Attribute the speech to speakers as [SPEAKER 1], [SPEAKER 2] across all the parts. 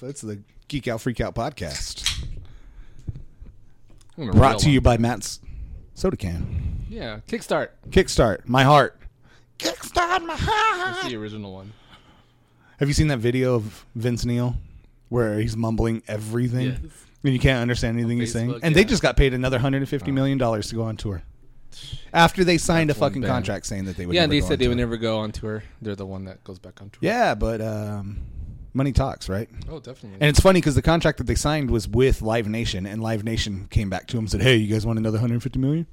[SPEAKER 1] That's the Geek Out Freak Out podcast.
[SPEAKER 2] I'm gonna
[SPEAKER 1] Brought to
[SPEAKER 2] reel
[SPEAKER 1] you
[SPEAKER 2] up.
[SPEAKER 1] by Matt's Soda Can.
[SPEAKER 2] Yeah, Kickstart.
[SPEAKER 1] Kickstart my heart. Kickstart my
[SPEAKER 2] That's
[SPEAKER 1] heart.
[SPEAKER 2] the original one.
[SPEAKER 1] Have you seen that video of Vince Neil where he's mumbling everything
[SPEAKER 2] Yes.
[SPEAKER 1] and you can't understand anything he's saying?
[SPEAKER 2] Facebook,
[SPEAKER 1] And they
[SPEAKER 2] yeah.
[SPEAKER 1] just got paid another hundred and dollars to go on tour after they signed a
[SPEAKER 2] one
[SPEAKER 1] fucking
[SPEAKER 2] band.
[SPEAKER 1] contract saying that they would.
[SPEAKER 2] Yeah, and
[SPEAKER 1] never
[SPEAKER 2] they
[SPEAKER 1] go on
[SPEAKER 2] said they would
[SPEAKER 1] tour.
[SPEAKER 2] never go on tour. They're the one that goes back on tour.
[SPEAKER 1] Yeah, but um, money talks, right?
[SPEAKER 2] Oh, definitely.
[SPEAKER 1] And it's funny because the contract that they signed was with Live Nation, and Live Nation came back to him and said, "Hey, you guys want another 150 million?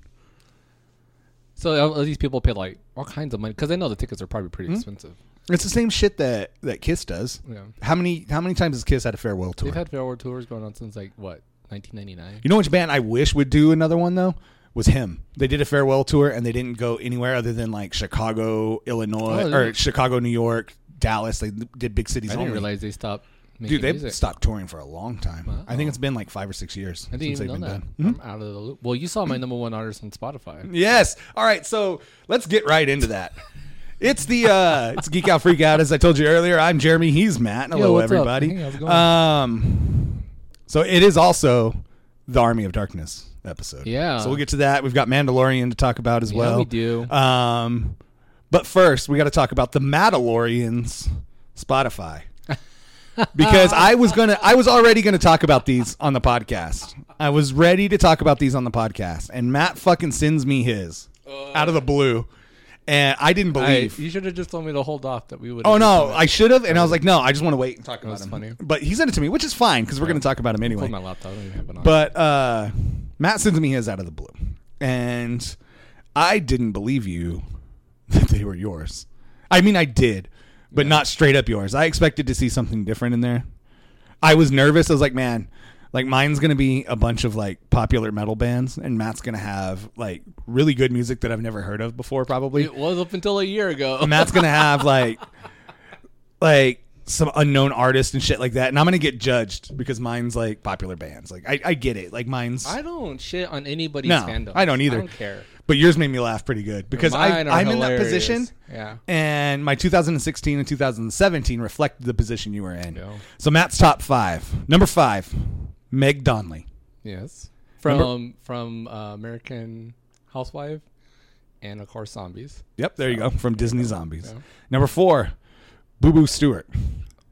[SPEAKER 2] so all these people pay like all kinds of money because I know the tickets are probably pretty
[SPEAKER 1] Hmm?
[SPEAKER 2] expensive.
[SPEAKER 1] It's the same shit that that Kiss does.
[SPEAKER 2] Yeah.
[SPEAKER 1] How many how many times has Kiss had a farewell tour?
[SPEAKER 2] They've had farewell tours going on since like what 1999.
[SPEAKER 1] you know which band I wish would do another one though was him. They did a farewell tour and they didn't go anywhere other than like Chicago, Illinois,
[SPEAKER 2] Oh, they
[SPEAKER 1] or
[SPEAKER 2] did.
[SPEAKER 1] Chicago, New York, Dallas. They did big cities
[SPEAKER 2] I
[SPEAKER 1] only.
[SPEAKER 2] didn't realize they stopped making
[SPEAKER 1] Dude, they've
[SPEAKER 2] music.
[SPEAKER 1] stopped touring for a long time. I think it's been like five or six years
[SPEAKER 2] I didn't
[SPEAKER 1] since they've
[SPEAKER 2] even
[SPEAKER 1] been
[SPEAKER 2] know that.
[SPEAKER 1] done. Hmm?
[SPEAKER 2] I'm out of the loop. Well, you saw my number one artist on Spotify.
[SPEAKER 1] Yes. All right. So let's get right into that. It's the uh, it's geek out freak out. As I told you earlier, I'm Jeremy. He's Matt. Hello,
[SPEAKER 2] what's up?
[SPEAKER 1] everybody.
[SPEAKER 2] Hey, how's it going?
[SPEAKER 1] Um, so it is also the Army of Darkness episode.
[SPEAKER 2] Yeah.
[SPEAKER 1] So we'll get to that. We've got Mandalorian to talk about as well.
[SPEAKER 2] we do.
[SPEAKER 1] Um, but first we got to talk about the Mandalorians Spotify. Because I was gonna, I was already gonna talk about these on the podcast. I was ready to talk about these on the podcast, and Matt fucking sends me his out of the blue, and I didn't
[SPEAKER 2] I,
[SPEAKER 1] believe.
[SPEAKER 2] you should have just told me to hold off that we would.
[SPEAKER 1] oh no, I should have, and I was like, no, I just want to wait and talk about
[SPEAKER 2] was
[SPEAKER 1] him.
[SPEAKER 2] funny.
[SPEAKER 1] But he sent it to me, which is fine because we're gonna talk about him anyway.
[SPEAKER 2] Hold my laptop. I don't even have it on.
[SPEAKER 1] But uh, Matt sends me his out of the blue, and I didn't believe you that they were yours. I mean, I did, but not straight up yours. I expected to see something different in there. I was nervous. I was like, man, like mine's gonna be a bunch of like popular metal bands, and Matt's gonna have like really good music that I've never heard of before, probably.
[SPEAKER 2] it was up until a year ago.
[SPEAKER 1] Matt's gonna have like like some unknown artist and shit like that, and I'm gonna get judged because mine's like popular bands. Like I, I get it. Like mine's
[SPEAKER 2] I don't shit on anybody's
[SPEAKER 1] no,
[SPEAKER 2] fandom.
[SPEAKER 1] I don't either.
[SPEAKER 2] I don't care.
[SPEAKER 1] But yours made me laugh pretty good because I,
[SPEAKER 2] Mine are
[SPEAKER 1] I'm in that
[SPEAKER 2] hilarious.
[SPEAKER 1] position.
[SPEAKER 2] Yeah.
[SPEAKER 1] And my 2016 and 2017 reflect the position you were in.
[SPEAKER 2] Yeah.
[SPEAKER 1] So Matt's top five. Number five, Meg Donley.
[SPEAKER 2] Yes. From
[SPEAKER 1] Remember-
[SPEAKER 2] from uh, American Housewife, and of course zombies.
[SPEAKER 1] Yep, there you go. From Disney Zombies. Number four, Boo Boo Stewart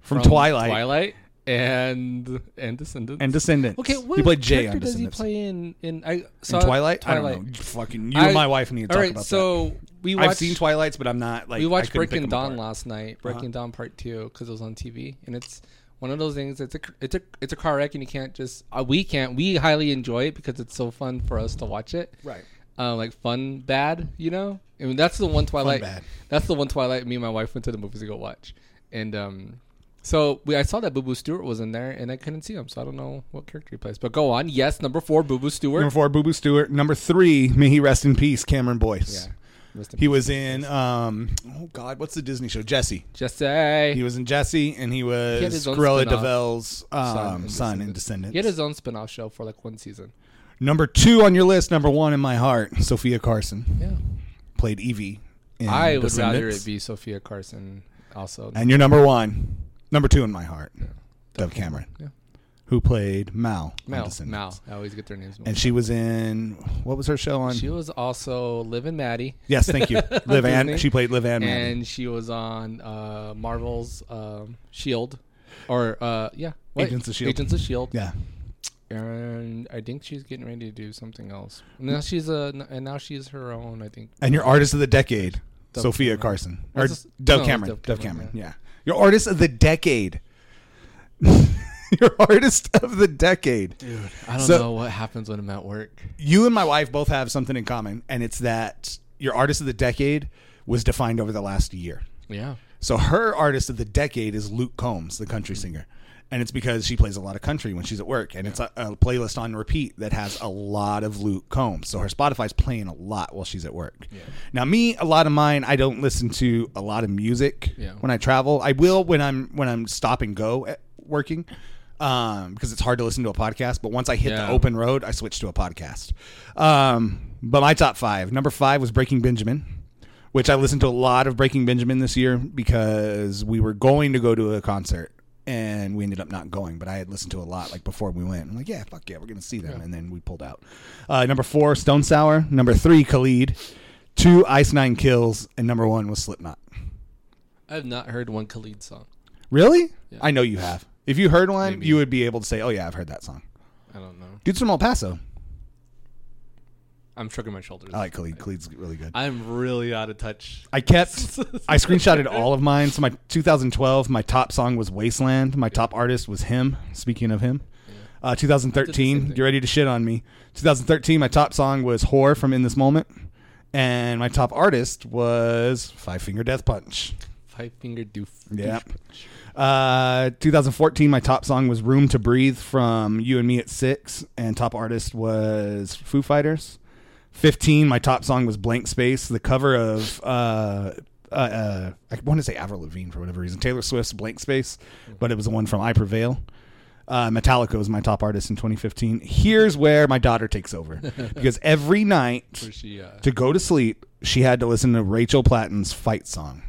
[SPEAKER 1] from, Twilight,
[SPEAKER 2] Twilight, and and Descendants.
[SPEAKER 1] and Descendants.
[SPEAKER 2] okay, what
[SPEAKER 1] he played Jay
[SPEAKER 2] character
[SPEAKER 1] on
[SPEAKER 2] does he
[SPEAKER 1] Descendants.
[SPEAKER 2] play in? In I saw
[SPEAKER 1] in Twilight? I
[SPEAKER 2] Twilight.
[SPEAKER 1] don't know. Fucking you and my wife need to talk
[SPEAKER 2] all right,
[SPEAKER 1] about that.
[SPEAKER 2] so we watched.
[SPEAKER 1] I've seen Twilight's, but I'm not like
[SPEAKER 2] we
[SPEAKER 1] I
[SPEAKER 2] watched
[SPEAKER 1] couldn't pick
[SPEAKER 2] Breaking
[SPEAKER 1] them
[SPEAKER 2] Dawn
[SPEAKER 1] apart. Uh-huh.
[SPEAKER 2] last night. Breaking Dawn Part Two because it was on TV, and it's one of those things. It's a it's a it's a car wreck, and you can't just uh, we can't we highly enjoy it because it's so fun for us to watch it.
[SPEAKER 1] Right.
[SPEAKER 2] Uh, like fun bad, you know. I mean, that's the one Twilight.
[SPEAKER 1] bad.
[SPEAKER 2] That's the one Twilight. Me and my wife went to the movies to go watch, and um, so we I saw that Boo Boo Stewart was in there, and I couldn't see him, so I don't know what character he plays. But go on. Yes, number four, Boo Boo Stewart.
[SPEAKER 1] Number four, Boo Boo Stewart. Number three, may he rest in peace, Cameron Boyce.
[SPEAKER 2] Yeah. Rest in
[SPEAKER 1] He
[SPEAKER 2] peace.
[SPEAKER 1] was in um oh god, what's the Disney show? Jesse.
[SPEAKER 2] Just say
[SPEAKER 1] He was in Jesse, and he was
[SPEAKER 2] had his own
[SPEAKER 1] Cruella
[SPEAKER 2] spin-off.
[SPEAKER 1] Devel's um,
[SPEAKER 2] in
[SPEAKER 1] son in
[SPEAKER 2] Descendants.
[SPEAKER 1] Descendants.
[SPEAKER 2] he had his own spin-off show for like one season.
[SPEAKER 1] number two on your list, number one in my heart, Sophia Carson
[SPEAKER 2] Yeah.
[SPEAKER 1] played Evie. In
[SPEAKER 2] I would
[SPEAKER 1] Descendants.
[SPEAKER 2] rather it be Sophia Carson also.
[SPEAKER 1] And you're number one, number two in my heart, Dove Cameron,
[SPEAKER 2] Yeah.
[SPEAKER 1] who played Mal. on
[SPEAKER 2] Mal.
[SPEAKER 1] Descendants.
[SPEAKER 2] Mal. I always get their names wrong.
[SPEAKER 1] And she was in what was her show on?
[SPEAKER 2] She was also Liv and Maddie.
[SPEAKER 1] yes, thank you, Liv Ann.
[SPEAKER 2] Disney.
[SPEAKER 1] She played Liv Ann. Maddie.
[SPEAKER 2] And she was on uh, Marvel's um, Shield. Or uh, yeah. what?
[SPEAKER 1] Agents of S.H.I.E.L.D..
[SPEAKER 2] Agents of Shield.
[SPEAKER 1] E yeah,
[SPEAKER 2] E And I think she's getting ready to do something else. Now she's a and now she's her own, I think.
[SPEAKER 1] and your artist of the decade,
[SPEAKER 2] Dove
[SPEAKER 1] Sophia
[SPEAKER 2] Cameron.
[SPEAKER 1] Carson or
[SPEAKER 2] Was this-
[SPEAKER 1] Dove,
[SPEAKER 2] no, it was
[SPEAKER 1] Cameron.
[SPEAKER 2] Dove
[SPEAKER 1] Dove Cameron.
[SPEAKER 2] Cameron,
[SPEAKER 1] Yeah. your artist of the decade. your artist of the decade.
[SPEAKER 2] Dude, I don't
[SPEAKER 1] So-
[SPEAKER 2] know what happens when I'm at work.
[SPEAKER 1] You and my wife both have something in common, and it's that your artist of the decade was defined over the last year.
[SPEAKER 2] Yeah.
[SPEAKER 1] So her artist of the decade is Luke Combs, the country singer. And it's because she plays a lot of country when she's at work. And it's a, a playlist on repeat that has a lot of Luke Combs. So her Spotify's playing a lot while she's at work. Now, me, a lot of mine, I don't listen to a lot of music
[SPEAKER 2] Yeah.
[SPEAKER 1] when I travel. I will when I'm when I'm stop and go at working. Um, because it's hard to listen to a podcast, but once I hit
[SPEAKER 2] Yeah.
[SPEAKER 1] the open road, I switch to a podcast. Um, but my top five. Number five was Breaking Benjamin which I listened to a lot of Breaking Benjamin this year because we were going to go to a concert and we ended up not going. But I had listened to a lot like before we went. I'm like, yeah, fuck yeah, we're gonna see them, and then we pulled out. Uh, number four, Stone Sour. Number three, Khalid. Two, Ice Nine Kills, and number one was Slipknot.
[SPEAKER 2] I have not heard one Khalid song.
[SPEAKER 1] Really?
[SPEAKER 2] Yeah.
[SPEAKER 1] I know you have. If you heard one, you would be able to say, "Oh yeah, I've heard that song."
[SPEAKER 2] I don't know.
[SPEAKER 1] Dude's from El Paso.
[SPEAKER 2] I'm shrugging my shoulders.
[SPEAKER 1] I like Khalid. Khalid's really good.
[SPEAKER 2] I'm really out of touch.
[SPEAKER 1] I kept I screenshotted all of mine. So my 2012, my top song was Wasteland. My top artist was him. Speaking of him, uh,
[SPEAKER 2] same
[SPEAKER 1] 2013.
[SPEAKER 2] thing.
[SPEAKER 1] You ready to shit on me? 2013. My top song was Whore from In This Moment, and my top artist was Five Finger Death Punch.
[SPEAKER 2] Five finger doof.
[SPEAKER 1] Yep. Uh, 2014. My top song was Room to Breathe from You and Me at Six, and top artist was Foo Fighters. 15. My top song was Blank Space, the cover of uh, uh, uh, I want to say Avril Lavigne for whatever reason. Taylor Swift's Blank Space, but it was the one from I Prevail. Uh, Metallica was my top artist in 2015. Here's where my daughter takes over because every night
[SPEAKER 2] Where she, uh,
[SPEAKER 1] to go to sleep, she had to listen to Rachel Platten's fight song.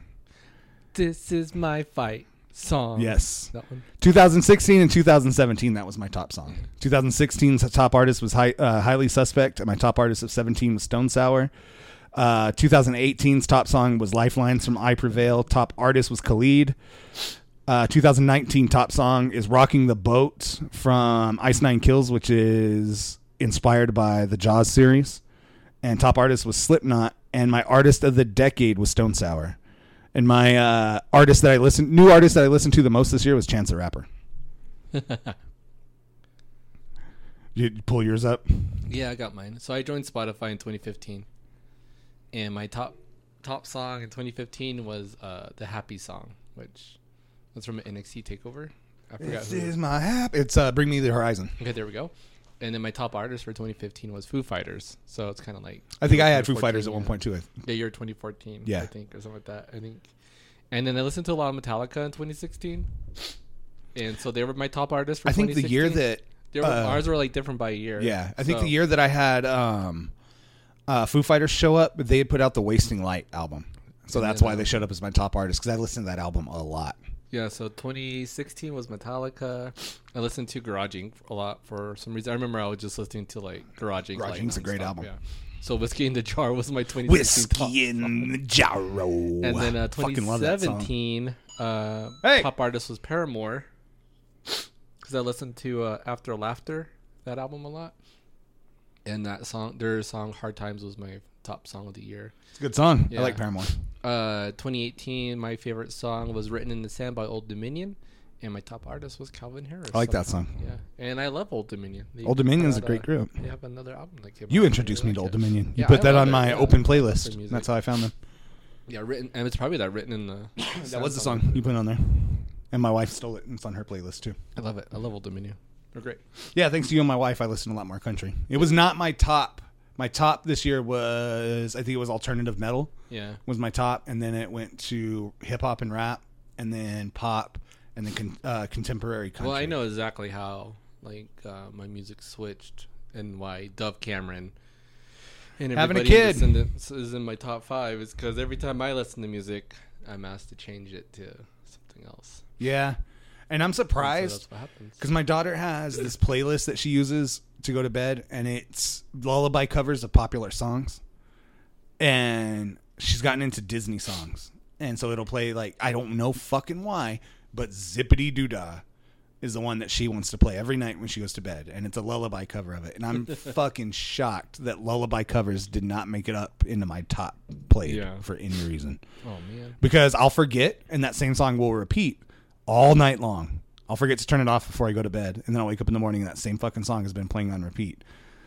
[SPEAKER 2] this is my fight song.
[SPEAKER 1] Yes.
[SPEAKER 2] That one.
[SPEAKER 1] 2016 and 2017, that was my top song. 2016's top artist was high, uh, Highly Suspect, and my top artist of 17 was Stone Sour. Uh, 2018's top song was Lifelines from I Prevail. Top artist was Khalid. Uh, 2019 top song is Rocking the Boat from Ice Nine Kills, which is inspired by the Jaws series. And top artist was Slipknot. And my artist of the decade was Stone Sour. And my uh, artist that I listened, new artist that I listened to the most this year was Chance the Rapper. you pull yours up.
[SPEAKER 2] Yeah, I got mine. So I joined Spotify in 2015, and my top top song in 2015 was uh, the Happy song, which was from an NXT Takeover. I forgot.
[SPEAKER 1] This
[SPEAKER 2] Who.
[SPEAKER 1] is my hap. It's uh, Bring Me the Horizon.
[SPEAKER 2] Okay, there we go. And then my top artist for 2015 was Foo Fighters. So it's kind of like
[SPEAKER 1] I think I had Foo
[SPEAKER 2] 2014,
[SPEAKER 1] Fighters at one
[SPEAKER 2] yeah.
[SPEAKER 1] point too.
[SPEAKER 2] the year 2014,
[SPEAKER 1] Yeah.
[SPEAKER 2] I think, or something like that. I think. And then I listened to a lot of Metallica in 2016, and so they were my top artists. For
[SPEAKER 1] I think the year
[SPEAKER 2] 2016.
[SPEAKER 1] that
[SPEAKER 2] they were,
[SPEAKER 1] uh,
[SPEAKER 2] ours were like different by year.
[SPEAKER 1] Yeah, I think
[SPEAKER 2] So-
[SPEAKER 1] the year that I had um, uh, Foo Fighters show up, they had put out the Wasting Light album, so that's
[SPEAKER 2] then,
[SPEAKER 1] why
[SPEAKER 2] uh,
[SPEAKER 1] they showed up as my top artist because I listened to that album a lot.
[SPEAKER 2] Yeah, so 2016 was Metallica. I listened to Garage Inc. a lot for some reason. I remember I was just listening to like Garage Inc.
[SPEAKER 1] Garage
[SPEAKER 2] like,
[SPEAKER 1] Inc.'s a great
[SPEAKER 2] nonstop,
[SPEAKER 1] album.
[SPEAKER 2] Yeah. So Whiskey in the Jar was my 2016 top.
[SPEAKER 1] Whiskey in the Jarro,
[SPEAKER 2] And then uh,
[SPEAKER 1] Fucking love that song.
[SPEAKER 2] 2017, uh,
[SPEAKER 1] Hey!
[SPEAKER 2] top artist was Paramore. Because I listened to uh, After Laughter, that album a lot. And that song, their song Hard Times was my top song of the year.
[SPEAKER 1] It's a good song.
[SPEAKER 2] Yeah.
[SPEAKER 1] I like Paramore.
[SPEAKER 2] Uh, 2018, my favorite song was Written in the Sand by Old Dominion. And my top artist was Calvin Harris.
[SPEAKER 1] I like that
[SPEAKER 2] somehow.
[SPEAKER 1] song.
[SPEAKER 2] Yeah, and I love Old Dominion. They
[SPEAKER 1] Old Dominion's
[SPEAKER 2] put
[SPEAKER 1] a great
[SPEAKER 2] out
[SPEAKER 1] group.
[SPEAKER 2] They have another album that came.
[SPEAKER 1] You
[SPEAKER 2] out. I
[SPEAKER 1] introduced
[SPEAKER 2] really
[SPEAKER 1] me to
[SPEAKER 2] like
[SPEAKER 1] Old
[SPEAKER 2] it.
[SPEAKER 1] Dominion. You
[SPEAKER 2] Yeah,
[SPEAKER 1] put
[SPEAKER 2] I
[SPEAKER 1] that
[SPEAKER 2] love
[SPEAKER 1] on
[SPEAKER 2] it.
[SPEAKER 1] my
[SPEAKER 2] Yeah.
[SPEAKER 1] open
[SPEAKER 2] Their
[SPEAKER 1] playlist.
[SPEAKER 2] music.
[SPEAKER 1] That's how I found them.
[SPEAKER 2] Yeah, written, and it's probably that written in the.
[SPEAKER 1] That was the song you put on there, and my wife stole it. and It's on her playlist too.
[SPEAKER 2] I love it. I love Old Dominion. They're great.
[SPEAKER 1] Yeah, thanks to you and my wife, I listen to a lot more country. It was not my top. My top this year was I think it was alternative metal
[SPEAKER 2] Yeah,
[SPEAKER 1] was my top, and then it went to hip hop and rap, and then pop, and then con- uh, contemporary country.
[SPEAKER 2] Well, I know exactly how like uh, my music switched and why Dove Cameron and
[SPEAKER 1] Having a
[SPEAKER 2] everybody
[SPEAKER 1] kid.
[SPEAKER 2] that's in the- s- is in my top five is because every time I listen to music, I'm asked to change it to something else.
[SPEAKER 1] Yeah, and I'm
[SPEAKER 2] So
[SPEAKER 1] surprised
[SPEAKER 2] that's what happens.
[SPEAKER 1] because my daughter has this playlist that she uses to go to bed, and it's lullaby covers of popular songs, and she's gotten into Disney songs, and so it'll play like I don't know fucking why, but Zippity Doo Dah is the one that she wants to play every night when she goes to bed, and it's a lullaby cover of it, and I'm fucking shocked that lullaby covers did not make it up into my top played
[SPEAKER 2] Yeah.
[SPEAKER 1] for any reason
[SPEAKER 2] Oh man,
[SPEAKER 1] because I'll forget and that same song will repeat all night long. I'll forget to turn it off before I go to bed and then I'll wake up in the morning and that same fucking song has been playing on repeat.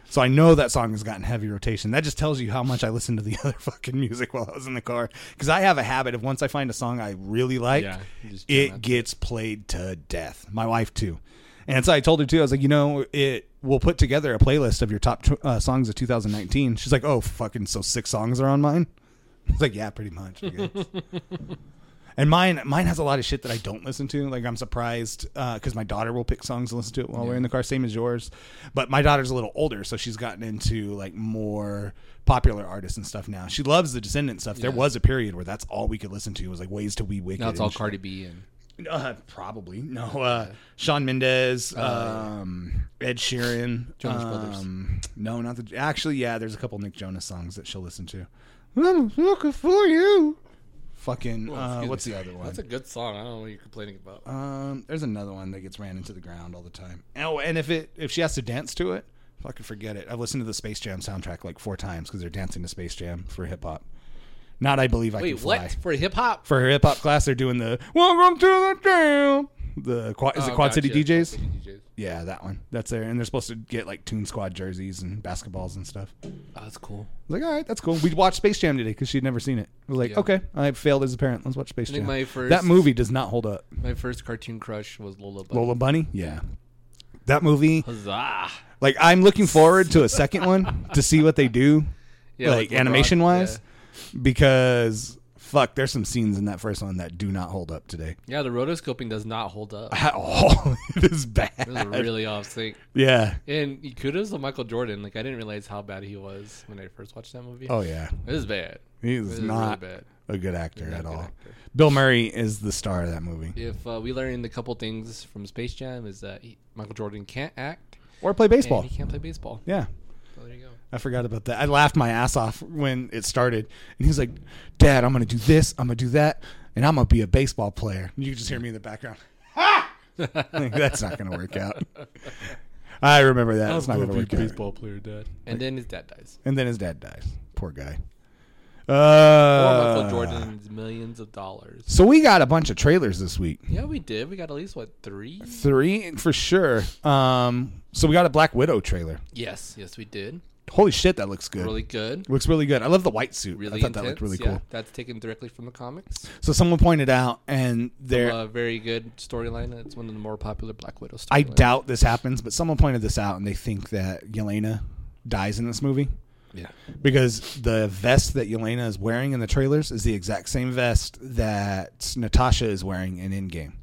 [SPEAKER 1] So I know that song has gotten heavy rotation. That just tells you how much I listened to the other fucking music while I was in the car cuz I have a habit of once I find a song I really like,
[SPEAKER 2] Yeah, you just jam out to
[SPEAKER 1] it gets played to death. My wife too. And so I told her too. I was like, you know, it we'll put together a playlist of your top tw- uh, songs of 2019. She's like, oh, fucking, so six songs are on mine. It's like, yeah, pretty much. I guess. and mine, mine has a lot of shit that I don't listen to. Like, I'm surprised because my daughter will pick songs and listen to it while we're in the car, same as yours. But my daughter's a little older, so she's gotten into like more popular artists and stuff now. She loves the Descendant stuff. There
[SPEAKER 2] Yeah.
[SPEAKER 1] was a period where that's all we could listen to was like Ways to Be Wicked.
[SPEAKER 2] now it's
[SPEAKER 1] and
[SPEAKER 2] all
[SPEAKER 1] shit.
[SPEAKER 2] Cardi B and
[SPEAKER 1] Uh, probably no. Uh, Sean Mendez, um, Ed Sheeran,
[SPEAKER 2] Jonas Brothers.
[SPEAKER 1] um, No, not the. Actually, yeah, there's a couple Nick Jonas songs that she'll listen to. I'm looking for you. Fucking. uh,
[SPEAKER 2] Excuse
[SPEAKER 1] what's
[SPEAKER 2] me.
[SPEAKER 1] the other one?
[SPEAKER 2] That's a good song. I don't know what you're complaining about.
[SPEAKER 1] um, there's another one that gets ran into the ground all the time. Oh, and if it if she has to dance to it, fucking forget it. I've listened to the Space Jam soundtrack like four times because they're dancing to Space Jam for hip hop. Not I believe I
[SPEAKER 2] Wait,
[SPEAKER 1] can fly
[SPEAKER 2] what for hip hop?
[SPEAKER 1] for her hip hop class, they're doing the "Welcome to the Jam." The quad, is it
[SPEAKER 2] Oh,
[SPEAKER 1] Quad
[SPEAKER 2] gotcha.
[SPEAKER 1] City DJs?
[SPEAKER 2] Quad City DJs.
[SPEAKER 1] Yeah, that one. That's there, and they're supposed to get like Toon Squad jerseys and basketballs and stuff. I
[SPEAKER 2] Oh, that's cool.
[SPEAKER 1] was like, all right, that's cool. We watched Space Jam today because she'd never seen it. I was like,
[SPEAKER 2] Yeah.
[SPEAKER 1] okay, I failed as a parent. Let's watch Space
[SPEAKER 2] think
[SPEAKER 1] Jam.
[SPEAKER 2] my first-
[SPEAKER 1] That movie does not hold up.
[SPEAKER 2] My first cartoon crush was Lola. Bunny.
[SPEAKER 1] Lola Bunny, yeah. That movie,
[SPEAKER 2] Huzzah!
[SPEAKER 1] like, I'm looking forward to a second one to see what they do,
[SPEAKER 2] Yeah,
[SPEAKER 1] like
[SPEAKER 2] with LeBron,
[SPEAKER 1] animation wise,
[SPEAKER 2] yeah.
[SPEAKER 1] because fuck, there's some scenes in that first one that do not hold up today.
[SPEAKER 2] Yeah, the rotoscoping does not hold up.
[SPEAKER 1] at all. it is bad.
[SPEAKER 2] It was really off sync.
[SPEAKER 1] yeah.
[SPEAKER 2] And kudos to Michael Jordan. Like I didn't realize how bad he was when I first watched that movie.
[SPEAKER 1] Oh yeah.
[SPEAKER 2] It was bad.
[SPEAKER 1] He
[SPEAKER 2] It was
[SPEAKER 1] is not
[SPEAKER 2] really bad.
[SPEAKER 1] a good actor
[SPEAKER 2] Not
[SPEAKER 1] at
[SPEAKER 2] a
[SPEAKER 1] all.
[SPEAKER 2] good actor.
[SPEAKER 1] Bill Murray is the star of that movie.
[SPEAKER 2] If uh, we learned a couple things from Space Jam is that he, Michael Jordan can't act
[SPEAKER 1] Or play
[SPEAKER 2] and
[SPEAKER 1] baseball.
[SPEAKER 2] he can't play baseball.
[SPEAKER 1] Yeah.
[SPEAKER 2] So there you go.
[SPEAKER 1] I forgot about that. I laughed my ass off when it started. And he's like, Dad, I'm going to do this. I'm going to do that. And I'm going to be a baseball player. And you can just hear me in the background. Ha! Like, That's not going to work out. I remember that. It's not going to work out.
[SPEAKER 2] player, Dad. And then his dad dies.
[SPEAKER 1] And then his dad dies. Poor guy.
[SPEAKER 2] Or
[SPEAKER 1] Uh,
[SPEAKER 2] Michael Jordan's millions of dollars.
[SPEAKER 1] So we got a bunch of trailers this week.
[SPEAKER 2] Yeah, we did. We got at least what three?
[SPEAKER 1] Three for sure. Um, so we got a Black Widow trailer.
[SPEAKER 2] Yes, yes, we did.
[SPEAKER 1] Holy shit, that looks good.
[SPEAKER 2] Really good.
[SPEAKER 1] looks really good. I love the white suit.
[SPEAKER 2] Really
[SPEAKER 1] I thought
[SPEAKER 2] intense.
[SPEAKER 1] that looked really
[SPEAKER 2] yeah,
[SPEAKER 1] cool.
[SPEAKER 2] that's taken directly from the comics.
[SPEAKER 1] So someone pointed out, and there,
[SPEAKER 2] A very good storyline. It's one of the more popular Black Widow storylines.
[SPEAKER 1] I doubt this happens, but someone pointed this out, and they think that Yelena dies in this movie
[SPEAKER 2] Yeah.
[SPEAKER 1] because the vest that Yelena is wearing in the trailers is the exact same vest that Natasha is wearing in Endgame.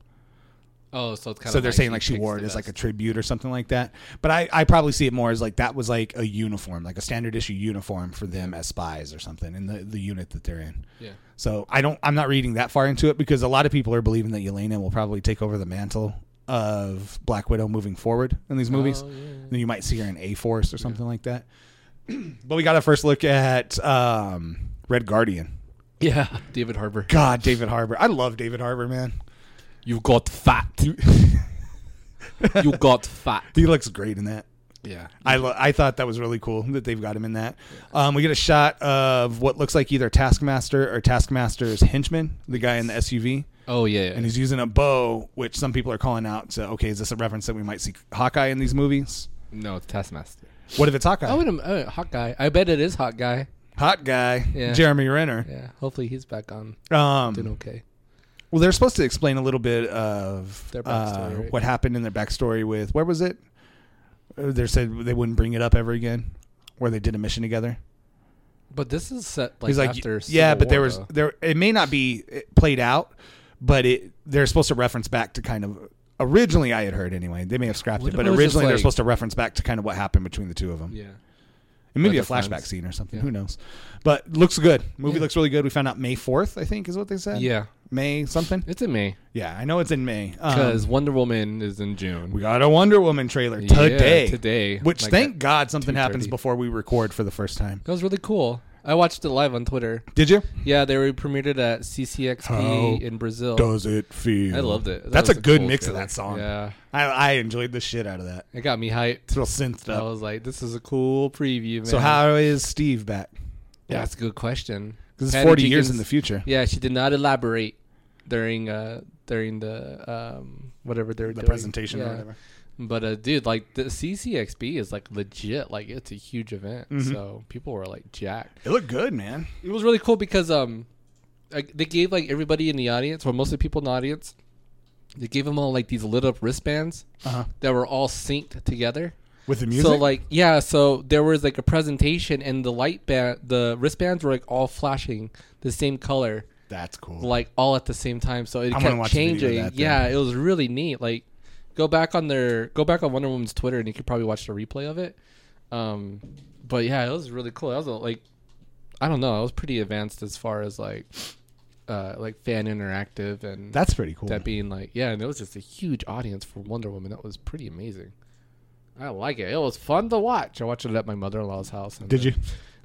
[SPEAKER 2] Oh, so it's kind of.
[SPEAKER 1] so they're saying like she wore it as like a tribute or something like that. But I, I probably see it more as like that was like a uniform, like a standard issue uniform for them as spies or something in the, the unit that they're in.
[SPEAKER 2] Yeah.
[SPEAKER 1] So I don't I'm not reading that far into it because a lot of people are believing that Yelena will probably take over the mantle of Black Widow moving forward in these movies.
[SPEAKER 2] Oh, yeah, yeah.
[SPEAKER 1] Then you might see her in A Force or something like that. but we got a first look at um, Red Guardian.
[SPEAKER 2] Yeah. David Harbour.
[SPEAKER 1] God, David Harbour. I love David Harbour, man.
[SPEAKER 2] You got fat. you got fat.
[SPEAKER 1] He looks great in that.
[SPEAKER 2] Yeah.
[SPEAKER 1] I, lo- I thought that was really cool that they've got him in that. Um, we get a shot of what looks like either Taskmaster or Taskmaster's henchman, the guy in the SUV,
[SPEAKER 2] Oh yeah.
[SPEAKER 1] and he's using a bow, which some people are calling out to. Okay, is this a reference that we might see Hawkeye in these movies?
[SPEAKER 2] no, it's Taskmaster.
[SPEAKER 1] What if it's Hawkeye?
[SPEAKER 2] Oh, wait a minute. Uh, hot guy. I bet it is hot guy.
[SPEAKER 1] Hot guy,
[SPEAKER 2] Yeah.
[SPEAKER 1] Jeremy Renner.
[SPEAKER 2] Yeah. Hopefully he's back on doing
[SPEAKER 1] Um,
[SPEAKER 2] okay.
[SPEAKER 1] well, they're supposed to explain a little bit of
[SPEAKER 2] Their
[SPEAKER 1] uh,
[SPEAKER 2] backstory, right?
[SPEAKER 1] what happened in their backstory with where was it? Uh, They said they wouldn't bring it up ever again, where they did a mission together.
[SPEAKER 2] But this is set like,
[SPEAKER 1] He's like,
[SPEAKER 2] after.
[SPEAKER 1] yeah,
[SPEAKER 2] Civil
[SPEAKER 1] but there
[SPEAKER 2] War,
[SPEAKER 1] was
[SPEAKER 2] though.
[SPEAKER 1] there. It may not be uh, played out, but it they're supposed to reference back to kind of originally I had heard anyway. They may have scrapped
[SPEAKER 2] What
[SPEAKER 1] it,
[SPEAKER 2] if
[SPEAKER 1] but
[SPEAKER 2] it was just
[SPEAKER 1] originally they're
[SPEAKER 2] like-
[SPEAKER 1] supposed to reference back to kind of what happened between the two of them.
[SPEAKER 2] Yeah.
[SPEAKER 1] And maybe a
[SPEAKER 2] Like the
[SPEAKER 1] flashback
[SPEAKER 2] friends.
[SPEAKER 1] scene or something.
[SPEAKER 2] Yeah.
[SPEAKER 1] Who knows? But looks good. Movie
[SPEAKER 2] Yeah.
[SPEAKER 1] looks really good. We found out May fourth, I think, is what they said.
[SPEAKER 2] Yeah.
[SPEAKER 1] May something.
[SPEAKER 2] It's in May
[SPEAKER 1] Yeah, I know it's in May
[SPEAKER 2] because
[SPEAKER 1] Um,
[SPEAKER 2] Wonder Woman is in June.
[SPEAKER 1] we got a Wonder Woman trailer
[SPEAKER 2] Yeah,
[SPEAKER 1] today.
[SPEAKER 2] today.
[SPEAKER 1] which
[SPEAKER 2] Like
[SPEAKER 1] thank
[SPEAKER 2] at
[SPEAKER 1] God something happens
[SPEAKER 2] 2:30.
[SPEAKER 1] before we record for the first time.
[SPEAKER 2] That was really cool. I watched it live on Twitter.
[SPEAKER 1] Did you?
[SPEAKER 2] Yeah, they were premiered at CCXP
[SPEAKER 1] How
[SPEAKER 2] in Brazil.
[SPEAKER 1] Does it feel?
[SPEAKER 2] I loved it. That
[SPEAKER 1] That's
[SPEAKER 2] was
[SPEAKER 1] a good
[SPEAKER 2] cool
[SPEAKER 1] mix of
[SPEAKER 2] trailer.
[SPEAKER 1] that song.
[SPEAKER 2] Yeah,
[SPEAKER 1] I, I enjoyed the shit out of that.
[SPEAKER 2] it got me hyped.
[SPEAKER 1] It's real synthed
[SPEAKER 2] I
[SPEAKER 1] up.
[SPEAKER 2] was like, "This is a cool preview." Oh, Man.
[SPEAKER 1] So how is Steve back?
[SPEAKER 2] Yeah, that's a good question.
[SPEAKER 1] Because it's
[SPEAKER 2] Patty
[SPEAKER 1] forty years in the
[SPEAKER 2] Jenkins-
[SPEAKER 1] future.
[SPEAKER 2] Yeah, she did not elaborate during uh during the um whatever they were
[SPEAKER 1] The
[SPEAKER 2] doing.
[SPEAKER 1] presentation
[SPEAKER 2] Yeah.
[SPEAKER 1] or whatever.
[SPEAKER 2] But uh, dude, like the CCXP is like legit. Like it's a huge event,
[SPEAKER 1] Mm-hmm.
[SPEAKER 2] so people were like jacked.
[SPEAKER 1] It looked good, man.
[SPEAKER 2] It was really cool because um, like they gave like everybody in the audience, or most of the people in the audience, they gave them all like these lit up wristbands
[SPEAKER 1] Uh-huh.
[SPEAKER 2] that were all synced together.
[SPEAKER 1] With the music.
[SPEAKER 2] So like yeah, so there was like a presentation, and the light band, the wristbands were like all flashing the same color,
[SPEAKER 1] That's cool.
[SPEAKER 2] like all at the same time. So it
[SPEAKER 1] I'm gonna
[SPEAKER 2] kept
[SPEAKER 1] watch a video of
[SPEAKER 2] changing.
[SPEAKER 1] that then.
[SPEAKER 2] yeah, it was really neat. Like go back on their go back on Wonder Woman's Twitter, and you could probably watch the replay of it. Um, but yeah, it was really cool. That was a, like I don't know, I was pretty advanced as far as like uh, like fan interactive and
[SPEAKER 1] That's pretty cool.
[SPEAKER 2] that being like yeah, and it was just a huge audience for Wonder Woman. That was pretty amazing. I like it. It was fun to watch. I watched it at my mother in law's house. And
[SPEAKER 1] Did
[SPEAKER 2] they-
[SPEAKER 1] you?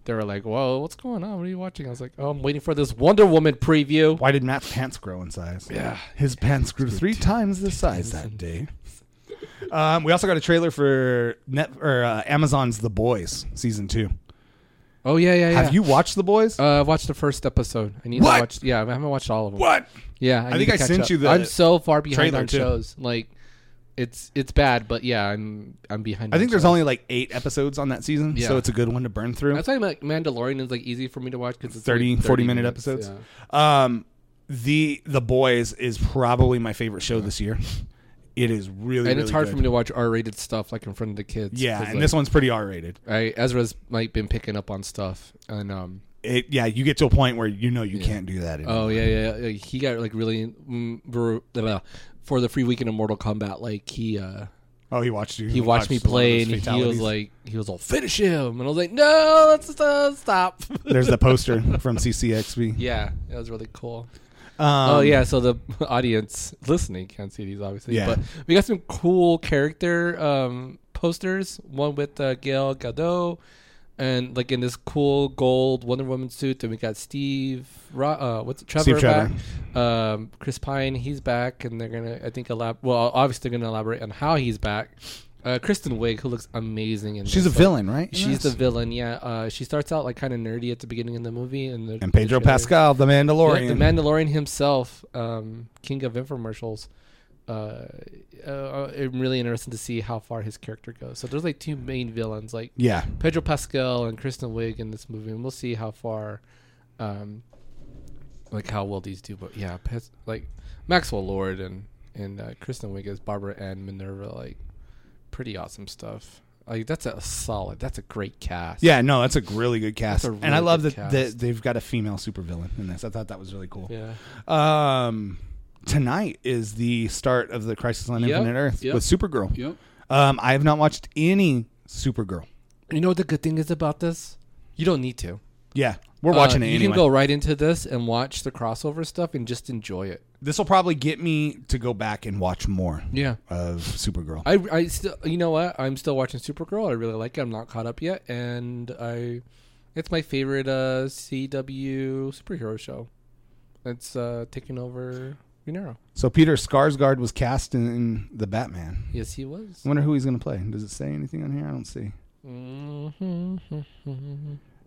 [SPEAKER 2] They were like, "Whoa, what's going on? What are you watching?" I was like, "Oh, I'm waiting for this Wonder Woman preview."
[SPEAKER 1] Why did Matt's pants grow in size?
[SPEAKER 2] Yeah.
[SPEAKER 1] His pants grew three times the size that day. Um, we also got a trailer for Net or uh, Amazon's The Boys season two.
[SPEAKER 2] Oh yeah, yeah, yeah.
[SPEAKER 1] Have you watched The Boys?
[SPEAKER 2] Uh, I watched the first episode. I need
[SPEAKER 1] What?
[SPEAKER 2] to watch. Yeah, I haven't watched all of them.
[SPEAKER 1] what?
[SPEAKER 2] Yeah, I,
[SPEAKER 1] I
[SPEAKER 2] need
[SPEAKER 1] think
[SPEAKER 2] to
[SPEAKER 1] I
[SPEAKER 2] catch
[SPEAKER 1] sent
[SPEAKER 2] up.
[SPEAKER 1] you the
[SPEAKER 2] I'm so far behind
[SPEAKER 1] trailer,
[SPEAKER 2] on
[SPEAKER 1] too.
[SPEAKER 2] shows. Like, it's it's bad, but yeah, I'm I'm behind.
[SPEAKER 1] I
[SPEAKER 2] on
[SPEAKER 1] think there's
[SPEAKER 2] shows.
[SPEAKER 1] only like eight episodes on that season, so
[SPEAKER 2] Yeah.
[SPEAKER 1] it's a good one to burn through.
[SPEAKER 2] That's why like Mandalorian is like easy for me to watch because it's
[SPEAKER 1] 30,
[SPEAKER 2] like
[SPEAKER 1] 40 minute
[SPEAKER 2] minutes,
[SPEAKER 1] episodes.
[SPEAKER 2] yeah.
[SPEAKER 1] Um, the The Boys is probably my favorite show this year. It is really
[SPEAKER 2] and it's
[SPEAKER 1] really
[SPEAKER 2] hard
[SPEAKER 1] good.
[SPEAKER 2] for me to watch R-rated stuff like in front of the kids.
[SPEAKER 1] Yeah,
[SPEAKER 2] 'cause,
[SPEAKER 1] and
[SPEAKER 2] like,
[SPEAKER 1] this one's pretty R rated.
[SPEAKER 2] I, Ezra's like been picking up on stuff, and um,
[SPEAKER 1] It yeah, you get to a point where you know you can't do that. Anymore.
[SPEAKER 2] oh yeah, yeah, yeah, he got like really mm, br- blah, blah. for the free weekend of Mortal Kombat. Like he uh,
[SPEAKER 1] Oh, he watched you.
[SPEAKER 2] he watched me
[SPEAKER 1] a lot of those
[SPEAKER 2] play, and he was
[SPEAKER 1] fatalities.
[SPEAKER 2] like, he was all finish him, and I was like, no, let's uh, stop.
[SPEAKER 1] There's the poster from CCXV.
[SPEAKER 2] yeah, that was really cool.
[SPEAKER 1] Um,
[SPEAKER 2] oh yeah, so the audience listening can't see these obviously,
[SPEAKER 1] Yeah.
[SPEAKER 2] but we got some cool character um, posters. One with uh, Gail Gadot, and like in this cool gold Wonder Woman suit. Then we got Steve, Ro- uh, what's Trevor
[SPEAKER 1] Steve
[SPEAKER 2] back?
[SPEAKER 1] Trevor.
[SPEAKER 2] Um, Chris Pine, he's back, and they're gonna I think elab. Well, obviously they're gonna elaborate on how he's back. Uh, Kristen Wiig, who looks amazing, and
[SPEAKER 1] She's a villain, right?
[SPEAKER 2] She's the villain, yeah. Uh, she starts out like kind of nerdy at the beginning of the movie, and the,
[SPEAKER 1] and Pedro
[SPEAKER 2] the trailer-
[SPEAKER 1] Pascal, the Mandalorian.
[SPEAKER 2] yeah, the Mandalorian himself, um, king of infomercials. Uh, uh, I'm really interested to see how far his character goes. So there's like two main villains, like
[SPEAKER 1] yeah,
[SPEAKER 2] Pedro Pascal and Kristen Wiig in this movie, and we'll see how far, um, like how well these do. But yeah, Pes- like Maxwell Lord and and uh, Kristen Wiig as Barbara and Minerva, like pretty awesome stuff. Like that's a solid, that's a great cast.
[SPEAKER 1] yeah. No, that's a really good cast,
[SPEAKER 2] That's a
[SPEAKER 1] and I
[SPEAKER 2] really
[SPEAKER 1] love
[SPEAKER 2] good
[SPEAKER 1] that,
[SPEAKER 2] cast.
[SPEAKER 1] that they've got a female supervillain in this. I thought that was really cool.
[SPEAKER 2] yeah.
[SPEAKER 1] Um, tonight is the start of the Crisis on
[SPEAKER 2] Yep,
[SPEAKER 1] Infinite Earth
[SPEAKER 2] yep.
[SPEAKER 1] with Supergirl.
[SPEAKER 2] Yep.
[SPEAKER 1] Um, I have not watched any Supergirl.
[SPEAKER 2] You know what the good thing is about this? You don't need to.
[SPEAKER 1] Yeah, we're
[SPEAKER 2] Uh,
[SPEAKER 1] watching it
[SPEAKER 2] You
[SPEAKER 1] anyway.
[SPEAKER 2] can go right into this and watch the crossover stuff and just enjoy it.
[SPEAKER 1] This will probably get me to go back and watch more
[SPEAKER 2] Yeah.
[SPEAKER 1] of Supergirl.
[SPEAKER 2] I, I still you know what I'm still watching Supergirl I really like it I'm not caught up yet and I it's my favorite uh, CW superhero show it's uh, taking over Renero
[SPEAKER 1] so Peter Skarsgård was cast in, in the Batman.
[SPEAKER 2] yes he was
[SPEAKER 1] I wonder who he's going to play. Does it say anything on here? I don't see.
[SPEAKER 2] Mm-hmm.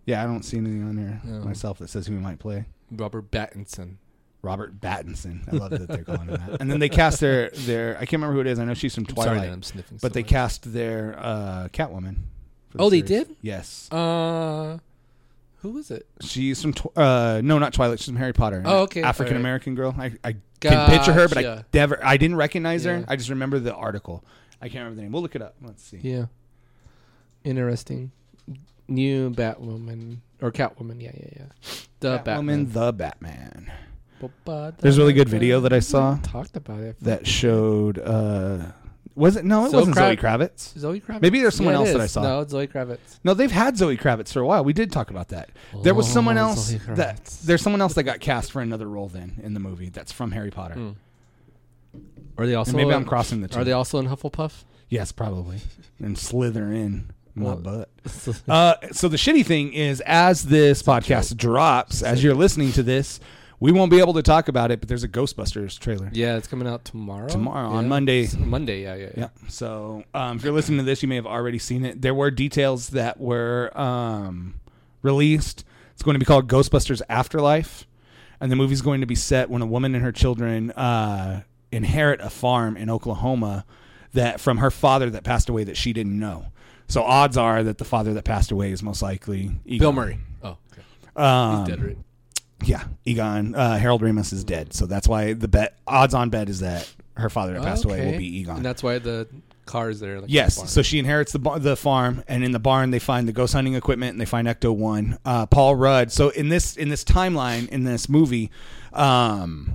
[SPEAKER 1] Yeah, I don't see anything on here
[SPEAKER 2] No.
[SPEAKER 1] myself that says who he might play.
[SPEAKER 2] Robert Pattinson
[SPEAKER 1] Robert Battinson. I love that they're calling him that. And then they cast their their I can't remember who it is. I know she's from
[SPEAKER 2] Sorry that
[SPEAKER 1] Twilight,
[SPEAKER 2] I'm sniffing
[SPEAKER 1] but
[SPEAKER 2] so
[SPEAKER 1] they
[SPEAKER 2] much.
[SPEAKER 1] cast their uh, Catwoman. for the
[SPEAKER 2] Oh, they
[SPEAKER 1] series.
[SPEAKER 2] did?
[SPEAKER 1] Yes,
[SPEAKER 2] uh who was it
[SPEAKER 1] she's from tw- uh, no, not Twilight. She's from Harry Potter.
[SPEAKER 2] Oh, okay.
[SPEAKER 1] African American girl. I, I can
[SPEAKER 2] Gotcha.
[SPEAKER 1] picture her, but I never I didn't recognize
[SPEAKER 2] Yeah.
[SPEAKER 1] her. I just remember the article. I can't remember the name. We'll look it up. Let's see.
[SPEAKER 2] yeah interesting new Batwoman or Catwoman yeah yeah yeah the Batman
[SPEAKER 1] Catwoman, the Batman.
[SPEAKER 2] Ba-ba-da-da-da.
[SPEAKER 1] There's a really good video that I saw
[SPEAKER 2] talked about it.
[SPEAKER 1] that showed. Uh, was it no? It
[SPEAKER 2] Zoe
[SPEAKER 1] wasn't
[SPEAKER 2] Krav-
[SPEAKER 1] Zoe Kravitz.
[SPEAKER 2] Zoe Kravitz.
[SPEAKER 1] Maybe there's someone
[SPEAKER 2] Yeah, it
[SPEAKER 1] else that
[SPEAKER 2] is.
[SPEAKER 1] I saw.
[SPEAKER 2] No, it's Zoe Kravitz.
[SPEAKER 1] No, they've had Zoe Kravitz for a while. We did talk about that. There was someone
[SPEAKER 2] Oh,
[SPEAKER 1] else
[SPEAKER 2] Zoe
[SPEAKER 1] that
[SPEAKER 2] Kravitz.
[SPEAKER 1] there's someone else that got cast for another role then in the movie that's from Harry Potter.
[SPEAKER 2] Hmm. Are they also?
[SPEAKER 1] And maybe I'm crossing the two.
[SPEAKER 2] Are they also in Hufflepuff?
[SPEAKER 1] yes, probably. And slither in my
[SPEAKER 2] Well-
[SPEAKER 1] butt. Uh, so the shitty thing is, as this podcast drops, as you're listening to this, we won't be able to talk about it. But there's a Ghostbusters trailer.
[SPEAKER 2] yeah, it's coming out tomorrow.
[SPEAKER 1] Tomorrow,
[SPEAKER 2] Yeah.
[SPEAKER 1] on Monday.
[SPEAKER 2] It's Monday, yeah, yeah, yeah.
[SPEAKER 1] Yeah. So um, if you're listening to this, you may have already seen it. There were details that were um, released. It's going to be called Ghostbusters Afterlife, and the movie's going to be set when a woman and her children uh, inherit a farm in Oklahoma that from her father that passed away that she didn't know. So odds are that the father that passed away is most likely Egon.
[SPEAKER 2] Bill Murray. Oh, okay.
[SPEAKER 1] Um,
[SPEAKER 2] dead right.
[SPEAKER 1] Yeah, Egon. Uh, Harold Ramis is dead, so that's why the bet odds on bet is that her father that passed away
[SPEAKER 2] Okay.
[SPEAKER 1] will be Egon.
[SPEAKER 2] And that's why the car is there. Like
[SPEAKER 1] Yes.
[SPEAKER 2] the barn.
[SPEAKER 1] So she inherits the bar- the farm, and in the barn they find the ghost hunting equipment, and they find Ecto One. Uh, Paul Rudd. So in this in this timeline in this movie, um,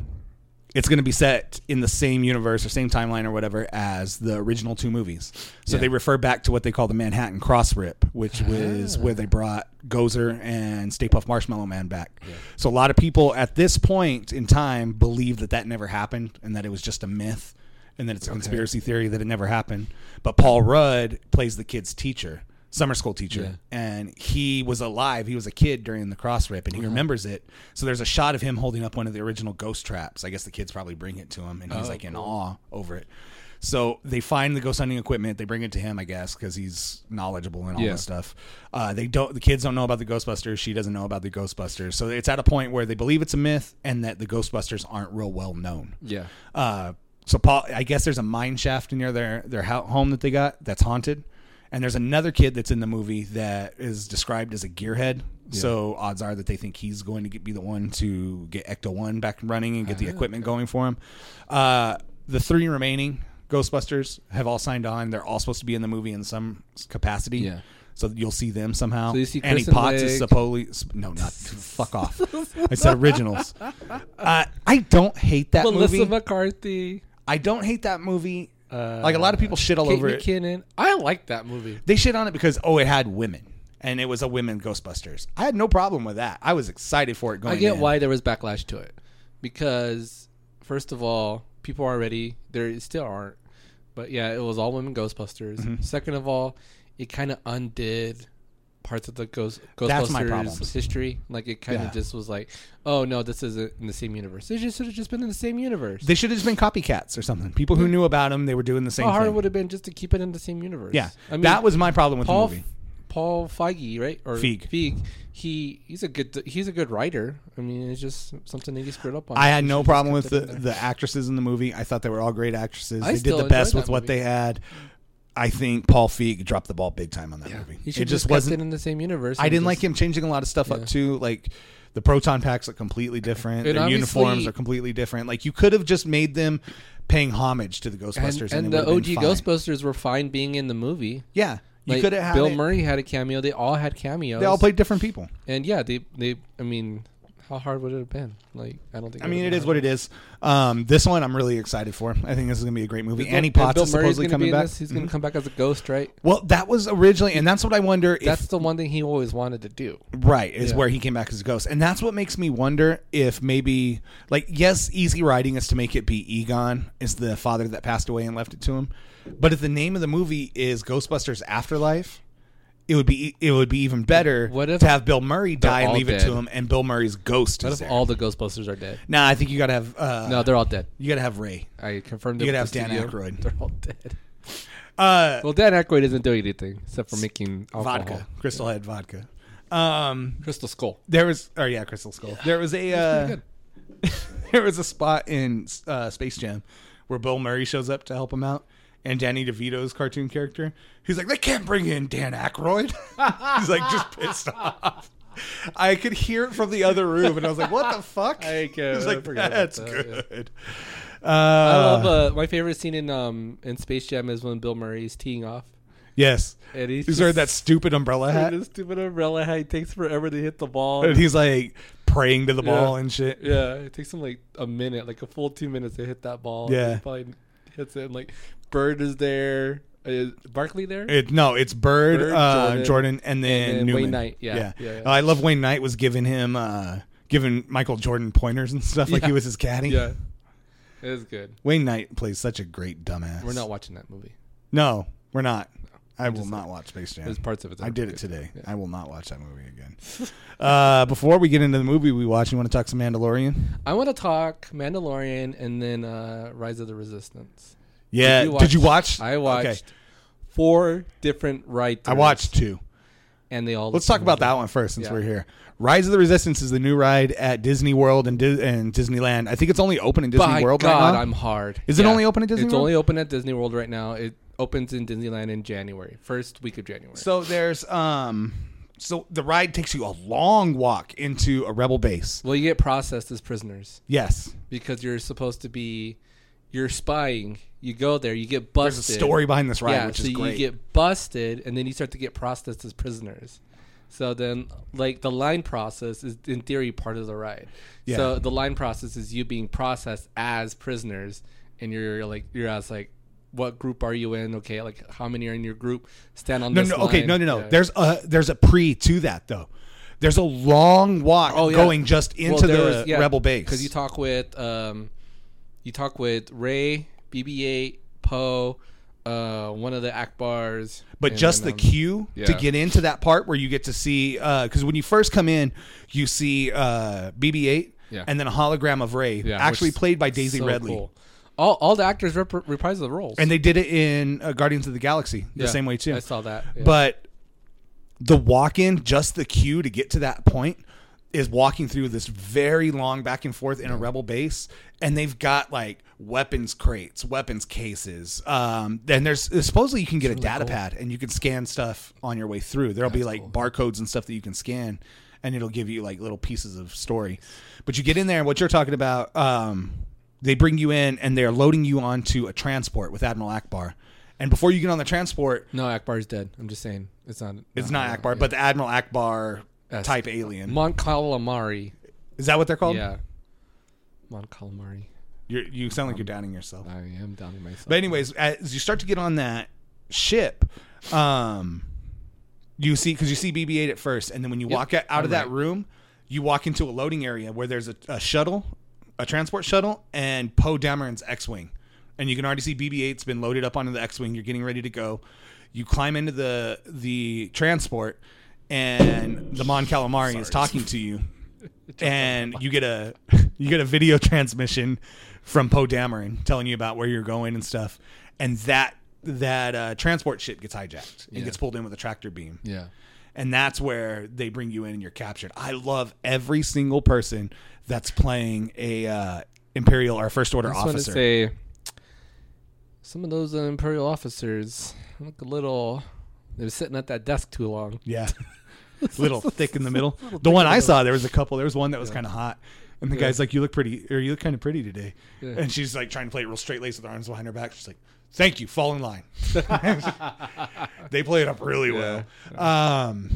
[SPEAKER 1] it's going to be set in the same universe or same timeline or whatever as the original two movies. So
[SPEAKER 2] Yeah. Ah.
[SPEAKER 1] they refer back to what they call the Manhattan cross rip, which was where they brought Gozer and Stay Puft Marshmallow Man back. So a lot of people at this point in time believe that that never happened and that it was just a myth and that it's a conspiracy theory that it never happened. But Paul Rudd plays the kid's teacher, summer school teacher,
[SPEAKER 2] Yeah.
[SPEAKER 1] and he was alive. He was a kid during the cross rip,
[SPEAKER 2] Uh-huh.
[SPEAKER 1] and he remembers it. So there's a shot of him holding up one of the original ghost traps. I guess the kids probably bring it to him, and he's
[SPEAKER 2] Oh,
[SPEAKER 1] like in
[SPEAKER 2] cool.
[SPEAKER 1] awe over it. So they find the ghost hunting equipment. They bring it to him, I guess, because he's knowledgeable and all
[SPEAKER 2] Yeah.
[SPEAKER 1] this stuff. Uh, they don't. The kids don't know about the Ghostbusters. She doesn't know about the Ghostbusters. So it's at a point where they believe it's a myth and that the Ghostbusters aren't real well known.
[SPEAKER 2] Yeah.
[SPEAKER 1] Uh, so Paul, I guess there's a mine shaft near their their ho- home that they got that's haunted, and there's another kid that's in the movie that is described as a gearhead. So odds are that they think he's going to get, be the one to get Ecto One back running and get
[SPEAKER 2] Ah.
[SPEAKER 1] the equipment going for him. Uh, the three remaining Ghostbusters have all signed on. They're all supposed to be in the movie in some s- capacity.
[SPEAKER 2] Yeah.
[SPEAKER 1] So you'll see them somehow.
[SPEAKER 2] So you see
[SPEAKER 1] Annie
[SPEAKER 2] Kristen
[SPEAKER 1] Potts is
[SPEAKER 2] Wiig.
[SPEAKER 1] supposedly no, not fuck off. I said originals. Uh, I don't hate that
[SPEAKER 2] Melissa
[SPEAKER 1] movie.
[SPEAKER 2] McCarthy.
[SPEAKER 1] I don't hate that movie.
[SPEAKER 2] Uh,
[SPEAKER 1] like a lot of people shit all
[SPEAKER 2] Kate
[SPEAKER 1] over it.
[SPEAKER 2] McKinnon. I like that movie.
[SPEAKER 1] They shit on it because oh, it had women and it was a women Ghostbusters. I had no problem with that. I was excited for it going.
[SPEAKER 2] I get
[SPEAKER 1] in.
[SPEAKER 2] why there was backlash to it, because first of all, people are already there still aren't, but yeah, it was all women Ghostbusters.
[SPEAKER 1] Mm-hmm.
[SPEAKER 2] Second of all, it kind of undid parts of the Ghost
[SPEAKER 1] That's my problem.
[SPEAKER 2] Ghostbusters history. Like it kind of
[SPEAKER 1] Yeah.
[SPEAKER 2] just was like, oh no, this isn't in the same universe. It just should have just been in the same universe.
[SPEAKER 1] they should have just been copycats or something. People who knew about them, they were doing the same
[SPEAKER 2] How hard
[SPEAKER 1] thing.
[SPEAKER 2] would have been just to keep it in the same universe?
[SPEAKER 1] Yeah,
[SPEAKER 2] I mean
[SPEAKER 1] that was my problem with
[SPEAKER 2] Paul
[SPEAKER 1] the movie.
[SPEAKER 2] Paul Feige, right? Or
[SPEAKER 1] Feig.
[SPEAKER 2] He he's a good he's a good writer. I mean, it's just something that he screwed up on.
[SPEAKER 1] I had
[SPEAKER 2] He
[SPEAKER 1] no
[SPEAKER 2] should've
[SPEAKER 1] problem with
[SPEAKER 2] just
[SPEAKER 1] the,
[SPEAKER 2] kept it in there.
[SPEAKER 1] the actresses in the movie. I thought they were all great actresses.
[SPEAKER 2] I
[SPEAKER 1] they did
[SPEAKER 2] still
[SPEAKER 1] the best
[SPEAKER 2] enjoyed
[SPEAKER 1] with
[SPEAKER 2] that
[SPEAKER 1] what they had. I think Paul Feig dropped the ball big time on that movie.
[SPEAKER 2] He
[SPEAKER 1] It
[SPEAKER 2] should
[SPEAKER 1] just
[SPEAKER 2] just kept
[SPEAKER 1] wasn't
[SPEAKER 2] it in the same universe.
[SPEAKER 1] I
[SPEAKER 2] and
[SPEAKER 1] didn't
[SPEAKER 2] just-
[SPEAKER 1] like him changing a lot of stuff up
[SPEAKER 2] Yeah.
[SPEAKER 1] too. Like the proton packs look completely different.
[SPEAKER 2] And
[SPEAKER 1] Their
[SPEAKER 2] obviously-
[SPEAKER 1] uniforms are completely different. Like you could have just made them paying homage to the
[SPEAKER 2] And,
[SPEAKER 1] Ghostbusters,
[SPEAKER 2] and
[SPEAKER 1] it
[SPEAKER 2] the
[SPEAKER 1] would've
[SPEAKER 2] OG
[SPEAKER 1] been fine.
[SPEAKER 2] Ghostbusters were fine being in the movie.
[SPEAKER 1] Yeah, you
[SPEAKER 2] Like,
[SPEAKER 1] could have had
[SPEAKER 2] Bill
[SPEAKER 1] it-
[SPEAKER 2] Murray had a cameo. They all had cameos.
[SPEAKER 1] They all played different people.
[SPEAKER 2] And yeah, they they. I mean, how hard would it have been? Like, I don't think.
[SPEAKER 1] I mean, it is what it is. Um, this one I'm really excited for. I think this is gonna be a great movie. Annie Potts is supposedly coming back. Mm-hmm.
[SPEAKER 2] He's going to come back as a ghost, right?
[SPEAKER 1] Well, that was originally, and that's what I wonder. if
[SPEAKER 2] That's the one thing he always wanted to do.
[SPEAKER 1] Right, is
[SPEAKER 2] Yeah.
[SPEAKER 1] where he came back as a ghost. And that's what makes me wonder if maybe like yes, easy writing is to make it be Egon is the father that passed away and left it to him. But if the name of the movie is Ghostbusters Afterlife, it would be e, it would be even better
[SPEAKER 2] What if
[SPEAKER 1] to have Bill Murray die and
[SPEAKER 2] all
[SPEAKER 1] leave it
[SPEAKER 2] dead?
[SPEAKER 1] to him and Bill Murray's ghost
[SPEAKER 2] What
[SPEAKER 1] is there.
[SPEAKER 2] if all the Ghostbusters are dead?
[SPEAKER 1] nah, I think you got to have uh
[SPEAKER 2] No, they're all dead.
[SPEAKER 1] you got to have Ray.
[SPEAKER 2] I confirmed.
[SPEAKER 1] You
[SPEAKER 2] it
[SPEAKER 1] gotta
[SPEAKER 2] with
[SPEAKER 1] have
[SPEAKER 2] the
[SPEAKER 1] Dan
[SPEAKER 2] studio.
[SPEAKER 1] Aykroyd.
[SPEAKER 2] They're all dead.
[SPEAKER 1] Uh
[SPEAKER 2] Well, Dan Aykroyd isn't doing anything except for making alcohol.
[SPEAKER 1] vodka, Crystal Head vodka. Um
[SPEAKER 2] Crystal Skull.
[SPEAKER 1] there was oh yeah, Crystal Skull. There was a
[SPEAKER 2] Pretty
[SPEAKER 1] uh,
[SPEAKER 2] good.
[SPEAKER 1] there was a spot in uh, Space Jam where Bill Murray shows up to help him out, and Danny DeVito's cartoon character, he's like, they can't bring in Dan Aykroyd. he's like just pissed off. I could hear it from the other room, and I was like, what the fuck?
[SPEAKER 2] I can't-
[SPEAKER 1] He's
[SPEAKER 2] I
[SPEAKER 1] like,
[SPEAKER 2] forgot about
[SPEAKER 1] that's
[SPEAKER 2] that, yeah.
[SPEAKER 1] good. Uh,
[SPEAKER 2] I love uh, my favorite scene in um in Space Jam is when Bill Murray is teeing off.
[SPEAKER 1] yes.
[SPEAKER 2] And he's
[SPEAKER 1] He's wearing that
[SPEAKER 2] just-
[SPEAKER 1] stupid umbrella
[SPEAKER 2] with
[SPEAKER 1] hat,
[SPEAKER 2] This stupid umbrella hat it takes forever to hit the ball.
[SPEAKER 1] and he's like praying to the ball and shit.
[SPEAKER 2] Yeah, it takes him like a minute, like a full two minutes to hit that ball.
[SPEAKER 1] Yeah.
[SPEAKER 2] he probably hits it. And like Bird is there. Uh, Is Barkley there?
[SPEAKER 1] It, no, it's Bird,
[SPEAKER 2] Bird,
[SPEAKER 1] uh, Jordan,
[SPEAKER 2] Jordan,
[SPEAKER 1] and then,
[SPEAKER 2] and then
[SPEAKER 1] Newman. Oh,
[SPEAKER 2] Wayne Knight, yeah, yeah, yeah.
[SPEAKER 1] I love Wayne Knight was giving him uh, giving Michael Jordan pointers and stuff like he
[SPEAKER 2] Yeah.
[SPEAKER 1] was his caddy.
[SPEAKER 2] yeah, it is good.
[SPEAKER 1] Wayne Knight plays such a great dumbass.
[SPEAKER 2] We're not watching that movie.
[SPEAKER 1] No, we're not. I will not watch Space Jam.
[SPEAKER 2] There's parts of it. that
[SPEAKER 1] I
[SPEAKER 2] are
[SPEAKER 1] did it
[SPEAKER 2] good.
[SPEAKER 1] today. I will not watch that movie again. uh, before we get into the movie we watch, you want to talk some Mandalorian?
[SPEAKER 2] I want to talk Mandalorian and then uh, Rise of the Resistance.
[SPEAKER 1] Yeah. Did you watch?
[SPEAKER 2] I
[SPEAKER 1] Okay.
[SPEAKER 2] watched four different writers.
[SPEAKER 1] I watched two.
[SPEAKER 2] and they all.
[SPEAKER 1] Let's talk about that one first, since
[SPEAKER 2] Yeah.
[SPEAKER 1] we're here. Rise of the Resistance is the new ride at Disney World and, Di- and Disneyland. I think it's only open in Disney
[SPEAKER 2] By
[SPEAKER 1] World
[SPEAKER 2] God,
[SPEAKER 1] right now.
[SPEAKER 2] I'm hard.
[SPEAKER 1] Is it only open at Disney
[SPEAKER 2] It's
[SPEAKER 1] World?
[SPEAKER 2] only open at Disney World right now. It opens in Disneyland in January, first week of January.
[SPEAKER 1] So there's um, so the ride takes you a long walk into a rebel base.
[SPEAKER 2] well, you get processed as prisoners
[SPEAKER 1] Yes,
[SPEAKER 2] because you're supposed to be, you're spying. You go there, you get busted.
[SPEAKER 1] there's a story behind this ride,
[SPEAKER 2] yeah,
[SPEAKER 1] which
[SPEAKER 2] so
[SPEAKER 1] is
[SPEAKER 2] you
[SPEAKER 1] great.
[SPEAKER 2] get busted, and then you start to get processed as prisoners. So then, like the line process is in theory part of the ride.
[SPEAKER 1] Yeah.
[SPEAKER 2] So the line process is you being processed as prisoners, and you're like you're as like, what group are you in? Okay, like how many are in your group? Stand on
[SPEAKER 1] No,
[SPEAKER 2] this
[SPEAKER 1] no, okay,
[SPEAKER 2] line.
[SPEAKER 1] no, no, no.
[SPEAKER 2] Yeah.
[SPEAKER 1] There's a there's a pre to that though. There's a long walk
[SPEAKER 2] Oh, yeah.
[SPEAKER 1] going just
[SPEAKER 2] Well,
[SPEAKER 1] into
[SPEAKER 2] there
[SPEAKER 1] the
[SPEAKER 2] was- yeah,
[SPEAKER 1] rebel base.
[SPEAKER 2] because you talk with um, you talk with Ray, BB-8, Poe, uh, one of the Akbars,
[SPEAKER 1] but
[SPEAKER 2] and
[SPEAKER 1] just
[SPEAKER 2] then,
[SPEAKER 1] the
[SPEAKER 2] um,
[SPEAKER 1] queue to
[SPEAKER 2] yeah.
[SPEAKER 1] get into that part where you get to see because when you first come in, you see uh, BB-8
[SPEAKER 2] Yeah.
[SPEAKER 1] and then a hologram of Ray,
[SPEAKER 2] Yeah,
[SPEAKER 1] actually
[SPEAKER 2] which is
[SPEAKER 1] played by Daisy
[SPEAKER 2] so
[SPEAKER 1] Redley,
[SPEAKER 2] cool. All, all the actors rep- reprise the roles.
[SPEAKER 1] and they did it in uh, Guardians of the Galaxy the
[SPEAKER 2] Yeah,
[SPEAKER 1] same way too.
[SPEAKER 2] I saw that. yeah.
[SPEAKER 1] But the walk in, just the queue to get to that point, is walking through this very long back and forth in a rebel base, and they've got like weapons crates, weapons cases. Um, then there's supposedly you can get a data pad and you can scan stuff on your way through. There'll be like barcodes and stuff that you can scan, and it'll give you like little pieces of story. But you get in there, and what you're talking about, um, they bring you in and they're loading you onto a transport with Admiral Akbar. And before you get on the transport,
[SPEAKER 2] no, Akbar's dead. I'm just saying it's not.
[SPEAKER 1] it's not Akbar,
[SPEAKER 2] yeah.
[SPEAKER 1] but the Admiral Akbar
[SPEAKER 2] Yes.
[SPEAKER 1] type alien.
[SPEAKER 2] Mon Calamari.
[SPEAKER 1] Is that what they're called?
[SPEAKER 2] Yeah, Mon Calamari.
[SPEAKER 1] You're, you sound like you're doubting yourself.
[SPEAKER 2] I am doubting myself.
[SPEAKER 1] But anyways, as you start to get on that ship, um, you see because you see BB-8 at first, and then when you walk out, out of that room, you walk into a loading area where there's a, a shuttle, a transport shuttle, and Poe Dameron's X-wing, and you can already see BB-8's been loaded up onto the X-wing. You're getting ready to go. You climb into the the transport, and the Mon Calamari is talking to you, and you get a you get a video transmission from Poe Dameron telling you about where you're going and stuff, and that that uh, transport ship gets hijacked and
[SPEAKER 2] Yeah.
[SPEAKER 1] gets pulled in with a tractor beam
[SPEAKER 2] yeah,
[SPEAKER 1] and that's where they bring you in and you're captured. I love every single person that's playing a uh, Imperial or First Order
[SPEAKER 2] I just want to
[SPEAKER 1] officer.
[SPEAKER 2] say some of those uh, Imperial officers look a little. They're sitting at that desk too long.
[SPEAKER 1] yeah, little thick in the middle. The one I saw, there was a couple. There was one that was kind of hot, and the guy's like, "You look pretty, or you look kind of pretty today." And she's like trying to play it real straight laced with her arms behind her back. She's like, "Thank you, fall in line." they play it up really well. Um,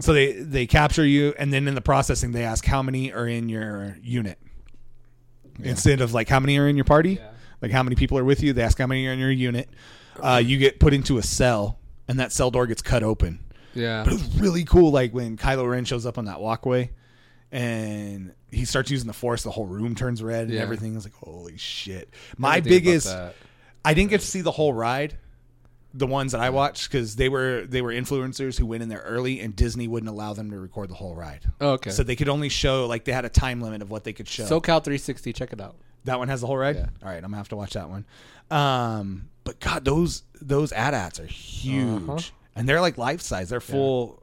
[SPEAKER 1] so they they capture you, and then in the processing, they ask how many are in your unit. instead of like how many are in your party,
[SPEAKER 2] Yeah.
[SPEAKER 1] like how many people are with you. They ask how many are in your unit. Uh, you get put into a cell, and that cell door gets cut open.
[SPEAKER 2] Yeah,
[SPEAKER 1] But it was really cool, like when Kylo Ren shows up on that walkway, and he starts using the Force. The whole room turns red and
[SPEAKER 2] Yeah.
[SPEAKER 1] everything. It's like holy shit! My
[SPEAKER 2] Think about
[SPEAKER 1] biggest,
[SPEAKER 2] that.
[SPEAKER 1] I didn't get to see the whole ride. The ones that I watched because they were they were influencers who went in there early, and Disney wouldn't allow them to record the whole ride.
[SPEAKER 2] Oh, okay.
[SPEAKER 1] So they could only show like they had a time limit of what they could show.
[SPEAKER 2] SoCal 360, check it out.
[SPEAKER 1] That one has the whole ride.
[SPEAKER 2] Yeah.
[SPEAKER 1] All right, I'm gonna have to watch that one. Um, but God, those those AT-ATs are huge,
[SPEAKER 2] Uh-huh.
[SPEAKER 1] and they're like life size. They're full.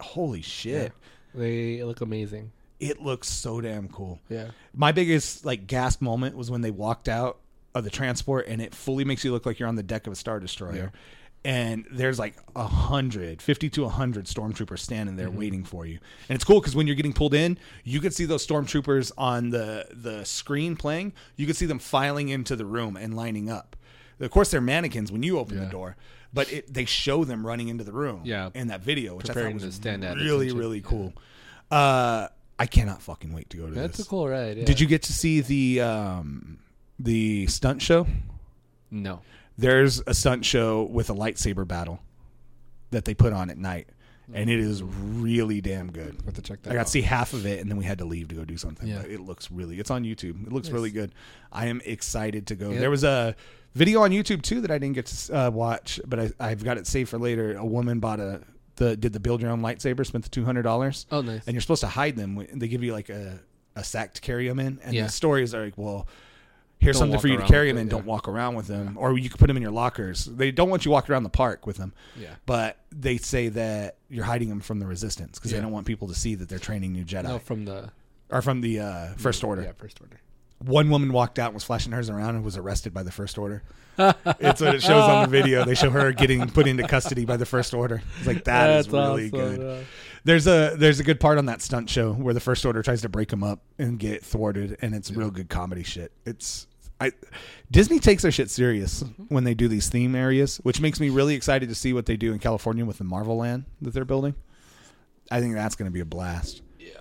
[SPEAKER 1] Holy shit!
[SPEAKER 2] They look amazing.
[SPEAKER 1] It looks so damn cool.
[SPEAKER 2] Yeah.
[SPEAKER 1] My biggest like gasp moment was when they walked out of the transport, and it fully makes you look like you're on the deck of a star destroyer. And there's like a hundred, fifty to a hundred stormtroopers standing
[SPEAKER 2] Mm-hmm.
[SPEAKER 1] there waiting for you. And it's cool because when you're getting pulled in, you could see those stormtroopers on the the screen playing. You could see them filing into the room and lining up. Of course, they're mannequins when you open the
[SPEAKER 2] Yeah.
[SPEAKER 1] door, but it, they show them running into the room.
[SPEAKER 2] Yeah.
[SPEAKER 1] in that video, which
[SPEAKER 2] Preparing
[SPEAKER 1] I thought
[SPEAKER 2] to
[SPEAKER 1] was
[SPEAKER 2] stand at
[SPEAKER 1] really,
[SPEAKER 2] attention.
[SPEAKER 1] really cool. Uh, I cannot fucking wait to go to
[SPEAKER 2] That's
[SPEAKER 1] this.
[SPEAKER 2] a cool ride.
[SPEAKER 1] Did you get to see the um, the stunt show?
[SPEAKER 2] No.
[SPEAKER 1] There's a stunt show with a lightsaber battle that they put on at night, and it is really damn good.
[SPEAKER 2] Have to check that.
[SPEAKER 1] I got to see half of it, and then we had to leave to go do something.
[SPEAKER 2] Yeah.
[SPEAKER 1] But it looks really. It's on YouTube. It looks really good. I am excited to go.
[SPEAKER 2] Yeah.
[SPEAKER 1] There was a video on YouTube too that I didn't get to uh, watch, but I, I've got it saved for later. A woman bought a the did the build your own lightsaber, spent the two hundred dollars
[SPEAKER 2] Oh, nice.
[SPEAKER 1] and you're supposed to hide them. when- They give you like a, a sack to carry them in, and
[SPEAKER 2] Yeah.
[SPEAKER 1] the stories are like, well, here's
[SPEAKER 2] Don't
[SPEAKER 1] something
[SPEAKER 2] walk
[SPEAKER 1] for you to
[SPEAKER 2] around
[SPEAKER 1] carry
[SPEAKER 2] with
[SPEAKER 1] them in.
[SPEAKER 2] it,
[SPEAKER 1] Don't
[SPEAKER 2] yeah.
[SPEAKER 1] walk around with them, or you can put them in your lockers. They don't want you walking around the park with them.
[SPEAKER 2] Yeah.
[SPEAKER 1] But they say that you're hiding them from the resistance because they
[SPEAKER 2] Yeah.
[SPEAKER 1] don't want people to see that they're training new Jedi
[SPEAKER 2] No, from the
[SPEAKER 1] or from the uh, First Order.
[SPEAKER 2] Yeah, first order.
[SPEAKER 1] One woman walked out and was flashing hers around and was arrested by the First Order. it's what it shows on the video. They show her getting put into custody by the First Order. It's like That's really good. There's a there's a good part on that stunt show where the first order tries to break them up and get thwarted, and it's real good comedy shit. It's I Disney takes their shit serious when they do these theme areas, which makes me really excited to see what they do in California with the Marvel Land that they're building. I think that's going to be a blast.
[SPEAKER 2] Yeah.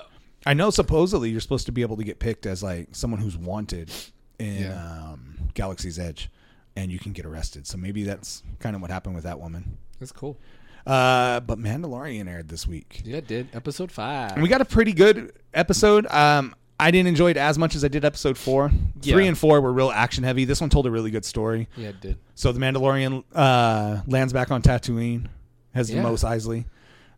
[SPEAKER 1] I know supposedly you're supposed to be able to get picked as like someone who's wanted in
[SPEAKER 2] Yeah.
[SPEAKER 1] um, Galaxy's Edge, and you can get arrested. So maybe that's kind of what happened with that woman.
[SPEAKER 2] That's cool.
[SPEAKER 1] Uh, but Mandalorian aired this week.
[SPEAKER 2] Yeah, it did. Episode five.
[SPEAKER 1] And we got a pretty good episode. Um, I didn't enjoy it as much as I did episode four.
[SPEAKER 2] Yeah.
[SPEAKER 1] Three and four were real action heavy. This one told a really good story.
[SPEAKER 2] yeah, it did.
[SPEAKER 1] So the Mandalorian uh, lands back on Tatooine, has the
[SPEAKER 2] Yeah.
[SPEAKER 1] most Eisley,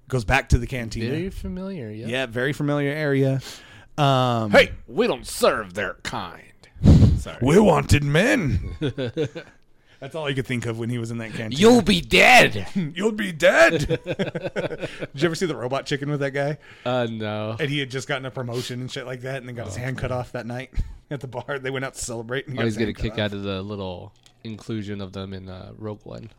[SPEAKER 1] goes back to the cantina.
[SPEAKER 2] Very familiar. Yeah.
[SPEAKER 1] yeah, very familiar area. Um,
[SPEAKER 2] we don't serve their kind. Sorry.
[SPEAKER 1] we're wanted men. That's all I could think of when he was in that cantina.
[SPEAKER 2] be dead.
[SPEAKER 1] You'll be dead. Did you ever see the robot chicken with that guy?
[SPEAKER 2] Uh, no.
[SPEAKER 1] And he had just gotten a promotion and shit like that, and then
[SPEAKER 2] Oh,
[SPEAKER 1] got his hand cut off that night at the bar. They went out to celebrate. And he
[SPEAKER 2] I
[SPEAKER 1] got
[SPEAKER 2] always
[SPEAKER 1] his
[SPEAKER 2] get a
[SPEAKER 1] hand cut
[SPEAKER 2] Oh, kick
[SPEAKER 1] off.
[SPEAKER 2] out of the little inclusion of them in uh, Rogue One.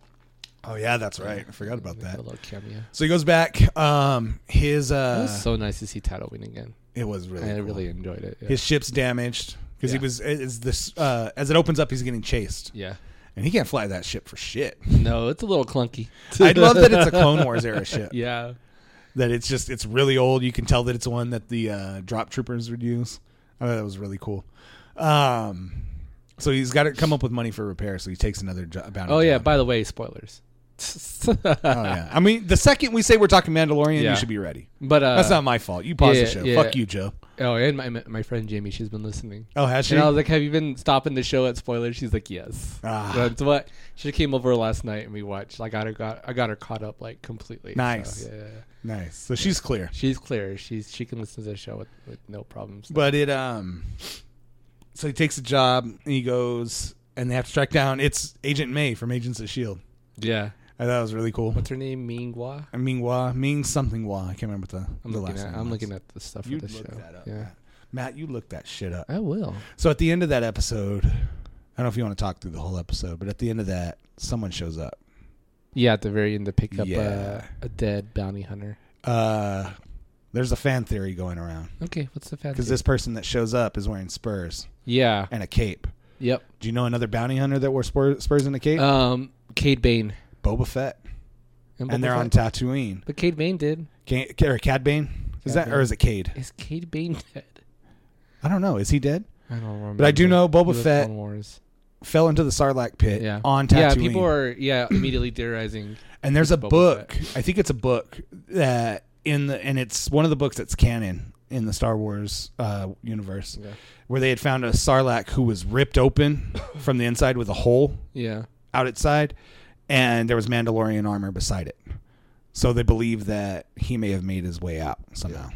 [SPEAKER 1] Oh yeah, that's right. I forgot about that.
[SPEAKER 2] A little cameo.
[SPEAKER 1] So he goes back. Um, his
[SPEAKER 2] It
[SPEAKER 1] uh,
[SPEAKER 2] was so nice to see Tatooine again.
[SPEAKER 1] it was really,
[SPEAKER 2] I
[SPEAKER 1] cool.
[SPEAKER 2] really enjoyed it. Yeah.
[SPEAKER 1] his ship's damaged because
[SPEAKER 2] Yeah.
[SPEAKER 1] he was as this uh, as it opens up, he's getting chased,
[SPEAKER 2] yeah.
[SPEAKER 1] and he can't fly that ship for shit.
[SPEAKER 2] No, it's a little clunky.
[SPEAKER 1] I love that it's a Clone Wars era ship.
[SPEAKER 2] yeah.
[SPEAKER 1] That it's just it's really old. You can tell that it's one that the uh, drop troopers would use. I thought that was really cool. Um, so he's got to come up with money for repair. So he takes another job.
[SPEAKER 2] Oh yeah. By the way, spoilers. uh,
[SPEAKER 1] oh yeah. I mean, the second we say we're talking Mandalorian,
[SPEAKER 2] Yeah.
[SPEAKER 1] you should be ready.
[SPEAKER 2] But uh,
[SPEAKER 1] That's not my fault. You paused
[SPEAKER 2] yeah,
[SPEAKER 1] the show.
[SPEAKER 2] yeah.
[SPEAKER 1] Fuck you, Joe.
[SPEAKER 2] Oh, and my my friend Jamie, she's been listening.
[SPEAKER 1] Oh, has she?
[SPEAKER 2] And I was like, "Have you been stopping the show at spoilers?" She's like, "Yes."
[SPEAKER 1] Ah.
[SPEAKER 2] That's what she came over last night and we watched. I got her got I got her caught up like completely. So,
[SPEAKER 1] Nice.
[SPEAKER 2] yeah,
[SPEAKER 1] nice. So she's clear.
[SPEAKER 2] she's clear. She's she can listen to the show with, with no problems.
[SPEAKER 1] But it um so he takes a job and he goes and they have to track down it's Agent May from Agents of Shield. E
[SPEAKER 2] yeah,
[SPEAKER 1] I thought it was really cool.
[SPEAKER 2] what's her name? Minghua.
[SPEAKER 1] I mean Wah means something Wah. I can't remember the,
[SPEAKER 2] I'm
[SPEAKER 1] the
[SPEAKER 2] looking
[SPEAKER 1] last
[SPEAKER 2] at
[SPEAKER 1] name.
[SPEAKER 2] I'm
[SPEAKER 1] was.
[SPEAKER 2] looking at the stuff
[SPEAKER 1] you
[SPEAKER 2] for the
[SPEAKER 1] look
[SPEAKER 2] show.
[SPEAKER 1] that up.
[SPEAKER 2] yeah,
[SPEAKER 1] Matt. Matt, you look that shit up.
[SPEAKER 2] I will.
[SPEAKER 1] So at the end of that episode, I don't know if you want to talk through the whole episode, but at the end of that, someone shows up.
[SPEAKER 2] Yeah, at the very end to pick up uh,
[SPEAKER 1] Yeah.
[SPEAKER 2] a dead bounty hunter.
[SPEAKER 1] Uh there's a fan theory going around
[SPEAKER 2] Okay, what's the fact?
[SPEAKER 1] because this person that shows up is wearing spurs
[SPEAKER 2] Yeah.
[SPEAKER 1] and a cape.
[SPEAKER 2] Yep.
[SPEAKER 1] Do you know another bounty hunter that wore spur- spurs and a cape?
[SPEAKER 2] Um, Cade Bane.
[SPEAKER 1] Boba Fett.
[SPEAKER 2] Boba
[SPEAKER 1] and they're on
[SPEAKER 2] Fett.
[SPEAKER 1] Tatooine.
[SPEAKER 2] But Cade Bane did.
[SPEAKER 1] Can, or Cad Bane? Is that or is it Cade?
[SPEAKER 2] Is Cade Bane dead?
[SPEAKER 1] I don't know. Is he dead?
[SPEAKER 2] I don't remember.
[SPEAKER 1] But I do know
[SPEAKER 2] He
[SPEAKER 1] Boba
[SPEAKER 2] was
[SPEAKER 1] Fett
[SPEAKER 2] Clone Wars.
[SPEAKER 1] fell into the Sarlacc pit
[SPEAKER 2] Yeah.
[SPEAKER 1] on Tatooine.
[SPEAKER 2] Yeah, people are yeah immediately theorizing.
[SPEAKER 1] and there's a
[SPEAKER 2] Boba
[SPEAKER 1] book. I think it's a book that in the and it's one of the books that's canon in the Star Wars uh, universe
[SPEAKER 2] Yeah.
[SPEAKER 1] where they had found a Sarlacc who was ripped open from the inside with a hole
[SPEAKER 2] Yeah.
[SPEAKER 1] out outside, and there was Mandalorian armor beside it. So they believe that he may have made his way out somehow.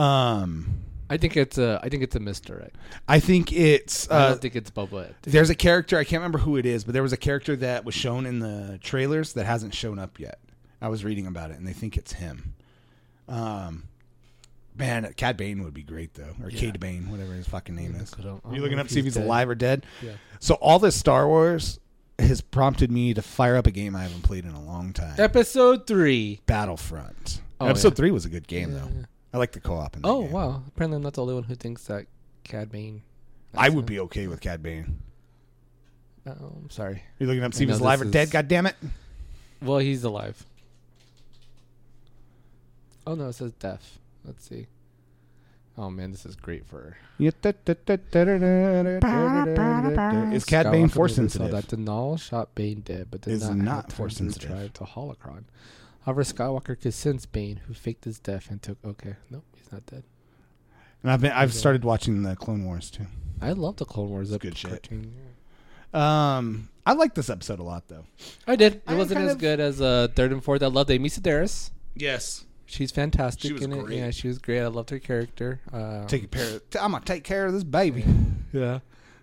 [SPEAKER 1] Um,
[SPEAKER 2] I think it's a I think it's a misdirect.
[SPEAKER 1] I think it's
[SPEAKER 2] I
[SPEAKER 1] uh,
[SPEAKER 2] don't think it's Boba. Fett.
[SPEAKER 1] there's a character I can't remember who it is, but there was a character that was shown in the trailers that hasn't shown up yet. I was reading about it, and they think it's him. Um, man, Cad Bane would be great though, or
[SPEAKER 2] Yeah.
[SPEAKER 1] Cade Bane, whatever his fucking name is.
[SPEAKER 2] I don't- I
[SPEAKER 1] Are
[SPEAKER 2] don't
[SPEAKER 1] you looking
[SPEAKER 2] know
[SPEAKER 1] up
[SPEAKER 2] if
[SPEAKER 1] to see if
[SPEAKER 2] he's
[SPEAKER 1] he's
[SPEAKER 2] dead.
[SPEAKER 1] alive or dead?
[SPEAKER 2] Yeah.
[SPEAKER 1] So all this Star Wars has prompted me to fire up a game I haven't played in a long time.
[SPEAKER 2] Episode three.
[SPEAKER 1] Battlefront.
[SPEAKER 2] Oh,
[SPEAKER 1] Episode
[SPEAKER 2] yeah.
[SPEAKER 1] three was a good game though.
[SPEAKER 2] Yeah.
[SPEAKER 1] I like the co-op. In that
[SPEAKER 2] Oh
[SPEAKER 1] game.
[SPEAKER 2] wow! Apparently, I'm not the only one who thinks that Cad Bane.
[SPEAKER 1] I would be okay with Cad Bane.
[SPEAKER 2] Oh, I'm sorry.
[SPEAKER 1] You're looking up to
[SPEAKER 2] I
[SPEAKER 1] see if he's
[SPEAKER 2] know
[SPEAKER 1] alive
[SPEAKER 2] this
[SPEAKER 1] or
[SPEAKER 2] is-
[SPEAKER 1] dead. God damn it!
[SPEAKER 2] Well, he's alive. Oh no, it says deaf. Let's see. Oh man, this is great for.
[SPEAKER 1] Is Cad Bane force sensitive?
[SPEAKER 2] That Denal shot Bane dead, but did
[SPEAKER 1] Is
[SPEAKER 2] not,
[SPEAKER 1] not
[SPEAKER 2] have time
[SPEAKER 1] force
[SPEAKER 2] to
[SPEAKER 1] sensitive.
[SPEAKER 2] retrieve to Holocron. However, Skywalker could sense Bane, who faked his death and took. Okay, nope, he's not dead.
[SPEAKER 1] And I've been, I've started watching the Clone Wars too.
[SPEAKER 2] I love the Clone
[SPEAKER 1] It's
[SPEAKER 2] Wars. That's
[SPEAKER 1] good shit.
[SPEAKER 2] cartoon.
[SPEAKER 1] Um, I like this episode a lot though.
[SPEAKER 2] I did. It
[SPEAKER 1] I am
[SPEAKER 2] wasn't
[SPEAKER 1] kind
[SPEAKER 2] as
[SPEAKER 1] of-
[SPEAKER 2] good as uh, third and fourth. I loved Amy Sedaris.
[SPEAKER 1] Yes,
[SPEAKER 2] She's fantastic
[SPEAKER 1] She was
[SPEAKER 2] in it.
[SPEAKER 1] great.
[SPEAKER 2] Yeah, she was great. I loved her character. Um,
[SPEAKER 1] take care. Of, I'm gonna take care of this baby.
[SPEAKER 2] yeah.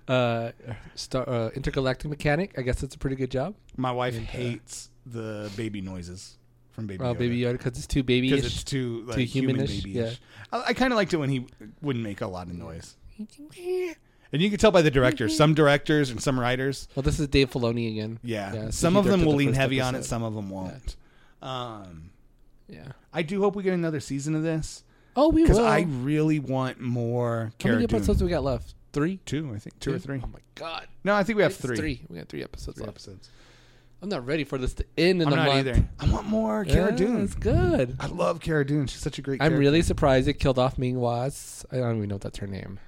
[SPEAKER 2] Uh, star, uh, intergalactic mechanic. I guess that's a pretty good job.
[SPEAKER 1] My wife
[SPEAKER 2] And, uh,
[SPEAKER 1] hates the baby noises from Baby
[SPEAKER 2] Oh,
[SPEAKER 1] Yoda.
[SPEAKER 2] Baby Yoda, because it's too baby.
[SPEAKER 1] because it's too like human
[SPEAKER 2] humanish,
[SPEAKER 1] babyish. I, I kind of liked it when he wouldn't make a lot of noise, and you can tell by the directors. Some directors and some writers,
[SPEAKER 2] Well, this is Dave Filoni again.
[SPEAKER 1] yeah,
[SPEAKER 2] Yeah, so
[SPEAKER 1] some
[SPEAKER 2] he
[SPEAKER 1] of them
[SPEAKER 2] directed
[SPEAKER 1] will
[SPEAKER 2] the
[SPEAKER 1] lean
[SPEAKER 2] first
[SPEAKER 1] heavy on it,
[SPEAKER 2] episode.
[SPEAKER 1] some of them won't. Um,
[SPEAKER 2] Yeah.
[SPEAKER 1] I do hope we get another season of this.
[SPEAKER 2] Oh, we
[SPEAKER 1] Because
[SPEAKER 2] will.
[SPEAKER 1] I
[SPEAKER 2] How
[SPEAKER 1] really want more Cara
[SPEAKER 2] many
[SPEAKER 1] Dune.
[SPEAKER 2] episodes we got left? Three.
[SPEAKER 1] Two, I think. Two or three.
[SPEAKER 2] Oh my god.
[SPEAKER 1] No, I think we have
[SPEAKER 2] It's
[SPEAKER 1] three.
[SPEAKER 2] Three. We got three episodes
[SPEAKER 1] Three
[SPEAKER 2] left.
[SPEAKER 1] episodes.
[SPEAKER 2] I'm not ready for this to end in
[SPEAKER 1] I'm
[SPEAKER 2] a
[SPEAKER 1] not
[SPEAKER 2] month.
[SPEAKER 1] either. I want more
[SPEAKER 2] Yeah,
[SPEAKER 1] Cara Dune.
[SPEAKER 2] It's good.
[SPEAKER 1] I love Cara Dune. She's such a great.
[SPEAKER 2] I'm
[SPEAKER 1] character.
[SPEAKER 2] really surprised it killed off Ming Watts. I don't even know if that's her name.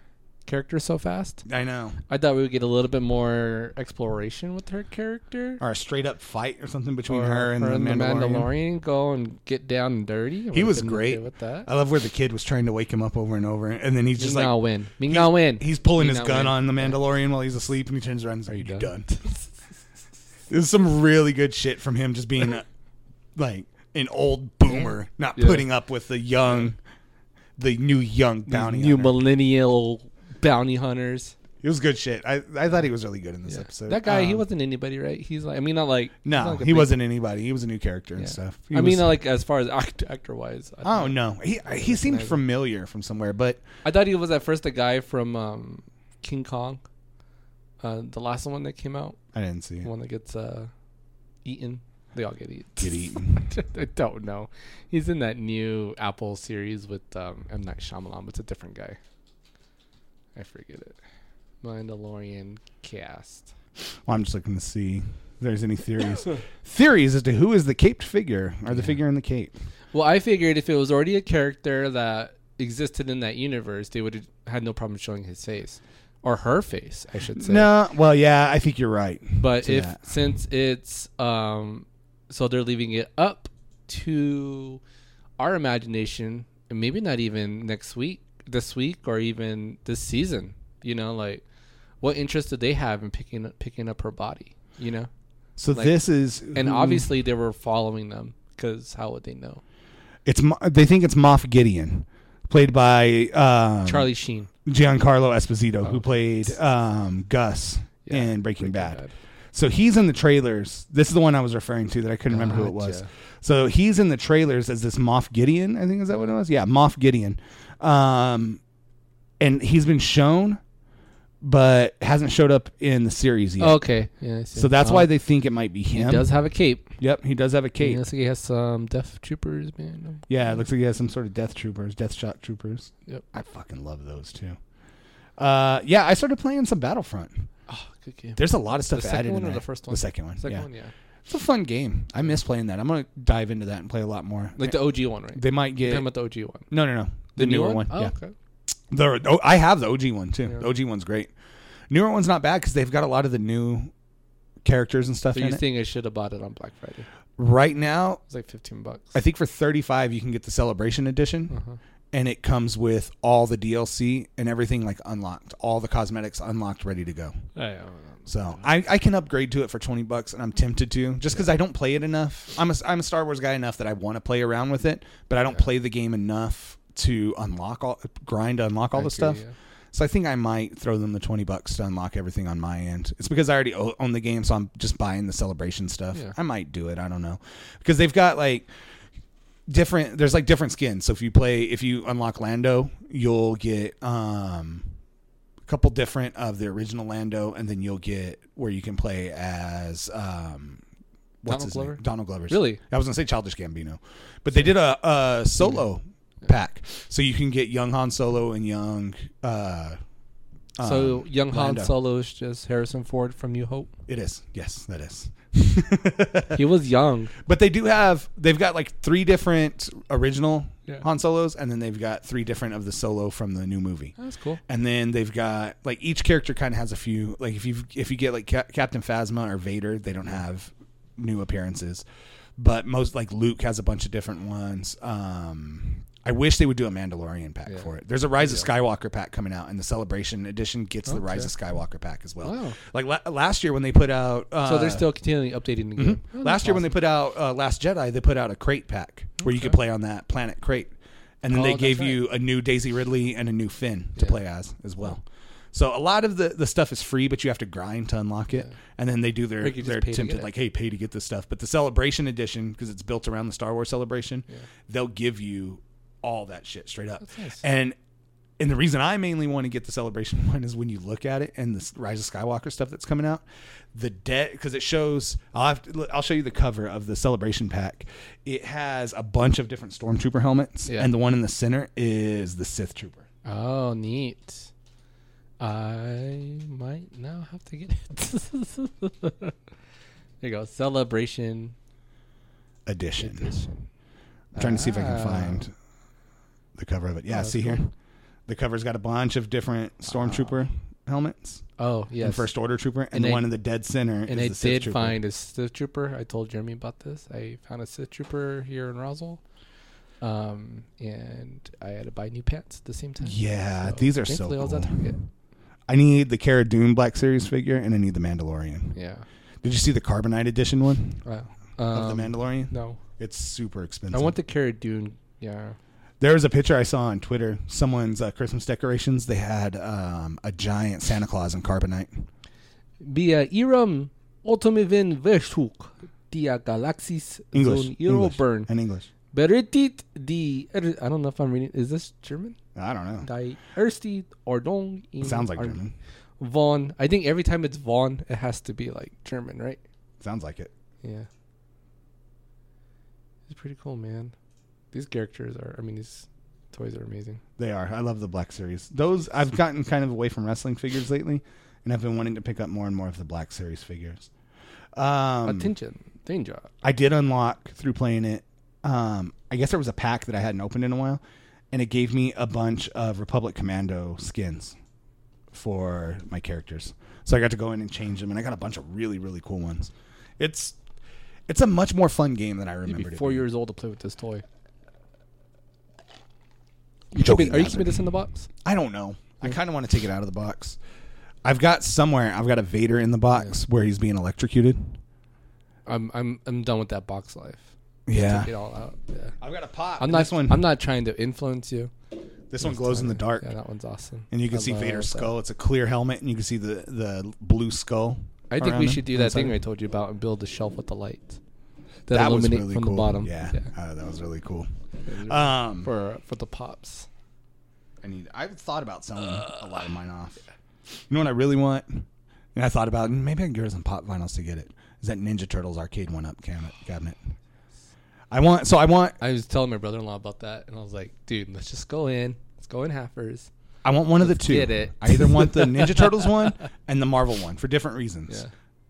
[SPEAKER 2] Character so fast.
[SPEAKER 1] I know.
[SPEAKER 2] I thought we would get a little bit more exploration with her character.
[SPEAKER 1] Or a straight up fight or something between
[SPEAKER 2] Or
[SPEAKER 1] her and, the, Mandalorian.
[SPEAKER 2] Mandalorian go and get down and dirty.
[SPEAKER 1] He
[SPEAKER 2] We've
[SPEAKER 1] was
[SPEAKER 2] been
[SPEAKER 1] great.
[SPEAKER 2] okay with that.
[SPEAKER 1] I love where the kid was trying to wake him up over and over, and then he's
[SPEAKER 2] Ming
[SPEAKER 1] just
[SPEAKER 2] Na
[SPEAKER 1] like
[SPEAKER 2] Wen. Ming
[SPEAKER 1] he-
[SPEAKER 2] Na Wen.
[SPEAKER 1] he's pulling
[SPEAKER 2] Ming
[SPEAKER 1] his
[SPEAKER 2] Na
[SPEAKER 1] gun
[SPEAKER 2] Wen.
[SPEAKER 1] on the Mandalorian while he's asleep, and he turns around and says,
[SPEAKER 2] you
[SPEAKER 1] "Are you done?"
[SPEAKER 2] done?"
[SPEAKER 1] There's some really good shit from him just being like an old boomer, not
[SPEAKER 2] Yeah.
[SPEAKER 1] putting up with the young, the new young bounty.
[SPEAKER 2] New
[SPEAKER 1] hunter.
[SPEAKER 2] millennial bounty hunters.
[SPEAKER 1] It was good shit. I, I thought he was really good in this
[SPEAKER 2] Yeah.
[SPEAKER 1] episode.
[SPEAKER 2] That guy, he
[SPEAKER 1] Um,
[SPEAKER 2] wasn't anybody, right? He's like, I mean, not like he's not
[SPEAKER 1] No,
[SPEAKER 2] like a
[SPEAKER 1] he
[SPEAKER 2] big-
[SPEAKER 1] wasn't anybody. He was a new character and
[SPEAKER 2] yeah.
[SPEAKER 1] stuff. He
[SPEAKER 2] I mean, uh,
[SPEAKER 1] was-
[SPEAKER 2] like as far as act, actor wise, I,
[SPEAKER 1] oh
[SPEAKER 2] thought-
[SPEAKER 1] no, he he seemed
[SPEAKER 2] recognize him.
[SPEAKER 1] familiar from somewhere, but
[SPEAKER 2] I thought he was at first a guy from um, King Kong, uh, the last one that came out,
[SPEAKER 1] I didn't see
[SPEAKER 2] the
[SPEAKER 1] it.
[SPEAKER 2] one that gets uh, eaten. They all get eaten.
[SPEAKER 1] Get eaten.
[SPEAKER 2] I don't know. He's in that new Apple series with um, M Night Shyamalan, but it's a different guy. I forget it. Mandalorian cast.
[SPEAKER 1] Well, I'm just looking to see if there's any theories. theories as to who is the caped figure or the
[SPEAKER 2] Yeah.
[SPEAKER 1] figure in the cape.
[SPEAKER 2] Well, I figured if it was already a character that existed in that universe, they would have had no problem showing his face or her face, I should say.
[SPEAKER 1] No, well, yeah, I think you're right.
[SPEAKER 2] but
[SPEAKER 1] to
[SPEAKER 2] if
[SPEAKER 1] that.
[SPEAKER 2] since it's um, so they're leaving it up to our imagination, and maybe not even next week, this week, or even this season. You know, like what interest did they have in picking picking up her body? You know,
[SPEAKER 1] So
[SPEAKER 2] Like-
[SPEAKER 1] this is
[SPEAKER 2] and
[SPEAKER 1] who-
[SPEAKER 2] obviously they were following them because how would they know?
[SPEAKER 1] it's Mo- they think it's Moff Gideon, played by um,
[SPEAKER 2] Charlie Sheen
[SPEAKER 1] Giancarlo Esposito, who
[SPEAKER 2] Oh.
[SPEAKER 1] played um, Gus
[SPEAKER 2] Yeah,
[SPEAKER 1] in Breaking, Bad. So he's in the trailers. This is the one I was referring to that I couldn't remember who it was.
[SPEAKER 2] Gotcha.
[SPEAKER 1] So he's in the trailers as this Moff Gideon. I think is that what it was? Yeah, Moff Gideon. Um, and he's been shown, but hasn't showed up in the series yet.
[SPEAKER 2] okay, yeah. I see.
[SPEAKER 1] so that's
[SPEAKER 2] Oh,
[SPEAKER 1] why they think it might be him.
[SPEAKER 2] he does have a cape.
[SPEAKER 1] Yep, he does have a cape.
[SPEAKER 2] He looks like he has some death troopers, man.
[SPEAKER 1] Yeah, it looks like he has some sort of death troopers, death shot troopers.
[SPEAKER 2] Yep.
[SPEAKER 1] I fucking love those too. Uh, yeah, I started playing some Battlefront.
[SPEAKER 2] Oh, good game.
[SPEAKER 1] There's a lot of stuff
[SPEAKER 2] The
[SPEAKER 1] added
[SPEAKER 2] second
[SPEAKER 1] in
[SPEAKER 2] one or
[SPEAKER 1] there.
[SPEAKER 2] the first one?
[SPEAKER 1] The second one.
[SPEAKER 2] Second
[SPEAKER 1] yeah.
[SPEAKER 2] one, yeah.
[SPEAKER 1] It's a fun game. I miss playing that. I'm gonna dive into that and play a lot more.
[SPEAKER 2] Like the OG one, right?
[SPEAKER 1] they might get
[SPEAKER 2] You're talking about the OG one.
[SPEAKER 1] no, no, no. The,
[SPEAKER 2] new
[SPEAKER 1] newer one.
[SPEAKER 2] Oh,
[SPEAKER 1] yeah.
[SPEAKER 2] okay.
[SPEAKER 1] The oh, I have the OG one too.
[SPEAKER 2] Yeah.
[SPEAKER 1] The OG one's great. Newer one's not bad because they've got a lot of the new characters and stuff
[SPEAKER 2] So
[SPEAKER 1] in
[SPEAKER 2] you're
[SPEAKER 1] it.
[SPEAKER 2] saying I should have bought it on Black Friday?
[SPEAKER 1] right now,
[SPEAKER 2] It's like 15 bucks.
[SPEAKER 1] I think for 35 you can get the Celebration Edition.
[SPEAKER 2] uh-huh.
[SPEAKER 1] and it comes with all the DLC and everything like unlocked, all the cosmetics unlocked, ready to go.
[SPEAKER 2] I don't know.
[SPEAKER 1] So I, I can upgrade to it for twenty bucks, and I'm tempted to just because I don't play it enough. I'm a I'm a Star Wars guy enough that I want to play around with it, but I don't play the game enough to unlock all grind to unlock all the
[SPEAKER 2] I
[SPEAKER 1] stuff.
[SPEAKER 2] agree, yeah.
[SPEAKER 1] So I think I might throw them the twenty bucks to unlock everything on my end. It's because I already o- own the game, so I'm just buying the celebration stuff.
[SPEAKER 2] Yeah.
[SPEAKER 1] I might do it. I don't know because they've got like different. There's like different skins. So if you play, if you unlock Lando, you'll get um a couple different of the original Lando, and then you'll get where you can play as um what's
[SPEAKER 2] Donald
[SPEAKER 1] his
[SPEAKER 2] Glover?
[SPEAKER 1] name? Donald Glover's
[SPEAKER 2] Really?
[SPEAKER 1] I was gonna say Childish Gambino, but they did a, a solo pack, so you can get young Han Solo and young. Uh,
[SPEAKER 2] so
[SPEAKER 1] um,
[SPEAKER 2] young Han
[SPEAKER 1] Lando.
[SPEAKER 2] Solo is just Harrison Ford from New Hope.
[SPEAKER 1] It is yes, that is.
[SPEAKER 2] he was young.
[SPEAKER 1] But they do have they've got like three different original
[SPEAKER 2] Yeah.
[SPEAKER 1] Han Solos, and then they've got three different of the solo from the new movie.
[SPEAKER 2] That's cool.
[SPEAKER 1] And then they've got like each character kind of has a few like if you if you get like Cap- Captain Phasma or Vader, they don't have new appearances. But most like Luke has a bunch of different ones. Um I wish they would do a Mandalorian pack
[SPEAKER 2] Yeah.
[SPEAKER 1] for it. There's a Rise of Skywalker pack coming out, and the Celebration Edition gets the Rise of Skywalker pack as well.
[SPEAKER 2] Wow.
[SPEAKER 1] Like la- last year when they put out, uh, mm-hmm.
[SPEAKER 2] So they're still continually updating the game. Oh,
[SPEAKER 1] Last
[SPEAKER 2] that's
[SPEAKER 1] year, when they put out uh, Last Jedi, they put out a crate pack where you could play on that planet crate, and then
[SPEAKER 2] Oh,
[SPEAKER 1] they
[SPEAKER 2] that's
[SPEAKER 1] gave
[SPEAKER 2] right.
[SPEAKER 1] you a new Daisy Ridley and a new Finn to
[SPEAKER 2] Yeah.
[SPEAKER 1] play as as well. So a lot of the, the stuff is free, but you have to grind to unlock it, and then they do
[SPEAKER 2] Or
[SPEAKER 1] their
[SPEAKER 2] you could just
[SPEAKER 1] their
[SPEAKER 2] pay to
[SPEAKER 1] tempted
[SPEAKER 2] get it.
[SPEAKER 1] like, hey, pay to get this stuff. But the Celebration Edition, because it's built around the Star Wars Celebration, they'll give you all that shit straight up.
[SPEAKER 2] That's nice.
[SPEAKER 1] And and the reason I mainly want to get the celebration one is when you look at it and the Rise of Skywalker stuff that's coming out, the debt because it shows. I'll have to, I'll show you the cover of the celebration pack. It has a bunch of different stormtrooper helmets,
[SPEAKER 2] Yeah.
[SPEAKER 1] and the one in the center is the Sith trooper.
[SPEAKER 2] Oh, neat. I might now have to get it. There you go. Celebration
[SPEAKER 1] edition.
[SPEAKER 2] edition.
[SPEAKER 1] I'm trying to see if I can
[SPEAKER 2] Ah. Oh,
[SPEAKER 1] find the cover of it. Yeah,
[SPEAKER 2] that's
[SPEAKER 1] see here. The cover's got a bunch of different stormtrooper helmets
[SPEAKER 2] Oh yes.
[SPEAKER 1] and first order trooper, and,
[SPEAKER 2] And
[SPEAKER 1] the
[SPEAKER 2] I-
[SPEAKER 1] one in the dead center. is
[SPEAKER 2] and I
[SPEAKER 1] the Sith
[SPEAKER 2] did
[SPEAKER 1] trooper.
[SPEAKER 2] find a Sith trooper. I told Jeremy about this. I found a Sith trooper here in Roswell, um, and I had to buy new pants at the same time.
[SPEAKER 1] Yeah, these are so
[SPEAKER 2] thankfully I was at
[SPEAKER 1] cool.
[SPEAKER 2] Target.
[SPEAKER 1] I need the Cara Dune Black Series figure, and I need the Mandalorian.
[SPEAKER 2] Yeah.
[SPEAKER 1] Did you see the Carbonite Edition one
[SPEAKER 2] Wow.
[SPEAKER 1] of
[SPEAKER 2] Um,
[SPEAKER 1] the Mandalorian?
[SPEAKER 2] no,
[SPEAKER 1] It's super expensive.
[SPEAKER 2] I want the Cara Dune. Yeah.
[SPEAKER 1] There was a picture I saw on Twitter. Someone's uh, Christmas decorations. They had um, a giant Santa Claus in carbonite.
[SPEAKER 2] Via Iram Ultimivin Veshtuk, Dia Galaxis
[SPEAKER 1] English,
[SPEAKER 2] Zone
[SPEAKER 1] English,
[SPEAKER 2] Euroburn,
[SPEAKER 1] and English.
[SPEAKER 2] Beritit di. Er- I don't know if I'm reading. Is this German?
[SPEAKER 1] I don't know.
[SPEAKER 2] Die Ersti Ordnung. in
[SPEAKER 1] Sounds like
[SPEAKER 2] Ar-
[SPEAKER 1] German.
[SPEAKER 2] Von. I think every time it's Von, it has to be like German, right?
[SPEAKER 1] Sounds like it.
[SPEAKER 2] Yeah. It's pretty cool, man. These characters are. I mean, these toys are amazing.
[SPEAKER 1] They are. I love the Black Series. Those I've gotten kind of away from wrestling figures lately, and I've been wanting to pick up more and more of the Black Series figures. Um,
[SPEAKER 2] Attention, danger.
[SPEAKER 1] I did unlock through playing it. Um, I guess there was a pack that I hadn't opened in a while, and it gave me a bunch of Republic Commando skins for my characters. So I got to go in and change them, and I got a bunch of really really cool ones. It's it's a much more fun game than I
[SPEAKER 2] You'd be
[SPEAKER 1] remembered. it
[SPEAKER 2] four
[SPEAKER 1] being.
[SPEAKER 2] years old to play with this toy.
[SPEAKER 1] You joking,
[SPEAKER 2] Keeping- are you
[SPEAKER 1] Nazar.
[SPEAKER 2] keeping this in the box?
[SPEAKER 1] I don't know. I kind of want to take it out of the box. I've got somewhere. I've got a Vader in the box where he's being electrocuted.
[SPEAKER 2] I'm I'm I'm done with that box life.
[SPEAKER 1] Yeah,
[SPEAKER 2] Take it all out. Yeah.
[SPEAKER 1] I've got a pop.
[SPEAKER 2] I'm
[SPEAKER 1] and
[SPEAKER 2] not.
[SPEAKER 1] this one.
[SPEAKER 2] I'm not trying to influence you.
[SPEAKER 1] this one glows in the dark.
[SPEAKER 2] Yeah, that one's awesome.
[SPEAKER 1] and you can
[SPEAKER 2] I
[SPEAKER 1] see
[SPEAKER 2] love
[SPEAKER 1] Vader's
[SPEAKER 2] that.
[SPEAKER 1] skull. It's a clear helmet, and you can see the the blue skull.
[SPEAKER 2] I think
[SPEAKER 1] around
[SPEAKER 2] we
[SPEAKER 1] him
[SPEAKER 2] should do that
[SPEAKER 1] inside.
[SPEAKER 2] thing I told you about and build a shelf with the lights that,
[SPEAKER 1] That was
[SPEAKER 2] illuminate
[SPEAKER 1] really
[SPEAKER 2] from
[SPEAKER 1] cool.
[SPEAKER 2] the bottom.
[SPEAKER 1] Yeah, Uh, that was really cool.
[SPEAKER 2] Yeah.
[SPEAKER 1] Um,
[SPEAKER 2] for for the pops.
[SPEAKER 1] I need. I've thought about selling a lot of mine off. You know what I really want? And I thought about maybe I can get some pop vinyls to get it. Is that Ninja Turtles arcade one up cabinet? Cabinet. I want. So I want.
[SPEAKER 2] I was telling my brother-in-law about that, and I was like, "Dude, let's just go in. Let's go in halfers."
[SPEAKER 1] I want one of the
[SPEAKER 2] Let's
[SPEAKER 1] two.
[SPEAKER 2] get it.
[SPEAKER 1] I either want the Ninja Turtles one and the Marvel one for different reasons.
[SPEAKER 2] Yeah.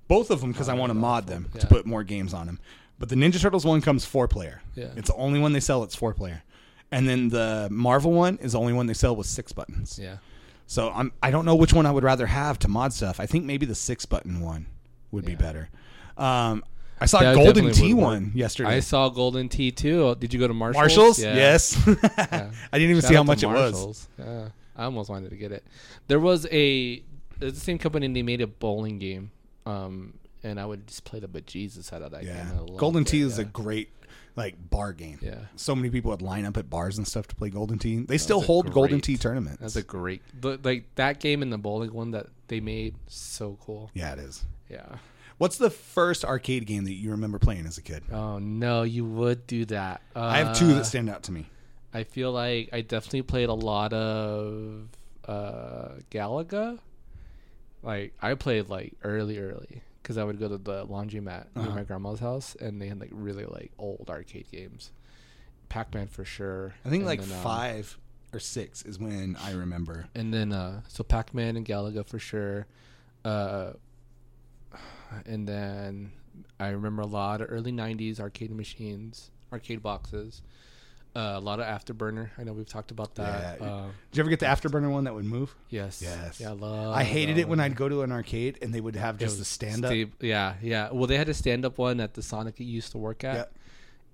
[SPEAKER 1] Both of them because I want to mod them to
[SPEAKER 2] yeah.
[SPEAKER 1] put more games on them. But the Ninja Turtles one comes four player.
[SPEAKER 2] Yeah.
[SPEAKER 1] It's the only one they sell. It's four player. And then the Marvel one is the only one they sell with six buttons.
[SPEAKER 2] Yeah,
[SPEAKER 1] So I'm I don't know which one I would rather have to mod stuff. I think maybe the six button one would be
[SPEAKER 2] Yeah.
[SPEAKER 1] better. Um, I saw
[SPEAKER 2] That
[SPEAKER 1] a Golden
[SPEAKER 2] definitely
[SPEAKER 1] T
[SPEAKER 2] would work.
[SPEAKER 1] one yesterday.
[SPEAKER 2] I saw Golden T too. Did you go to Marshalls?
[SPEAKER 1] Marshalls?
[SPEAKER 2] Yeah.
[SPEAKER 1] Yes. I didn't even see how much it was.
[SPEAKER 2] Yeah, I almost wanted to get it. There was a it's the same company and they made a bowling game, um, and I would just play the bejesus out of that
[SPEAKER 1] Yeah.
[SPEAKER 2] game. I loved
[SPEAKER 1] Golden Tee
[SPEAKER 2] it,
[SPEAKER 1] is a
[SPEAKER 2] yeah.
[SPEAKER 1] great like bar game.
[SPEAKER 2] Yeah.
[SPEAKER 1] So many people would line up at bars and stuff to play Golden Tee. They still
[SPEAKER 2] a
[SPEAKER 1] hold Golden
[SPEAKER 2] great-
[SPEAKER 1] Tee tournaments.
[SPEAKER 2] that's a great the, like that game and the bowling one that they made so cool.
[SPEAKER 1] yeah, it is.
[SPEAKER 2] Yeah.
[SPEAKER 1] What's the first arcade game that you remember playing as a kid?
[SPEAKER 2] Oh no, you would do that. Uh,
[SPEAKER 1] I have two that stand out to me.
[SPEAKER 2] I feel like I definitely played a lot of uh, Galaga. Like I played like early, early because I would go to the laundromat near
[SPEAKER 1] Uh-huh.
[SPEAKER 2] my grandma's house, and they had like really like old arcade games. Pac Man for sure.
[SPEAKER 1] I think
[SPEAKER 2] and
[SPEAKER 1] like
[SPEAKER 2] then, uh,
[SPEAKER 1] five or six is when I remember.
[SPEAKER 2] and then uh, so Pac Man and Galaga for sure. Uh, and then I remember a lot of early '90s arcade machines, arcade boxes. Uh, a lot of Afterburner. I know we've talked about that.
[SPEAKER 1] Yeah.
[SPEAKER 2] Uh,
[SPEAKER 1] Did you ever get the Afterburner one that would move?
[SPEAKER 2] Yes.
[SPEAKER 1] Yes.
[SPEAKER 2] Yeah, I love.
[SPEAKER 1] I hated
[SPEAKER 2] that
[SPEAKER 1] it when
[SPEAKER 2] one.
[SPEAKER 1] I'd go to an arcade and they would have just
[SPEAKER 2] Oh, It
[SPEAKER 1] the
[SPEAKER 2] was
[SPEAKER 1] stand up.
[SPEAKER 2] sta- yeah, yeah. Well, they had a stand up one at the Sonic you used to work at,
[SPEAKER 1] Yep.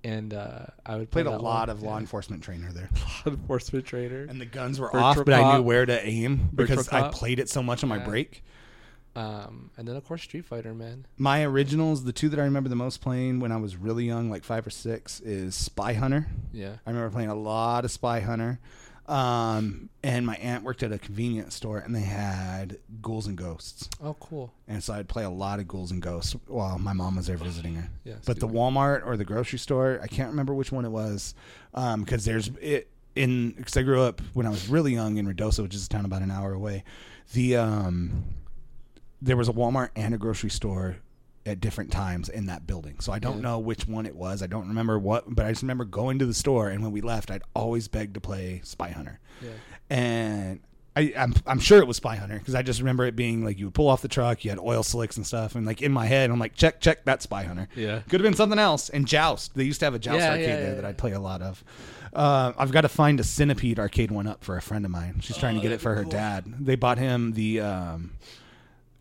[SPEAKER 2] and uh, I would play
[SPEAKER 1] Played a
[SPEAKER 2] that
[SPEAKER 1] lot
[SPEAKER 2] one.
[SPEAKER 1] of law enforcement trainer there.
[SPEAKER 2] Yeah. enforcement trader.
[SPEAKER 1] And the guns were
[SPEAKER 2] Virtual
[SPEAKER 1] off, but I knew
[SPEAKER 2] Cop.
[SPEAKER 1] where to aim because
[SPEAKER 2] Virtual
[SPEAKER 1] I
[SPEAKER 2] Cop.
[SPEAKER 1] played it so much on my
[SPEAKER 2] Yeah.
[SPEAKER 1] break.
[SPEAKER 2] Um, and then of course Street Fighter, man.
[SPEAKER 1] My originals, the two that I remember the most playing when I was really young, like five or six, is Spy Hunter.
[SPEAKER 2] Yeah.
[SPEAKER 1] I remember playing a lot of Spy Hunter. Um, and my aunt worked at a convenience store and they had ghouls and ghosts.
[SPEAKER 2] Oh, cool.
[SPEAKER 1] And so I'd play a lot of ghouls and ghosts while my mom was there visiting her.
[SPEAKER 2] Yeah,
[SPEAKER 1] but the
[SPEAKER 2] Speedway.
[SPEAKER 1] Walmart or the grocery store, I can't remember which one it was, because there's it in because I grew up when I was really young in Redosa, which is a town about an hour away. The um, there was a Walmart and a grocery store at different times in that building. So I don't
[SPEAKER 2] Yeah.
[SPEAKER 1] know which one it was. I don't remember what, but I just remember going to the store and when we left, I'd always beg to play Spy Hunter.
[SPEAKER 2] Yeah.
[SPEAKER 1] And I, I'm, I'm sure it was Spy Hunter because I just remember it being like you would pull off the truck, you had oil slicks and stuff, and like in my head, I'm like, check, check, that's Spy Hunter.
[SPEAKER 2] Yeah.
[SPEAKER 1] Could have been something else. And Joust. They used to have a Joust
[SPEAKER 2] Yeah,
[SPEAKER 1] arcade
[SPEAKER 2] yeah,
[SPEAKER 1] there
[SPEAKER 2] yeah,
[SPEAKER 1] that
[SPEAKER 2] yeah.
[SPEAKER 1] I'd play a lot of. Uh, I've got to find a Centipede arcade one up for a friend of mine. She's trying
[SPEAKER 2] Oh,
[SPEAKER 1] to get it for her dad. They bought him the um,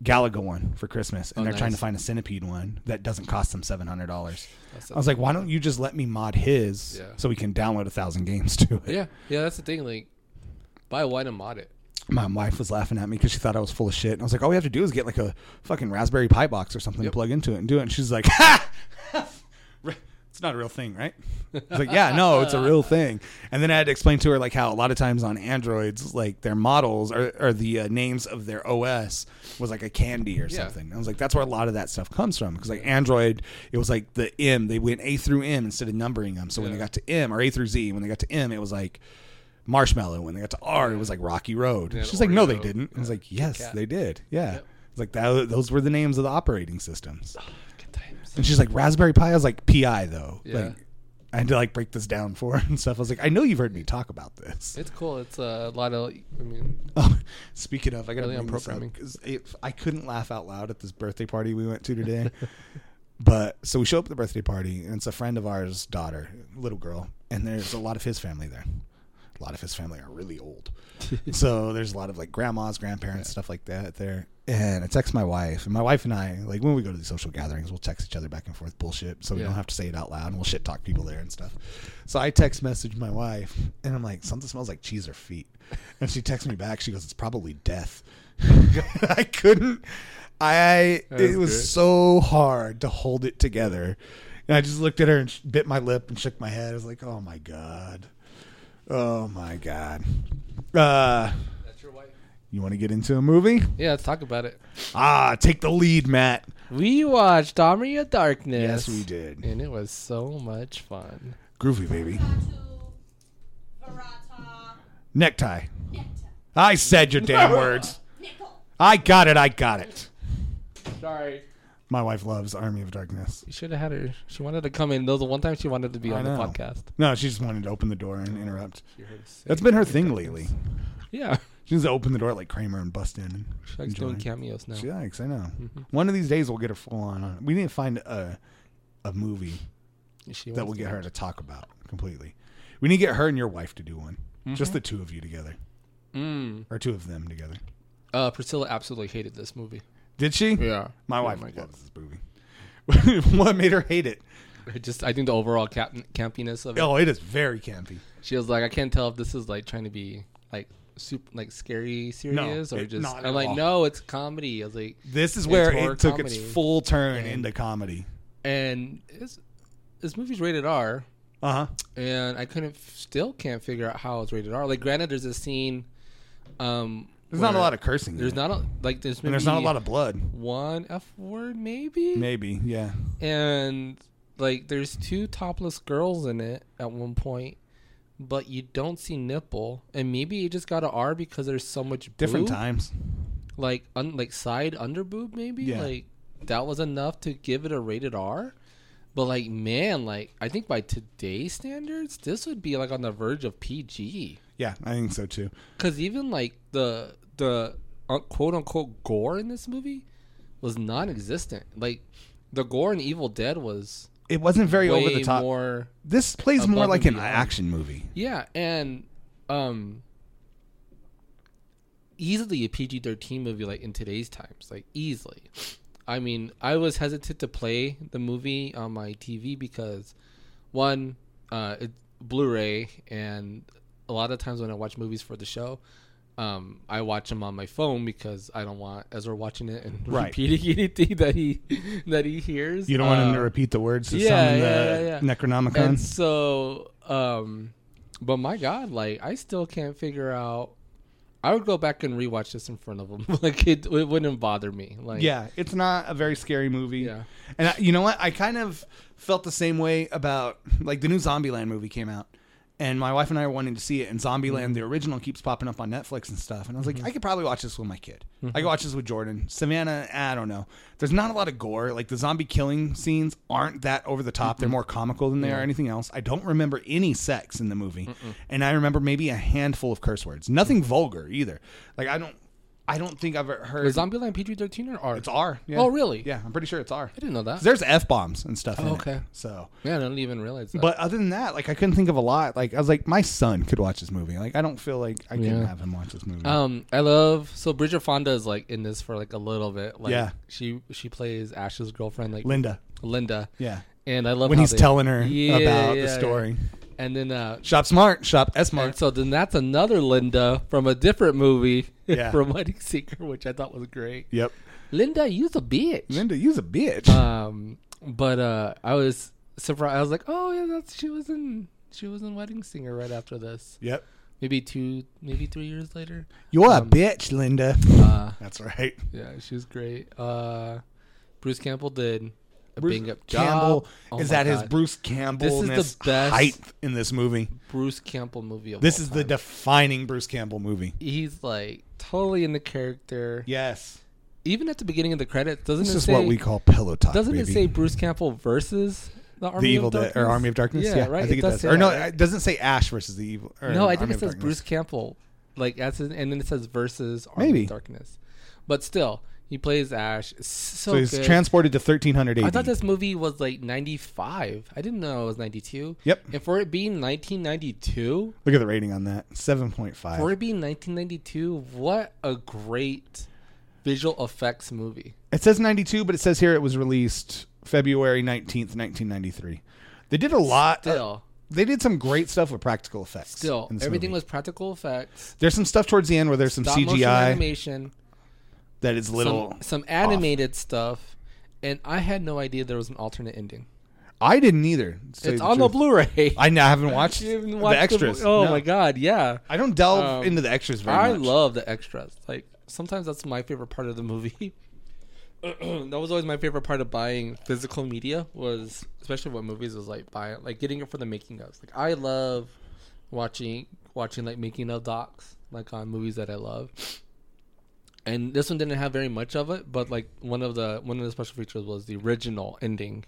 [SPEAKER 1] Galaga one for Christmas, and
[SPEAKER 2] Oh,
[SPEAKER 1] they're trying to
[SPEAKER 2] nice.
[SPEAKER 1] find a Centipede one that doesn't cost them $700.
[SPEAKER 2] That's
[SPEAKER 1] I was like, why don't you just let me mod his
[SPEAKER 2] Yeah.
[SPEAKER 1] so we can download a thousand games to it?
[SPEAKER 2] Yeah, yeah, that's the thing. Like, buy one and mod it.
[SPEAKER 1] my wife was laughing at me because she thought I was full of shit. And I was like, all we have to do is get like a fucking Raspberry Pi box or something, to plug into it, and do it. And she's like, ha! It's not a real thing, right? It's like, yeah, no, it's a real thing. And then I had to explain to her like how a lot of times on Androids, like their models or, or the uh, names of their OS was like a candy or
[SPEAKER 2] Yeah.
[SPEAKER 1] something. I was like, that's where a lot of that stuff comes from because like Android, it was like the M. They went A through M instead of numbering them. So when they
[SPEAKER 2] Yeah.
[SPEAKER 1] got to M or A through Z, when they got to M, it was like marshmallow. When they got to R, it was like Rocky Road.
[SPEAKER 2] Yeah,
[SPEAKER 1] She's like, no, they
[SPEAKER 2] Oreo.
[SPEAKER 1] didn't. I was like, yes,
[SPEAKER 2] Kat.
[SPEAKER 1] they did. Yeah.
[SPEAKER 2] Yep. Oh,
[SPEAKER 1] It's like that, those were the names of the operating systems.
[SPEAKER 2] Good times.
[SPEAKER 1] And she's like, Raspberry Pi. I was like, PI though.
[SPEAKER 2] Yeah.
[SPEAKER 1] Like, I had to like break this down for her and stuff. I was like, I know you've heard me talk about this.
[SPEAKER 2] It's cool. It's a lot of. I mean,
[SPEAKER 1] Oh, speaking of, I got to
[SPEAKER 2] Early on
[SPEAKER 1] bring this up
[SPEAKER 2] programming.
[SPEAKER 1] 'cause it- I couldn't laugh out loud at this birthday party we went to today. but so we show up at the birthday party, and it's a friend of ours' daughter, little girl, and there's a lot of his family there. A lot of his family are really old, so there's a lot of like grandmas, grandparents, stuff like that there. And I text my wife, and my wife and I, like when we go to these social gatherings, we'll text each other back and forth bullshit, so we
[SPEAKER 2] Yeah.
[SPEAKER 1] don't have to say it out loud, and we'll shit talk people there and stuff. So I text message my wife, and I'm like, something smells like cheese or feet, and she texts me back. She goes, it's probably death. I couldn't. I
[SPEAKER 2] That
[SPEAKER 1] it
[SPEAKER 2] was
[SPEAKER 1] was
[SPEAKER 2] good.
[SPEAKER 1] so hard to hold it together, and I just looked at her and sh- bit my lip and shook my head. I was like, oh my god, oh my god. Uh,
[SPEAKER 2] that's your wife.
[SPEAKER 1] you want to get into a movie?
[SPEAKER 2] Yeah, let's talk about it.
[SPEAKER 1] Ah, take the lead, Matt.
[SPEAKER 2] We watched Army of
[SPEAKER 1] Yes,
[SPEAKER 2] Darkness.
[SPEAKER 1] we did.
[SPEAKER 2] and it was so much fun.
[SPEAKER 1] Groovy baby.
[SPEAKER 3] Tattoo, Verata,
[SPEAKER 1] Necktie.
[SPEAKER 3] Nectar,
[SPEAKER 1] I said your damn words.
[SPEAKER 3] Nickel.
[SPEAKER 1] I got it. I got it.
[SPEAKER 2] Sorry,
[SPEAKER 1] My wife loves Army of Darkness.
[SPEAKER 2] you should have had her. She wanted to come in. That was the one time she wanted to be
[SPEAKER 1] I
[SPEAKER 2] on
[SPEAKER 1] know.
[SPEAKER 2] the podcast.
[SPEAKER 1] No, she just wanted to open the door and interrupt.
[SPEAKER 2] She heard us say-
[SPEAKER 1] That's been her thing lately.
[SPEAKER 2] yeah.
[SPEAKER 1] She needs to open the door like Kramer and bust in. And
[SPEAKER 2] She likes doing
[SPEAKER 1] enjoy.
[SPEAKER 2] cameos now.
[SPEAKER 1] She likes, I know. One of these days we'll get her full on. on. We need to find a a movie
[SPEAKER 2] She
[SPEAKER 1] that
[SPEAKER 2] wants
[SPEAKER 1] will get
[SPEAKER 2] to-
[SPEAKER 1] her to talk about completely. We need to get her and your wife to do one. Just the two of you together,
[SPEAKER 2] Mm.
[SPEAKER 1] or two of them together.
[SPEAKER 2] Uh, Priscilla absolutely hated this movie.
[SPEAKER 1] Did she?
[SPEAKER 2] Yeah, Oh
[SPEAKER 1] My wife
[SPEAKER 2] my God.
[SPEAKER 1] loves this movie. what made her hate it?
[SPEAKER 2] I just I think the overall cap- campiness of it.
[SPEAKER 1] Oh, it is very campy.
[SPEAKER 2] She was like, I can't tell if this is like trying to be like super like scary serious or
[SPEAKER 1] it-
[SPEAKER 2] just.
[SPEAKER 1] not at
[SPEAKER 2] I'm like,
[SPEAKER 1] all.
[SPEAKER 2] no, it's comedy. I was like,
[SPEAKER 1] This is
[SPEAKER 2] It's
[SPEAKER 1] where
[SPEAKER 2] horror
[SPEAKER 1] it took
[SPEAKER 2] comedy.
[SPEAKER 1] its full turn
[SPEAKER 2] And-
[SPEAKER 1] into comedy.
[SPEAKER 2] and it's, this movie's rated R,
[SPEAKER 1] Uh huh.
[SPEAKER 2] and I couldn't still can't figure out how it's rated R. Like, granted, there's a scene. Um,
[SPEAKER 1] There's not a
[SPEAKER 2] where
[SPEAKER 1] lot of cursing.
[SPEAKER 2] There's
[SPEAKER 1] in it.
[SPEAKER 2] not a like. There's
[SPEAKER 1] and there's not a
[SPEAKER 2] maybe
[SPEAKER 1] lot of blood.
[SPEAKER 2] one f word maybe.
[SPEAKER 1] Maybe, yeah.
[SPEAKER 2] and like there's two topless girls in it at one point but you don't see nipple and maybe it just got an r because there's so much boob,
[SPEAKER 1] Different times.
[SPEAKER 2] like un, like side under boob maybe
[SPEAKER 1] Yeah.
[SPEAKER 2] like that was enough to give it a rated r but like man like i think by today's standards this would be like on the verge of pg
[SPEAKER 1] Yeah, I think so too.
[SPEAKER 2] because even like the the uh, quote unquote gore in this movie was non-existent like the gore in evil dead was
[SPEAKER 1] It wasn't very
[SPEAKER 2] way
[SPEAKER 1] over the top.
[SPEAKER 2] more
[SPEAKER 1] this plays more
[SPEAKER 2] above
[SPEAKER 1] like an
[SPEAKER 2] and beyond.
[SPEAKER 1] action movie.
[SPEAKER 2] Yeah, and um easily a PG-13 movie like in today's times, like easily. I mean, I was hesitant to play the movie on my TV because one uh it's Blu-ray and a lot of times when I watch movies for the show um, I watch them on my phone because I don't want as we're watching it and
[SPEAKER 1] Right.
[SPEAKER 2] repeating anything that he that he hears.
[SPEAKER 1] You don't want him to
[SPEAKER 2] Uh,
[SPEAKER 1] repeat the words to
[SPEAKER 2] yeah,
[SPEAKER 1] summon the
[SPEAKER 2] yeah, yeah, yeah.
[SPEAKER 1] Necronomicon.
[SPEAKER 2] and so, um, but my God, like I still can't figure out. I would go back and rewatch this in front of them. like it, it wouldn't bother me. Like
[SPEAKER 1] yeah, it's not a very scary movie.
[SPEAKER 2] Yeah.
[SPEAKER 1] And I, you know what? I kind of felt the same way about like the new Zombieland movie came out. and my wife and I are wanting to see it. And
[SPEAKER 2] Mm-hmm.
[SPEAKER 1] Zombieland, the original, keeps popping up on Netflix and stuff. And I was like, I could probably watch this with my kid.
[SPEAKER 2] Mm-hmm.
[SPEAKER 1] I could watch this with Jordan. Savannah, I don't know. There's not a lot of gore. Like the zombie killing scenes aren't that over the top. They're
[SPEAKER 2] Mm-hmm.
[SPEAKER 1] more comical than they are anything else. I don't remember any sex in the movie, and I remember maybe a handful of curse words. Nothing
[SPEAKER 2] Mm-hmm.
[SPEAKER 1] vulgar either. Like I don't, I don't think I've ever heard.
[SPEAKER 2] Was Zombieland PG thirteen or R?
[SPEAKER 1] It's R. Yeah.
[SPEAKER 2] Oh, really?
[SPEAKER 1] Yeah, I'm pretty sure it's R.
[SPEAKER 2] I didn't know that.
[SPEAKER 1] There's f bombs and stuff. in it.
[SPEAKER 2] okay.
[SPEAKER 1] so
[SPEAKER 2] Yeah, I didn't even realize that.
[SPEAKER 1] but other than that, like I couldn't think of a lot. Like I was like, my son could watch this movie. Like I don't feel like I can
[SPEAKER 2] Yeah.
[SPEAKER 1] have him watch this movie.
[SPEAKER 2] um, I love so Bridget Fonda is like in this for like a little bit. Like,
[SPEAKER 1] Yeah.
[SPEAKER 2] she she plays Ash's girlfriend, like
[SPEAKER 1] Linda,
[SPEAKER 2] Linda.
[SPEAKER 1] yeah,
[SPEAKER 2] and I love
[SPEAKER 1] when
[SPEAKER 2] how
[SPEAKER 1] he's
[SPEAKER 2] they-
[SPEAKER 1] telling her
[SPEAKER 2] oh, Yeah,
[SPEAKER 1] about
[SPEAKER 2] yeah,
[SPEAKER 1] the
[SPEAKER 2] yeah.
[SPEAKER 1] story,
[SPEAKER 2] And then uh,
[SPEAKER 1] shop smart, shop S
[SPEAKER 2] And
[SPEAKER 1] smart.
[SPEAKER 2] so then that's another Linda from a different movie
[SPEAKER 1] Yeah.
[SPEAKER 2] from Wedding Singer, which I thought was great.
[SPEAKER 1] Yep,
[SPEAKER 2] Linda, you's a bitch.
[SPEAKER 1] Linda, you's a bitch.
[SPEAKER 2] Um, but uh, I was surprised. I was like, oh yeah, that's she was in she was in Wedding Singer right after this.
[SPEAKER 1] yep,
[SPEAKER 2] Maybe two, maybe three years later.
[SPEAKER 1] you're a
[SPEAKER 2] um,
[SPEAKER 1] bitch, Linda.
[SPEAKER 2] Uh,
[SPEAKER 1] That's right.
[SPEAKER 2] yeah, she was great. Uh, Bruce Campbell did a
[SPEAKER 1] Bruce
[SPEAKER 2] bang up job.
[SPEAKER 1] Campbell
[SPEAKER 2] Oh
[SPEAKER 1] is
[SPEAKER 2] my
[SPEAKER 1] that his
[SPEAKER 2] God.
[SPEAKER 1] Bruce Campbell
[SPEAKER 2] This is the best- Oh
[SPEAKER 1] height in this movie.
[SPEAKER 2] Bruce Campbell movie? Of
[SPEAKER 1] This
[SPEAKER 2] all
[SPEAKER 1] is the
[SPEAKER 2] time.
[SPEAKER 1] defining Bruce Campbell movie.
[SPEAKER 2] he's like totally in the character.
[SPEAKER 1] Yes,
[SPEAKER 2] Even at the beginning of the credits, doesn't
[SPEAKER 1] this
[SPEAKER 2] it
[SPEAKER 1] is
[SPEAKER 2] say,
[SPEAKER 1] what we call pillow talk.
[SPEAKER 2] Doesn't it
[SPEAKER 1] baby.
[SPEAKER 2] say Bruce Campbell versus the Army
[SPEAKER 1] the evil
[SPEAKER 2] of Darkness?
[SPEAKER 1] dead or army of darkness yeah,
[SPEAKER 2] Yeah, right.
[SPEAKER 1] i think it, does,
[SPEAKER 2] say
[SPEAKER 1] or no
[SPEAKER 2] that, right?
[SPEAKER 1] it doesn't say ash versus the evil or
[SPEAKER 2] no, I think
[SPEAKER 1] Army
[SPEAKER 2] it
[SPEAKER 1] of
[SPEAKER 2] says
[SPEAKER 1] Darkness.
[SPEAKER 2] Bruce Campbell, like as in, and then it says versus Army
[SPEAKER 1] Maybe.
[SPEAKER 2] of Darkness, but still he plays Ash. It's So,
[SPEAKER 1] so he's
[SPEAKER 2] good.
[SPEAKER 1] transported to 1300 AD.
[SPEAKER 2] I thought this movie was like '95. I didn't know it was '92.
[SPEAKER 1] Yep.
[SPEAKER 2] And for it being 1992,
[SPEAKER 1] Look at the rating on that.
[SPEAKER 2] for
[SPEAKER 1] 7.5.
[SPEAKER 2] it being 1992, what a great visual effects movie.
[SPEAKER 1] It says 92, but it says here it was released February 19th, 1993. They did a lot. uh,
[SPEAKER 2] Still,
[SPEAKER 1] they did some great stuff with practical effects.
[SPEAKER 2] still,
[SPEAKER 1] in this
[SPEAKER 2] everything
[SPEAKER 1] movie.
[SPEAKER 2] was practical effects,
[SPEAKER 1] There's some stuff towards the end where there's some
[SPEAKER 2] stop motion
[SPEAKER 1] CGI
[SPEAKER 2] animation.
[SPEAKER 1] that is little.
[SPEAKER 2] some, some animated stuff, and I had no idea there was an alternate ending.
[SPEAKER 1] I didn't either. to tell you
[SPEAKER 2] it's on the
[SPEAKER 1] truth.
[SPEAKER 2] Blu-ray.
[SPEAKER 1] I, I haven't watched,
[SPEAKER 2] You haven't
[SPEAKER 1] the
[SPEAKER 2] watched
[SPEAKER 1] extras.
[SPEAKER 2] oh
[SPEAKER 1] no.
[SPEAKER 2] my god, yeah.
[SPEAKER 1] I don't delve
[SPEAKER 2] Um,
[SPEAKER 1] into the extras very
[SPEAKER 2] I
[SPEAKER 1] much.
[SPEAKER 2] love the extras. Like sometimes that's my favorite part of the movie. that was always my favorite part of buying physical media was especially what movies was like buying like getting it for the making ofs. Like I love watching watching like making of docs like on movies that I love. And this one didn't have very much of it, but like one of the one of the special features was the original ending.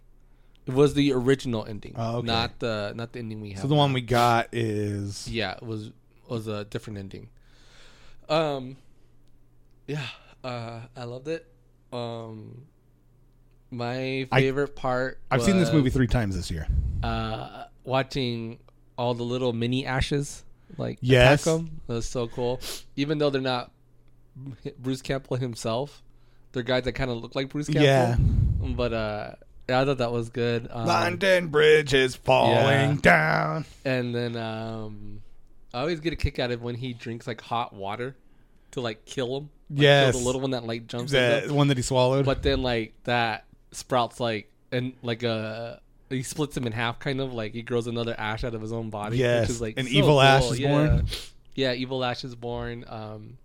[SPEAKER 2] It was the original ending,
[SPEAKER 1] Oh, okay.
[SPEAKER 2] not the not the ending we have.
[SPEAKER 1] So the one we got is
[SPEAKER 2] Yeah, it was was a different ending. Um yeah, uh I loved it. Um my
[SPEAKER 1] I-
[SPEAKER 2] favorite part
[SPEAKER 1] I've seen this
[SPEAKER 2] was,
[SPEAKER 1] movie three times this year.
[SPEAKER 2] uh watching all the little mini ashes like
[SPEAKER 1] Yes.
[SPEAKER 2] yes. attack them. That was so cool. Even though they're not Bruce Campbell himself, they're guys that kind of look like Bruce Campbell.
[SPEAKER 1] Yeah.
[SPEAKER 2] But uh yeah, I thought that was good. Um,
[SPEAKER 1] London Bridge is falling
[SPEAKER 2] Yeah.
[SPEAKER 1] down.
[SPEAKER 2] And then um, I always get a kick out of when he drinks like hot water to like kill him. Like,
[SPEAKER 1] Yes.
[SPEAKER 2] kill the little one that like jumps.
[SPEAKER 1] The
[SPEAKER 2] at him.
[SPEAKER 1] one that he swallowed.
[SPEAKER 2] But then like that sprouts like and like a. He splits him in half, kind of like he grows another ash out of his own body.
[SPEAKER 1] Yes.
[SPEAKER 2] which is like
[SPEAKER 1] An
[SPEAKER 2] so
[SPEAKER 1] evil ash is
[SPEAKER 2] yeah.
[SPEAKER 1] born.
[SPEAKER 2] Yeah, evil ash is born. Um,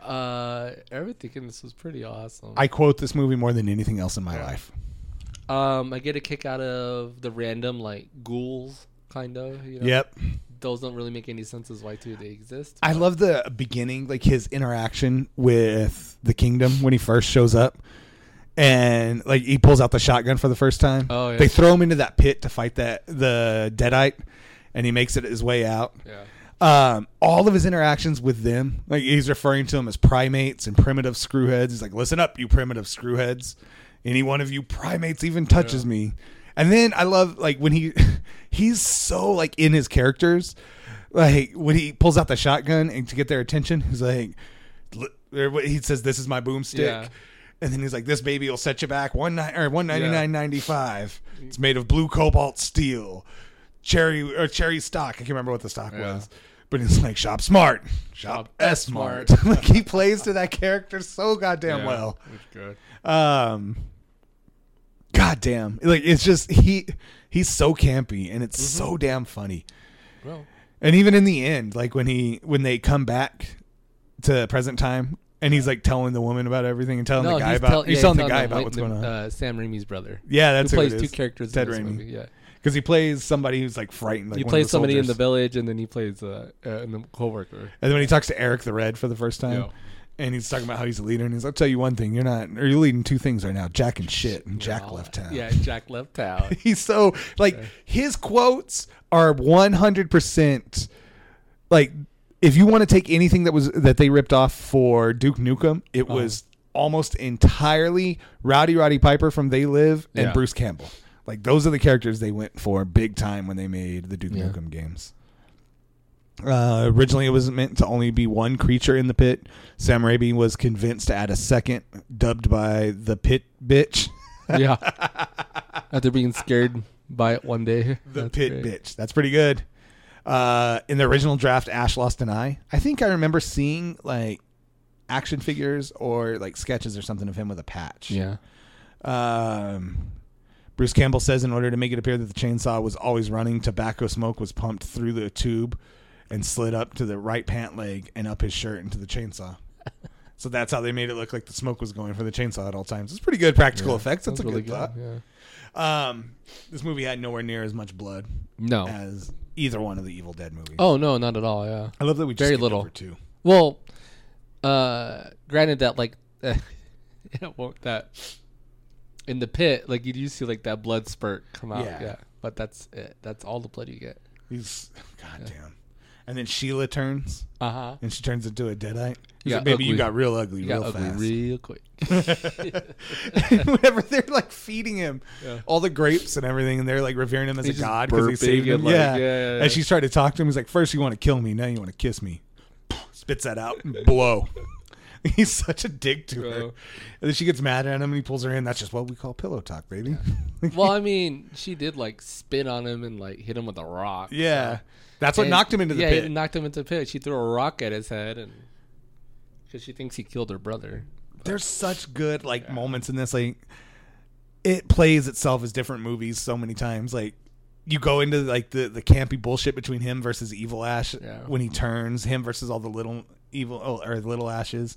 [SPEAKER 2] uh, everything in this was pretty awesome.
[SPEAKER 1] I quote this movie more than anything else in my life.
[SPEAKER 2] um, I get a kick out of the random like ghouls, kind of. You know?
[SPEAKER 1] Yep.
[SPEAKER 2] those don't really make any sense as why too they exist.
[SPEAKER 1] I love the beginning, like his interaction with the kingdom when he first shows up. And like he pulls out the shotgun for the first time.
[SPEAKER 2] Oh, yeah.
[SPEAKER 1] They throw him into that pit to fight that the deadite and he makes it his way out.
[SPEAKER 2] Yeah.
[SPEAKER 1] um, all of his interactions with them, like he's referring to them as primates and primitive screwheads. He's like, "Listen up, you primitive screwheads! Any one of you primates even touches me." And then I love like when he he's so like in his characters, like when he pulls out the shotgun and to get their attention, he's like, "L- or what- he says, "This is my boomstick."
[SPEAKER 2] Yeah.
[SPEAKER 1] And then he's like, "This baby will set you back one ni- or one ninety
[SPEAKER 2] Yeah.
[SPEAKER 1] nine ninety five. It's made of blue cobalt steel, cherry or cherry stock. I can't remember what the stock
[SPEAKER 2] Yeah.
[SPEAKER 1] was, but it's like shop smart, shop
[SPEAKER 2] Shop
[SPEAKER 1] S smart. like he plays to that character so goddamn well.
[SPEAKER 2] It's good.
[SPEAKER 1] Um, goddamn, like it's just he he's so campy and it's so damn funny.
[SPEAKER 2] Mm-hmm. Well,
[SPEAKER 1] And even in the end, like when he when they come back to present time. And he's like telling the woman about everything and telling
[SPEAKER 2] no,
[SPEAKER 1] the guy
[SPEAKER 2] he's,
[SPEAKER 1] about
[SPEAKER 2] tell-
[SPEAKER 1] he's
[SPEAKER 2] yeah,
[SPEAKER 1] telling the
[SPEAKER 2] telling
[SPEAKER 1] guy
[SPEAKER 2] them
[SPEAKER 1] about
[SPEAKER 2] Whit-
[SPEAKER 1] what's going on.
[SPEAKER 2] Uh, Sam Raimi's brother.
[SPEAKER 1] Yeah,
[SPEAKER 2] Who
[SPEAKER 1] that's who it
[SPEAKER 2] plays
[SPEAKER 1] is.
[SPEAKER 2] two characters
[SPEAKER 1] Ted
[SPEAKER 2] in this
[SPEAKER 1] Raimi.
[SPEAKER 2] movie. Yeah.
[SPEAKER 1] because he plays somebody who's like frightened. Like
[SPEAKER 2] He
[SPEAKER 1] one of
[SPEAKER 2] plays somebody in the
[SPEAKER 1] soldiers.
[SPEAKER 2] village, and then he plays uh, uh, in the coworker.
[SPEAKER 1] And then when he talks to Eric the Red for the first time,
[SPEAKER 2] Yeah.
[SPEAKER 1] and he's talking about how he's a leader, and he's, I'll tell you one thing, you're not, or you're leading two things right now, Jack and shit, and Jack
[SPEAKER 2] Yeah.
[SPEAKER 1] left town.
[SPEAKER 2] Yeah, Jack left town.
[SPEAKER 1] he's so like his quotes are 100% like if you want to take anything that was that they ripped off for Duke Nukem it
[SPEAKER 2] Uh-huh.
[SPEAKER 1] was almost entirely Rowdy Roddy Piper from They Live and
[SPEAKER 2] Yeah.
[SPEAKER 1] Bruce Campbell like those are the characters they went for big time when they made the Duke
[SPEAKER 2] Yeah.
[SPEAKER 1] Nukem games uh, originally, it was meant to only be one creature in the pit. Sam Raimi was convinced to add a second, dubbed by the Pit Bitch.
[SPEAKER 2] yeah. Uh, After being scared by it one day.
[SPEAKER 1] The
[SPEAKER 2] That's
[SPEAKER 1] pit
[SPEAKER 2] great.
[SPEAKER 1] bitch. That's pretty good. Uh, in the original draft, Ash lost an eye. I think I remember seeing like action figures or like sketches or something of him with a patch.
[SPEAKER 2] Yeah.
[SPEAKER 1] Um, Bruce Campbell says in order to make it appear that the chainsaw was always running, tobacco smoke was pumped through the tube and slid up to the right pant leg and up his shirt into the chainsaw. so that's how they made it look like the smoke was going for the chainsaw at all times. It's pretty good practical effects. That's,
[SPEAKER 2] That
[SPEAKER 1] a
[SPEAKER 2] was
[SPEAKER 1] good, thought.
[SPEAKER 2] Yeah.
[SPEAKER 1] Um, this movie had nowhere near as much blood
[SPEAKER 2] No.
[SPEAKER 1] as either one of the Evil Dead movies.
[SPEAKER 2] oh no, not at all. Yeah.
[SPEAKER 1] I love that we just
[SPEAKER 2] very
[SPEAKER 1] skipped
[SPEAKER 2] little.
[SPEAKER 1] over two.
[SPEAKER 2] Well, uh, granted that like, yeah, well, that in the pit, like you do see like that blood spurt come out.
[SPEAKER 1] Yeah.
[SPEAKER 2] Yeah. But that's it. That's all the blood you get.
[SPEAKER 1] These goddamn. And then Sheila turns,
[SPEAKER 2] Uh huh.
[SPEAKER 1] and she turns into a deadite. He's
[SPEAKER 2] You
[SPEAKER 1] like,
[SPEAKER 2] got
[SPEAKER 1] baby, you
[SPEAKER 2] ugly.
[SPEAKER 1] got real ugly,
[SPEAKER 2] You
[SPEAKER 1] Uh-huh. real
[SPEAKER 2] got ugly
[SPEAKER 1] fast.
[SPEAKER 2] real quick.
[SPEAKER 1] Whenever they're like feeding him
[SPEAKER 2] Yeah.
[SPEAKER 1] all the grapes and everything, and they're like revering him as
[SPEAKER 2] He's
[SPEAKER 1] a
[SPEAKER 2] just
[SPEAKER 1] god because he
[SPEAKER 2] burping
[SPEAKER 1] saved him.
[SPEAKER 2] and, like,
[SPEAKER 1] yeah.
[SPEAKER 2] yeah, yeah, yeah.
[SPEAKER 1] And she's trying to talk to him. He's like, first you want to kill me, now you want to kiss me. Spits that out and blow. He's such a dick to her. And
[SPEAKER 2] Bro.
[SPEAKER 1] then she gets mad at him and he pulls her in. That's just what we call pillow talk, baby.
[SPEAKER 2] well, I mean, she did like spit on him and like hit him with a rock.
[SPEAKER 1] Yeah. That's what
[SPEAKER 2] And-
[SPEAKER 1] knocked him into the
[SPEAKER 2] yeah,
[SPEAKER 1] pit.
[SPEAKER 2] it knocked him into the pit. She threw a rock at his head, and because she thinks he killed her brother.
[SPEAKER 1] There's such good like moments in this. Like it plays itself as different movies so many times. Like you go into like the the campy bullshit between him versus Evil Ash
[SPEAKER 2] Yeah.
[SPEAKER 1] when he turns him versus all the little evil oh, or the little ashes.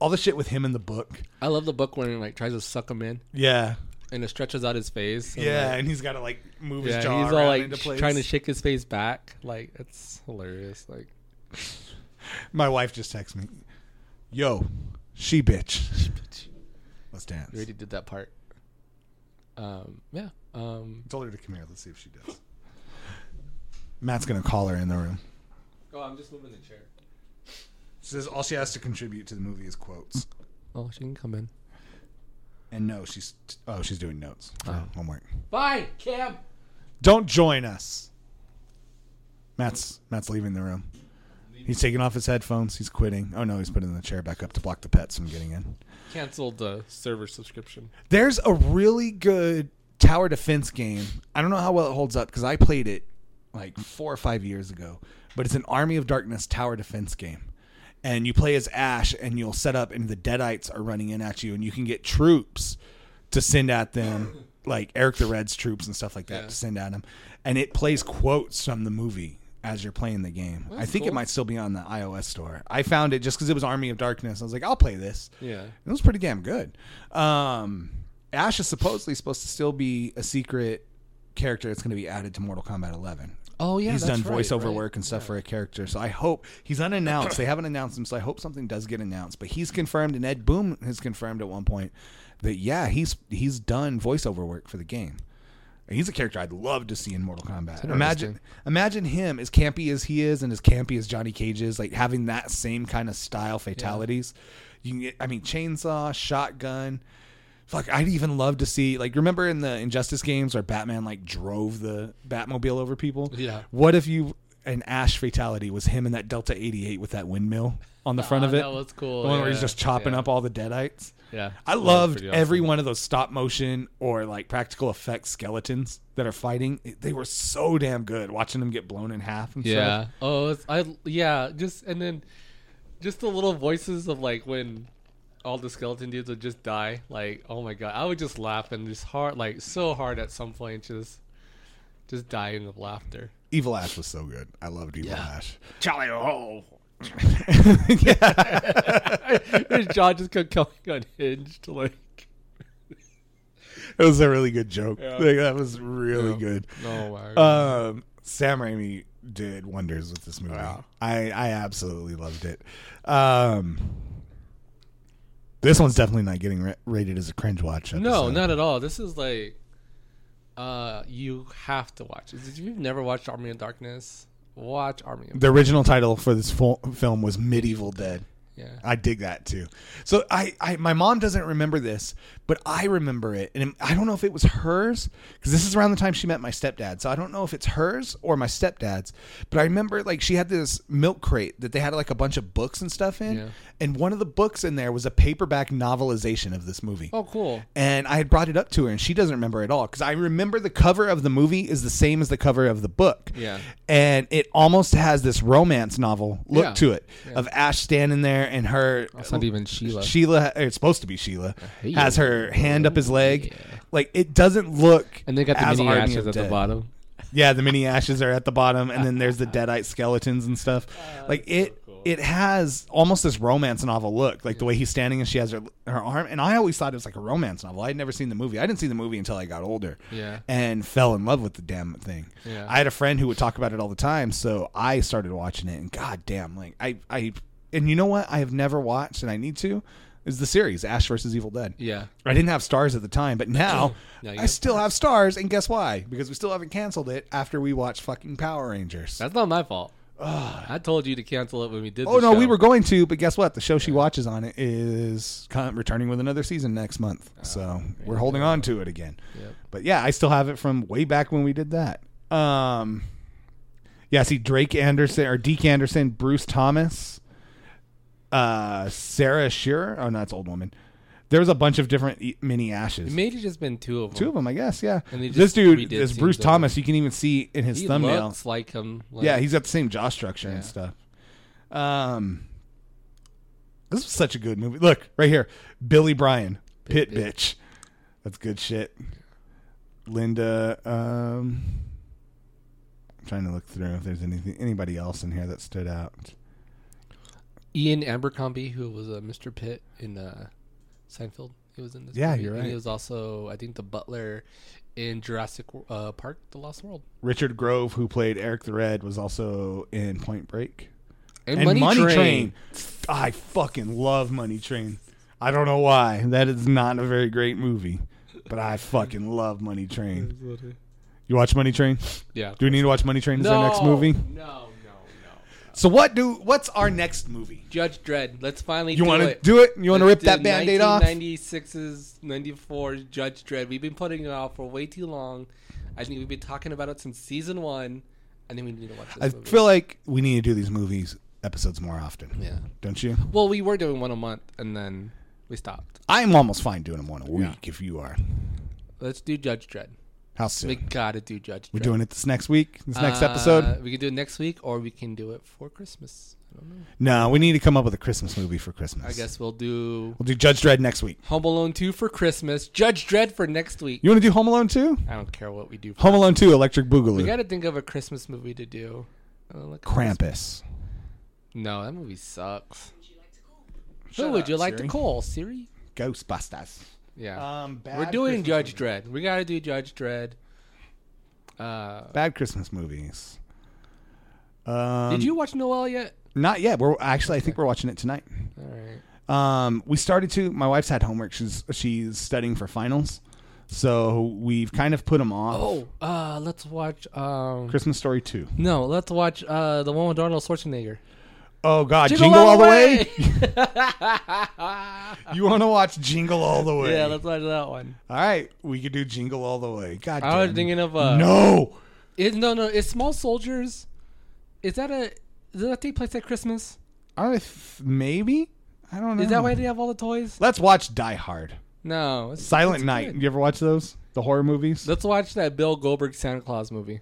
[SPEAKER 1] All the shit with him in the book.
[SPEAKER 2] I love the book when he like tries to suck him in,
[SPEAKER 1] Yeah.
[SPEAKER 2] and it stretches out his face. and,
[SPEAKER 1] Yeah,
[SPEAKER 2] like,
[SPEAKER 1] and he's got to like move
[SPEAKER 2] yeah.
[SPEAKER 1] his jaw
[SPEAKER 2] he's
[SPEAKER 1] around
[SPEAKER 2] all like
[SPEAKER 1] into
[SPEAKER 2] sh-
[SPEAKER 1] place.
[SPEAKER 2] trying to shake his face back. Like it's hilarious. Like
[SPEAKER 1] My wife just texts me. Yo, she bitch. Let's dance.
[SPEAKER 2] you already did that part. Um. Yeah. Um.
[SPEAKER 1] told her to come here. Let's see if she does. Matt's gonna call her in the room.
[SPEAKER 2] Oh, I'm just moving the chair.
[SPEAKER 1] She says all she has to contribute to the movie is quotes.
[SPEAKER 2] Oh, she can come in.
[SPEAKER 1] And no, she's oh, she's doing notes for
[SPEAKER 2] Oh.
[SPEAKER 1] homework.
[SPEAKER 2] Bye, Cam.
[SPEAKER 1] Don't join us. Matt's Matt's leaving the room. He's taking off his headphones. He's quitting. Oh no, he's putting the chair back up to block the pets from getting in.
[SPEAKER 2] Canceled the server subscription.
[SPEAKER 1] There's a really good tower defense game. I don't know how well it holds up because I played it like four or five years ago, but it's an Army of Darkness tower defense game. And you play as Ash and you'll set up, and the Deadites are running in at you, and you can get troops to send at them, like Eric the Red's troops and stuff like that
[SPEAKER 2] Yeah.
[SPEAKER 1] to send at them. And it plays quotes from the movie as you're playing the game. I think it
[SPEAKER 2] cool.
[SPEAKER 1] might still be on the iOS store. I found it just because it was Army of Darkness. I was like, I'll play this.
[SPEAKER 2] Yeah.
[SPEAKER 1] It was pretty damn good. Um, Ash is supposedly supposed to still be a secret character that's going to be added to Mortal Kombat 11.
[SPEAKER 2] Oh yeah.
[SPEAKER 1] he's
[SPEAKER 2] that's
[SPEAKER 1] done
[SPEAKER 2] right,
[SPEAKER 1] voiceover
[SPEAKER 2] right.
[SPEAKER 1] work and stuff for a character, so I hope he's unannounced. they haven't announced him, so I hope something does get announced. But he's confirmed, and Ed Boom has confirmed at one point that yeah, he's he's done voiceover work for the game. He's a character I'd love to see in Mortal Kombat. Imagine, imagine him as campy as he is, and as campy as Johnny Cage is, like having that same kind of style fatalities. You can get, I mean, chainsaw, shotgun. Fuck, I'd even love to see like remember in the Injustice games where Batman like drove the Batmobile over people.
[SPEAKER 2] Yeah.
[SPEAKER 1] What if you an Ash fatality was him in that Delta 88 with that windmill on the front
[SPEAKER 2] Ah,
[SPEAKER 1] of it?
[SPEAKER 2] that was cool,
[SPEAKER 1] The one where he's
[SPEAKER 2] yeah,
[SPEAKER 1] just chopping
[SPEAKER 2] yeah.
[SPEAKER 1] up all the deadites.
[SPEAKER 2] Yeah.
[SPEAKER 1] I
[SPEAKER 2] That was
[SPEAKER 1] loved
[SPEAKER 2] pretty awesome.
[SPEAKER 1] every one of those stop motion or like practical effects skeletons that are fighting. It- They were so damn good watching them get blown in half and
[SPEAKER 2] Yeah.
[SPEAKER 1] stuff.
[SPEAKER 2] Oh, it's, I yeah. Just and then, just the little voices of like when all the skeleton dudes would just die. Like, oh my god, I would just laugh and just hard, like so hard at some point, just just dying of laughter.
[SPEAKER 1] Evil Ash was so good. I loved Evil Ash.
[SPEAKER 2] Charlie, oh,
[SPEAKER 1] yeah.
[SPEAKER 2] his jaw just kept going unhinged. Like,
[SPEAKER 1] It was a really good joke.
[SPEAKER 2] Yeah.
[SPEAKER 1] Like, that was really good.
[SPEAKER 2] No way.
[SPEAKER 1] Um, Sam Raimi did wonders with this movie.
[SPEAKER 2] Wow.
[SPEAKER 1] I I absolutely loved it. Um, this one's definitely not getting ra- rated as a cringe watch.
[SPEAKER 2] no,
[SPEAKER 1] episode.
[SPEAKER 2] not at all. This is like, uh, you have to watch. If you've never watched Army of Darkness, watch Army of
[SPEAKER 1] The original title for this full film was Medieval Dead.
[SPEAKER 2] Yeah.
[SPEAKER 1] I dig that too. So I, I my mom doesn't remember this, but I remember it, and I don't know if it was hers because this is around the time she met my stepdad. So I don't know if it's hers or my stepdad's, but I remember like she had this milk crate that they had like a bunch of books and stuff in,
[SPEAKER 2] Yeah.
[SPEAKER 1] and one of the books in there was a paperback novelization of this movie.
[SPEAKER 2] Oh, cool.
[SPEAKER 1] And I had brought it up to her, and she doesn't remember at all because I remember the cover of the movie is the same as the cover of the book.
[SPEAKER 2] Yeah.
[SPEAKER 1] and it almost has this romance novel look
[SPEAKER 2] Yeah.
[SPEAKER 1] to it
[SPEAKER 2] Yeah. Oh,
[SPEAKER 1] of Ash standing there and her.
[SPEAKER 2] It's not even Sheila.
[SPEAKER 1] Sheila, it's supposed to be Sheila,
[SPEAKER 2] Hey.
[SPEAKER 1] has her hand up his leg.
[SPEAKER 2] Yeah.
[SPEAKER 1] Like it doesn't look.
[SPEAKER 2] and they got the
[SPEAKER 1] as
[SPEAKER 2] mini
[SPEAKER 1] Army
[SPEAKER 2] ashes
[SPEAKER 1] of
[SPEAKER 2] at the
[SPEAKER 1] Dead.
[SPEAKER 2] bottom.
[SPEAKER 1] Yeah, the mini ashes are at the bottom, and then there's the deadite skeletons and stuff.
[SPEAKER 2] Oh,
[SPEAKER 1] like it, it has almost this romance novel look, like the way he's standing and she has her her arm. And I always thought it was like a romance novel. I had never seen the movie. I didn't see the movie until I got older.
[SPEAKER 2] Yeah.
[SPEAKER 1] and fell in love with the damn thing.
[SPEAKER 2] Yeah.
[SPEAKER 1] I had a friend who would talk about it all the time, so I started watching it. And goddamn, like I, I, and you know what? I have never watched, and I need to. Is the series Ash versus Evil Dead?
[SPEAKER 2] Yeah.
[SPEAKER 1] I didn't have stars at the time, but now,
[SPEAKER 2] Now you
[SPEAKER 1] I
[SPEAKER 2] have
[SPEAKER 1] still have stars, and guess why? Because we still haven't canceled it after we watched fucking Power Rangers.
[SPEAKER 2] That's not my fault. I told you to cancel it when we did.
[SPEAKER 1] oh
[SPEAKER 2] the
[SPEAKER 1] no,
[SPEAKER 2] show.
[SPEAKER 1] we were going to, but guess what? The show she watches on it is kind of returning with another season next month,
[SPEAKER 2] Oh,
[SPEAKER 1] so we're holding on to it again.
[SPEAKER 2] Yep.
[SPEAKER 1] But yeah, I still have it from way back when we did that. Um, yeah, see Drake Anderson or Deke Anderson, Bruce Thomas, uh, Sarah Shearer. Oh no, that's old woman. There was a bunch of different e- mini ashes.
[SPEAKER 2] It may have just been two of them.
[SPEAKER 1] Two of them, I guess. Yeah.
[SPEAKER 2] And they
[SPEAKER 1] this
[SPEAKER 2] just
[SPEAKER 1] dude,
[SPEAKER 2] redid
[SPEAKER 1] this
[SPEAKER 2] scenes
[SPEAKER 1] Bruce
[SPEAKER 2] of
[SPEAKER 1] Thomas, you can even see in his
[SPEAKER 2] He
[SPEAKER 1] thumbnail.
[SPEAKER 2] looks like him. Like,
[SPEAKER 1] yeah, he's got the same jaw structure
[SPEAKER 2] Yeah.
[SPEAKER 1] and stuff. Um, this was such a good movie. Look right here, Billy Bryan, Pit
[SPEAKER 2] Pit
[SPEAKER 1] bitch. That's good shit. Linda, um, I'm trying to look through if there's anything anybody else in here that stood out.
[SPEAKER 2] Ian Abercrombie, who was uh, Mr. Pitt in uh, Seinfeld. He was in this.
[SPEAKER 1] Yeah,
[SPEAKER 2] movie.
[SPEAKER 1] you're
[SPEAKER 2] And
[SPEAKER 1] right.
[SPEAKER 2] he was also, I think, the butler in Jurassic Wo- uh, Park: The Lost World
[SPEAKER 1] Richard Grove, who played Eric the Red, was also in Point Break.
[SPEAKER 2] and, Money, Train.
[SPEAKER 1] I fucking love Money Train. I don't know why. That is not a very great movie, but I fucking love Money Train. You watch Money Train?
[SPEAKER 2] Yeah.
[SPEAKER 1] Do we need to watch Money Train as our next
[SPEAKER 2] No,
[SPEAKER 1] movie?
[SPEAKER 2] No, no, no.
[SPEAKER 1] So what do what's our next movie?
[SPEAKER 2] Judge Dredd. Let's finally.
[SPEAKER 1] You
[SPEAKER 2] want
[SPEAKER 1] want to do it? You want to rip that band-aid off?
[SPEAKER 2] 96's 94 Judge Dredd. We've been putting it off for way too long. I think we've been talking about it since season one. I think we need to watch
[SPEAKER 1] I
[SPEAKER 2] this movie.
[SPEAKER 1] feel like we need to do these movies episodes more often.
[SPEAKER 2] Yeah.
[SPEAKER 1] Don't you?
[SPEAKER 2] Well, we were doing one a month, and then we stopped.
[SPEAKER 1] I'm almost fine doing them one a week if you are.
[SPEAKER 2] Let's do Judge Dredd.
[SPEAKER 1] How soon?
[SPEAKER 2] We gotta do Judge Dredd.
[SPEAKER 1] We're doing it this next week, this
[SPEAKER 2] Uh,
[SPEAKER 1] next episode.
[SPEAKER 2] We can do it next week, or we can do it for Christmas. I don't know.
[SPEAKER 1] No, we need to come up with a Christmas movie for Christmas.
[SPEAKER 2] I guess we'll do
[SPEAKER 1] we'll do Judge Dredd next week.
[SPEAKER 2] Home Alone 2 for Christmas, Judge Dredd for next week.
[SPEAKER 1] You want to do Home Alone too?
[SPEAKER 2] I don't care what we do. For
[SPEAKER 1] Home Alone 2, Electric
[SPEAKER 2] We
[SPEAKER 1] Boogaloo.
[SPEAKER 2] gotta think of a Christmas movie to do. Uh, like a Christmas-
[SPEAKER 1] Krampus.
[SPEAKER 2] No, that movie sucks.
[SPEAKER 3] Would you like to call?
[SPEAKER 2] Who
[SPEAKER 1] Shut
[SPEAKER 2] would
[SPEAKER 1] up,
[SPEAKER 2] you like
[SPEAKER 1] Siri.
[SPEAKER 2] to call, Siri?
[SPEAKER 1] Ghostbusters.
[SPEAKER 2] Yeah.
[SPEAKER 1] Um, bad
[SPEAKER 2] Oh. We're doing
[SPEAKER 1] Christmas
[SPEAKER 2] Judge
[SPEAKER 1] movies.
[SPEAKER 2] Dredd. We gotta do Judge Dredd. Uh,
[SPEAKER 1] Bad Christmas movies. Um,
[SPEAKER 2] did you watch Noel yet?
[SPEAKER 1] Not yet. We're actually. I think we're watching it tonight.
[SPEAKER 2] All right.
[SPEAKER 1] Um, we started to. My wife's had homework. She's she's studying for finals, so we've kind of put them off.
[SPEAKER 2] Oh, uh, let's watch. Um,
[SPEAKER 1] Christmas Story two.
[SPEAKER 2] no, let's watch uh, the one with Arnold Schwarzenegger.
[SPEAKER 1] Oh God, Jingle, All the Way. You want to watch Jingle All the Way?
[SPEAKER 2] yeah, let's watch that one.
[SPEAKER 1] All right, we could do Jingle All the Way. God
[SPEAKER 2] I was
[SPEAKER 1] damn.
[SPEAKER 2] thinking of uh,
[SPEAKER 1] no.
[SPEAKER 2] Is, no, no, is Small Soldiers? Is that a? Does that take place at Christmas?
[SPEAKER 1] All right, th- maybe. I don't know.
[SPEAKER 2] Is that why they have all the toys?
[SPEAKER 1] Let's watch Die Hard.
[SPEAKER 2] No, it's-
[SPEAKER 1] Silent
[SPEAKER 2] it's
[SPEAKER 1] Night.
[SPEAKER 2] good.
[SPEAKER 1] You ever watch those? The horror movies?
[SPEAKER 2] Let's watch that Bill Goldberg Santa Claus movie.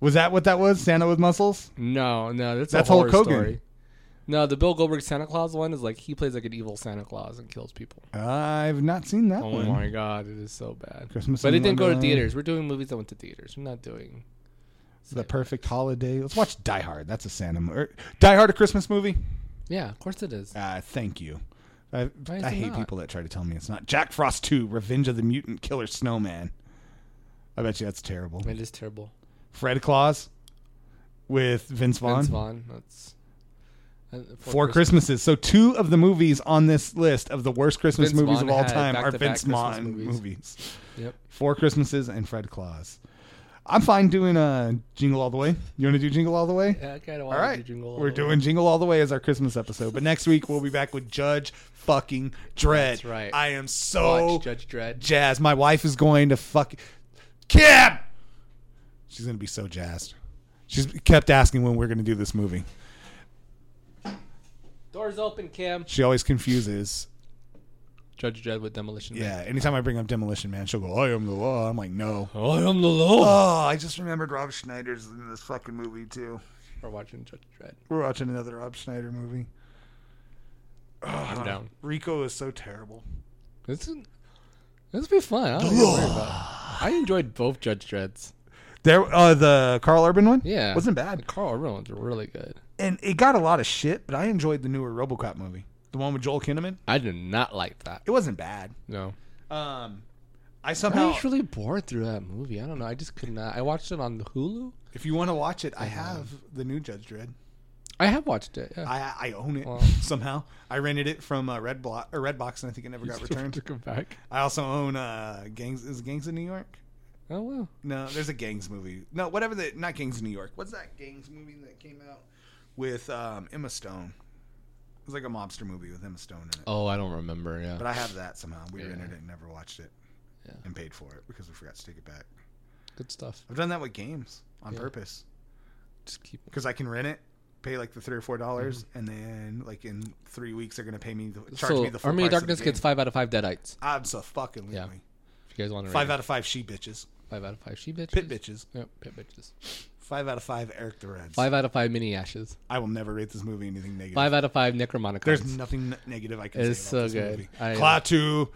[SPEAKER 1] Was that what that was? Santa with muscles?
[SPEAKER 2] No, no, that's
[SPEAKER 1] That's
[SPEAKER 2] a horror
[SPEAKER 1] Hulk Hogan.
[SPEAKER 2] story. No, the Bill Goldberg Santa Claus one is like he plays like an evil Santa Claus and kills people.
[SPEAKER 1] I've not seen that
[SPEAKER 2] Oh
[SPEAKER 1] one.
[SPEAKER 2] my god, it is so bad.
[SPEAKER 1] Christmas
[SPEAKER 2] but
[SPEAKER 1] in
[SPEAKER 2] it didn't go to
[SPEAKER 1] Wonderland.
[SPEAKER 2] theaters. We're doing movies that went to theaters. We're not doing.
[SPEAKER 1] The Perfect Holiday. Let's watch er, Die Hard. That's a Santa movie. Die Hard, a Christmas movie?
[SPEAKER 2] Yeah, of course it is.
[SPEAKER 1] Uh, thank you. I,
[SPEAKER 2] Why is
[SPEAKER 1] I
[SPEAKER 2] it
[SPEAKER 1] hate
[SPEAKER 2] not?
[SPEAKER 1] people that try to tell me it's not. Jack Frost 2, Revenge of the Mutant Killer Snowman. I bet you that's terrible.
[SPEAKER 2] It is terrible.
[SPEAKER 1] Fred Claus with Vince Vaughn.
[SPEAKER 2] Vince Vaughn. That's uh,
[SPEAKER 1] Four Christmases. So two of the movies on this list of the worst Christmas
[SPEAKER 2] Vince
[SPEAKER 1] movies
[SPEAKER 2] Vaughn
[SPEAKER 1] of all
[SPEAKER 2] had
[SPEAKER 1] time are
[SPEAKER 2] back-to-back
[SPEAKER 1] Vince
[SPEAKER 2] Christmas
[SPEAKER 1] Vaughn movies.
[SPEAKER 2] movies. Yep.
[SPEAKER 1] Four Christmases and Fred Claus. I'm fine doing uh, Jingle All the Way. You want to do Jingle All the Way?
[SPEAKER 2] Yeah, I kind of
[SPEAKER 1] All
[SPEAKER 2] want
[SPEAKER 1] right.
[SPEAKER 2] to jingle. all
[SPEAKER 1] We're
[SPEAKER 2] over.
[SPEAKER 1] doing Jingle All the Way as our Christmas episode. But next week, we'll be back with Judge fucking Dread.
[SPEAKER 2] That's right.
[SPEAKER 1] I am so
[SPEAKER 2] Watch Judge Dredd.
[SPEAKER 1] jazzed. My wife is going to fuck. Kim! She's going to be so jazzed. She's kept asking when we're going to do this movie.
[SPEAKER 2] Doors open, Cam.
[SPEAKER 1] She always confuses
[SPEAKER 2] Judge Dredd with demolition. Man.
[SPEAKER 1] Yeah, anytime I bring up Demolition Man, she'll go, I am the law. I'm like, no.
[SPEAKER 2] I am the law.
[SPEAKER 1] Oh, I just remembered Rob Schneider's in this fucking movie, too.
[SPEAKER 2] We're watching Judge Dredd.
[SPEAKER 1] We're watching another Rob Schneider movie. uh,
[SPEAKER 2] I'm down.
[SPEAKER 1] Rico is so terrible.
[SPEAKER 2] This is this will be fun. I don't need to worry about. it. I enjoyed both Judge Dreds.
[SPEAKER 1] There, uh, the Carl Urban one?
[SPEAKER 2] Yeah,
[SPEAKER 1] Wasn't
[SPEAKER 2] The
[SPEAKER 1] bad.
[SPEAKER 2] Carl Urban ones are really good.
[SPEAKER 1] And it got a lot of shit, but I enjoyed the newer Robocop movie. The one with Joel Kinnaman.
[SPEAKER 2] I did not like that.
[SPEAKER 1] It wasn't bad.
[SPEAKER 2] No,
[SPEAKER 1] Um, I
[SPEAKER 2] I
[SPEAKER 1] somehow,
[SPEAKER 2] was really bored through that movie. I don't know. I just could not. I watched it on Hulu.
[SPEAKER 1] if you want to watch it, I have the new Judge Dredd.
[SPEAKER 2] I have watched it. Yeah.
[SPEAKER 1] I, I own it
[SPEAKER 2] Wow.
[SPEAKER 1] somehow. I rented it from uh, Red Block or Redbox, and I think it never got returned.
[SPEAKER 2] Took it back.
[SPEAKER 1] I also own uh Gangs is it Gangs of New York?
[SPEAKER 2] Oh well.
[SPEAKER 1] No, there's a Gangs movie. No, whatever the not Gangs of New York. What's that Gangs movie that came out with um Emma Stone? It was like a mobster movie with Emma Stone in it.
[SPEAKER 2] Oh, I don't remember.
[SPEAKER 1] But
[SPEAKER 2] Yeah.
[SPEAKER 1] I have that somehow. We
[SPEAKER 2] Yeah.
[SPEAKER 1] rented it and never watched it.
[SPEAKER 2] Yeah.
[SPEAKER 1] And paid for it because we forgot to take it back.
[SPEAKER 2] Good stuff.
[SPEAKER 1] I've done that with games on
[SPEAKER 2] Yeah.
[SPEAKER 1] purpose
[SPEAKER 2] Just keep.
[SPEAKER 1] because I can rent it, pay like the three or four dollars, and then like in three weeks they're gonna pay me the, charge
[SPEAKER 2] Mm-hmm. so
[SPEAKER 1] me the full
[SPEAKER 2] Army of
[SPEAKER 1] price of the
[SPEAKER 2] Darkness gets
[SPEAKER 1] game.
[SPEAKER 2] five out of five deadites.
[SPEAKER 1] I'm so fucking
[SPEAKER 2] Yeah.
[SPEAKER 1] lonely.
[SPEAKER 2] If you guys want to
[SPEAKER 1] Five out of five she bitches,
[SPEAKER 2] five out of five she bitches.
[SPEAKER 1] pit bitches.
[SPEAKER 2] Yep, pit bitches.
[SPEAKER 1] Five out of five Eric the Reds.
[SPEAKER 2] Five out of five mini ashes.
[SPEAKER 1] I will never rate this movie anything negative.
[SPEAKER 2] Five out of five necromonicons.
[SPEAKER 1] There's nothing n- negative I can
[SPEAKER 2] It's
[SPEAKER 1] say about this
[SPEAKER 2] so good.
[SPEAKER 1] movie.
[SPEAKER 2] I-
[SPEAKER 1] Klaatu,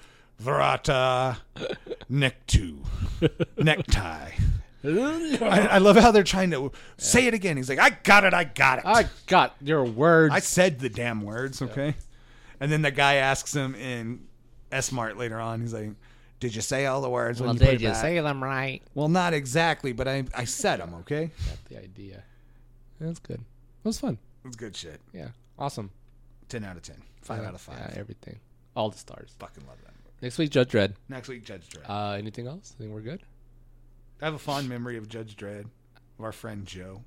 [SPEAKER 1] Verata, Nectu, Necktie. I, I love how they're trying to say it again. He's like, I got it, I got it.
[SPEAKER 2] I got your words.
[SPEAKER 1] I said the damn words, okay? And then the guy asks him in S Mart later on, he's like, Did you say all the words when you put it back?"
[SPEAKER 2] them right?
[SPEAKER 1] Well, not exactly, but I, I said them, okay?
[SPEAKER 2] Got the idea. That's good. It was fun.
[SPEAKER 1] It's good shit.
[SPEAKER 2] Yeah. Awesome.
[SPEAKER 1] 10 out of 10. 5 out of 5.
[SPEAKER 2] Yeah, everything. All the stars.
[SPEAKER 1] Fucking love that movie.
[SPEAKER 2] Next week, Judge Dredd.
[SPEAKER 1] Next week, Judge Dredd.
[SPEAKER 2] Uh, anything else? I think we're good.
[SPEAKER 1] I have a fond memory of Judge Dredd, of our friend Joe.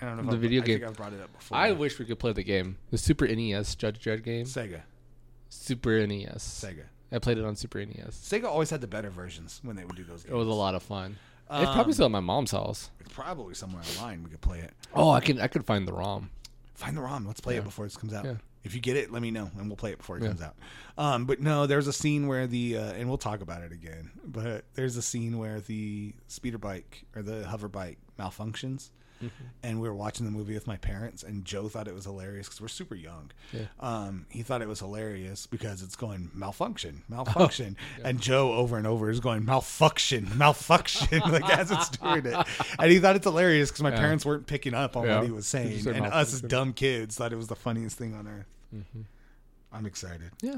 [SPEAKER 1] I don't know if
[SPEAKER 2] The
[SPEAKER 1] I've-
[SPEAKER 2] video
[SPEAKER 1] I
[SPEAKER 2] game.
[SPEAKER 1] think I've brought it up before.
[SPEAKER 2] I wish we could play the game. The Super NES Judge Dredd game.
[SPEAKER 1] Sega,
[SPEAKER 2] Super NES.
[SPEAKER 1] Sega,
[SPEAKER 2] I played it on Super E NES.
[SPEAKER 1] Sega always had the better versions when they would do those games.
[SPEAKER 2] It was a lot of fun. it's
[SPEAKER 1] Um,
[SPEAKER 2] probably still at my mom's house.
[SPEAKER 1] probably somewhere online we could play it.
[SPEAKER 2] Oh, I can I could find the ROM.
[SPEAKER 1] Find the ROM. Let's play it before this comes out.
[SPEAKER 2] Yeah.
[SPEAKER 1] If you get it, let me know, and we'll play it before it
[SPEAKER 2] Yeah.
[SPEAKER 1] comes out. Um, but no, there's a scene where the, uh, and we'll talk about it again. But there's a scene where the speeder bike or the hover bike malfunctions,
[SPEAKER 2] Mm-hmm.
[SPEAKER 1] and we were watching the movie with my parents, and Joe thought it was hilarious because we're super young.
[SPEAKER 2] Yeah.
[SPEAKER 1] Um, he thought it was hilarious because it's going malfunction,
[SPEAKER 2] Oh,
[SPEAKER 1] malfunction, and Joe over and over is going malfunction, malfunction, like as it's doing it, and he thought it's hilarious because my parents weren't picking up on
[SPEAKER 2] Yeah.
[SPEAKER 1] what he was
[SPEAKER 2] He
[SPEAKER 1] saying,
[SPEAKER 2] said
[SPEAKER 1] and us as
[SPEAKER 2] malfunction.
[SPEAKER 1] dumb kids thought it was the funniest thing on earth.
[SPEAKER 2] Mm-hmm.
[SPEAKER 1] I'm excited.
[SPEAKER 2] Yeah.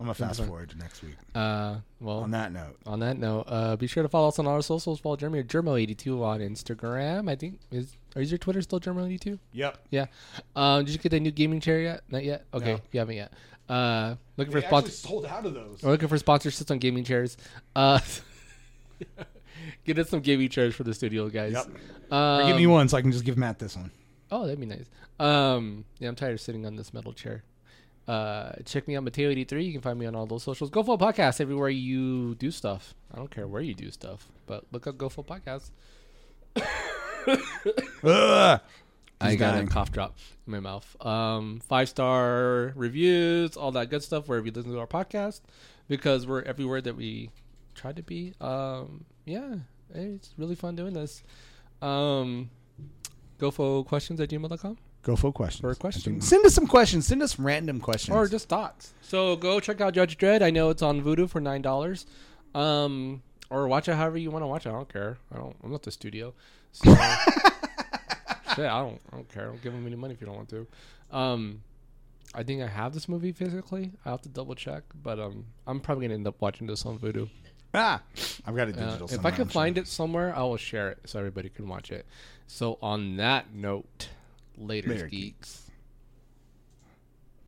[SPEAKER 1] I'm gonna fast forward to next week.
[SPEAKER 2] Uh, well,
[SPEAKER 1] On that note,
[SPEAKER 2] on that note, uh, be sure to follow us on all our socials. Follow Jeremy or Germo82 on Instagram. I think is is your Twitter still Germo82?
[SPEAKER 1] yep.
[SPEAKER 2] Yeah. Um, did you get that new gaming chair yet? Not yet. Okay, you haven't yet. Uh, looking for sponsors.
[SPEAKER 1] sold out of those.
[SPEAKER 2] We're looking for sponsorships on gaming chairs. Uh, get us some gaming chairs for the studio, guys.
[SPEAKER 1] Yep.
[SPEAKER 2] Um,
[SPEAKER 1] Give me one so I can just give Matt this one.
[SPEAKER 2] Oh, that'd be nice. Um, yeah, I'm tired of sitting on this metal chair. Uh, check me out, Mateo83. You can find me on all those socials. Go for a podcast everywhere you do stuff. I don't care where you do stuff, but look up Go for a podcast.
[SPEAKER 1] Ugh.
[SPEAKER 2] I
[SPEAKER 1] He's
[SPEAKER 2] got
[SPEAKER 1] dying.
[SPEAKER 2] a cough drop in my mouth. Um, five star reviews, all that good stuff wherever you listen to our podcast, because we're everywhere that we try to be. Um, yeah, it's really fun doing this. Um, go for questions at gmail.com.
[SPEAKER 1] Go for questions.
[SPEAKER 2] For questions.
[SPEAKER 1] Send us some questions. Send us random questions.
[SPEAKER 2] or just thoughts. So go check out Judge Dredd. I know it's on Voodoo for nine dollars, um, or watch it however you want to watch it. I don't care. I don't. I'm not the studio, so shit. I don't. I don't care. I don't give them any money if you don't want to. Um, I think I have this movie physically. I will have to double check, but um, I'm probably gonna end up watching this on Voodoo.
[SPEAKER 1] Ah, I've got a
[SPEAKER 2] Uh,
[SPEAKER 1] digital.
[SPEAKER 2] if I can find it somewhere, I will share it so everybody can watch it. So on that note, later,
[SPEAKER 1] Later,
[SPEAKER 2] geeks.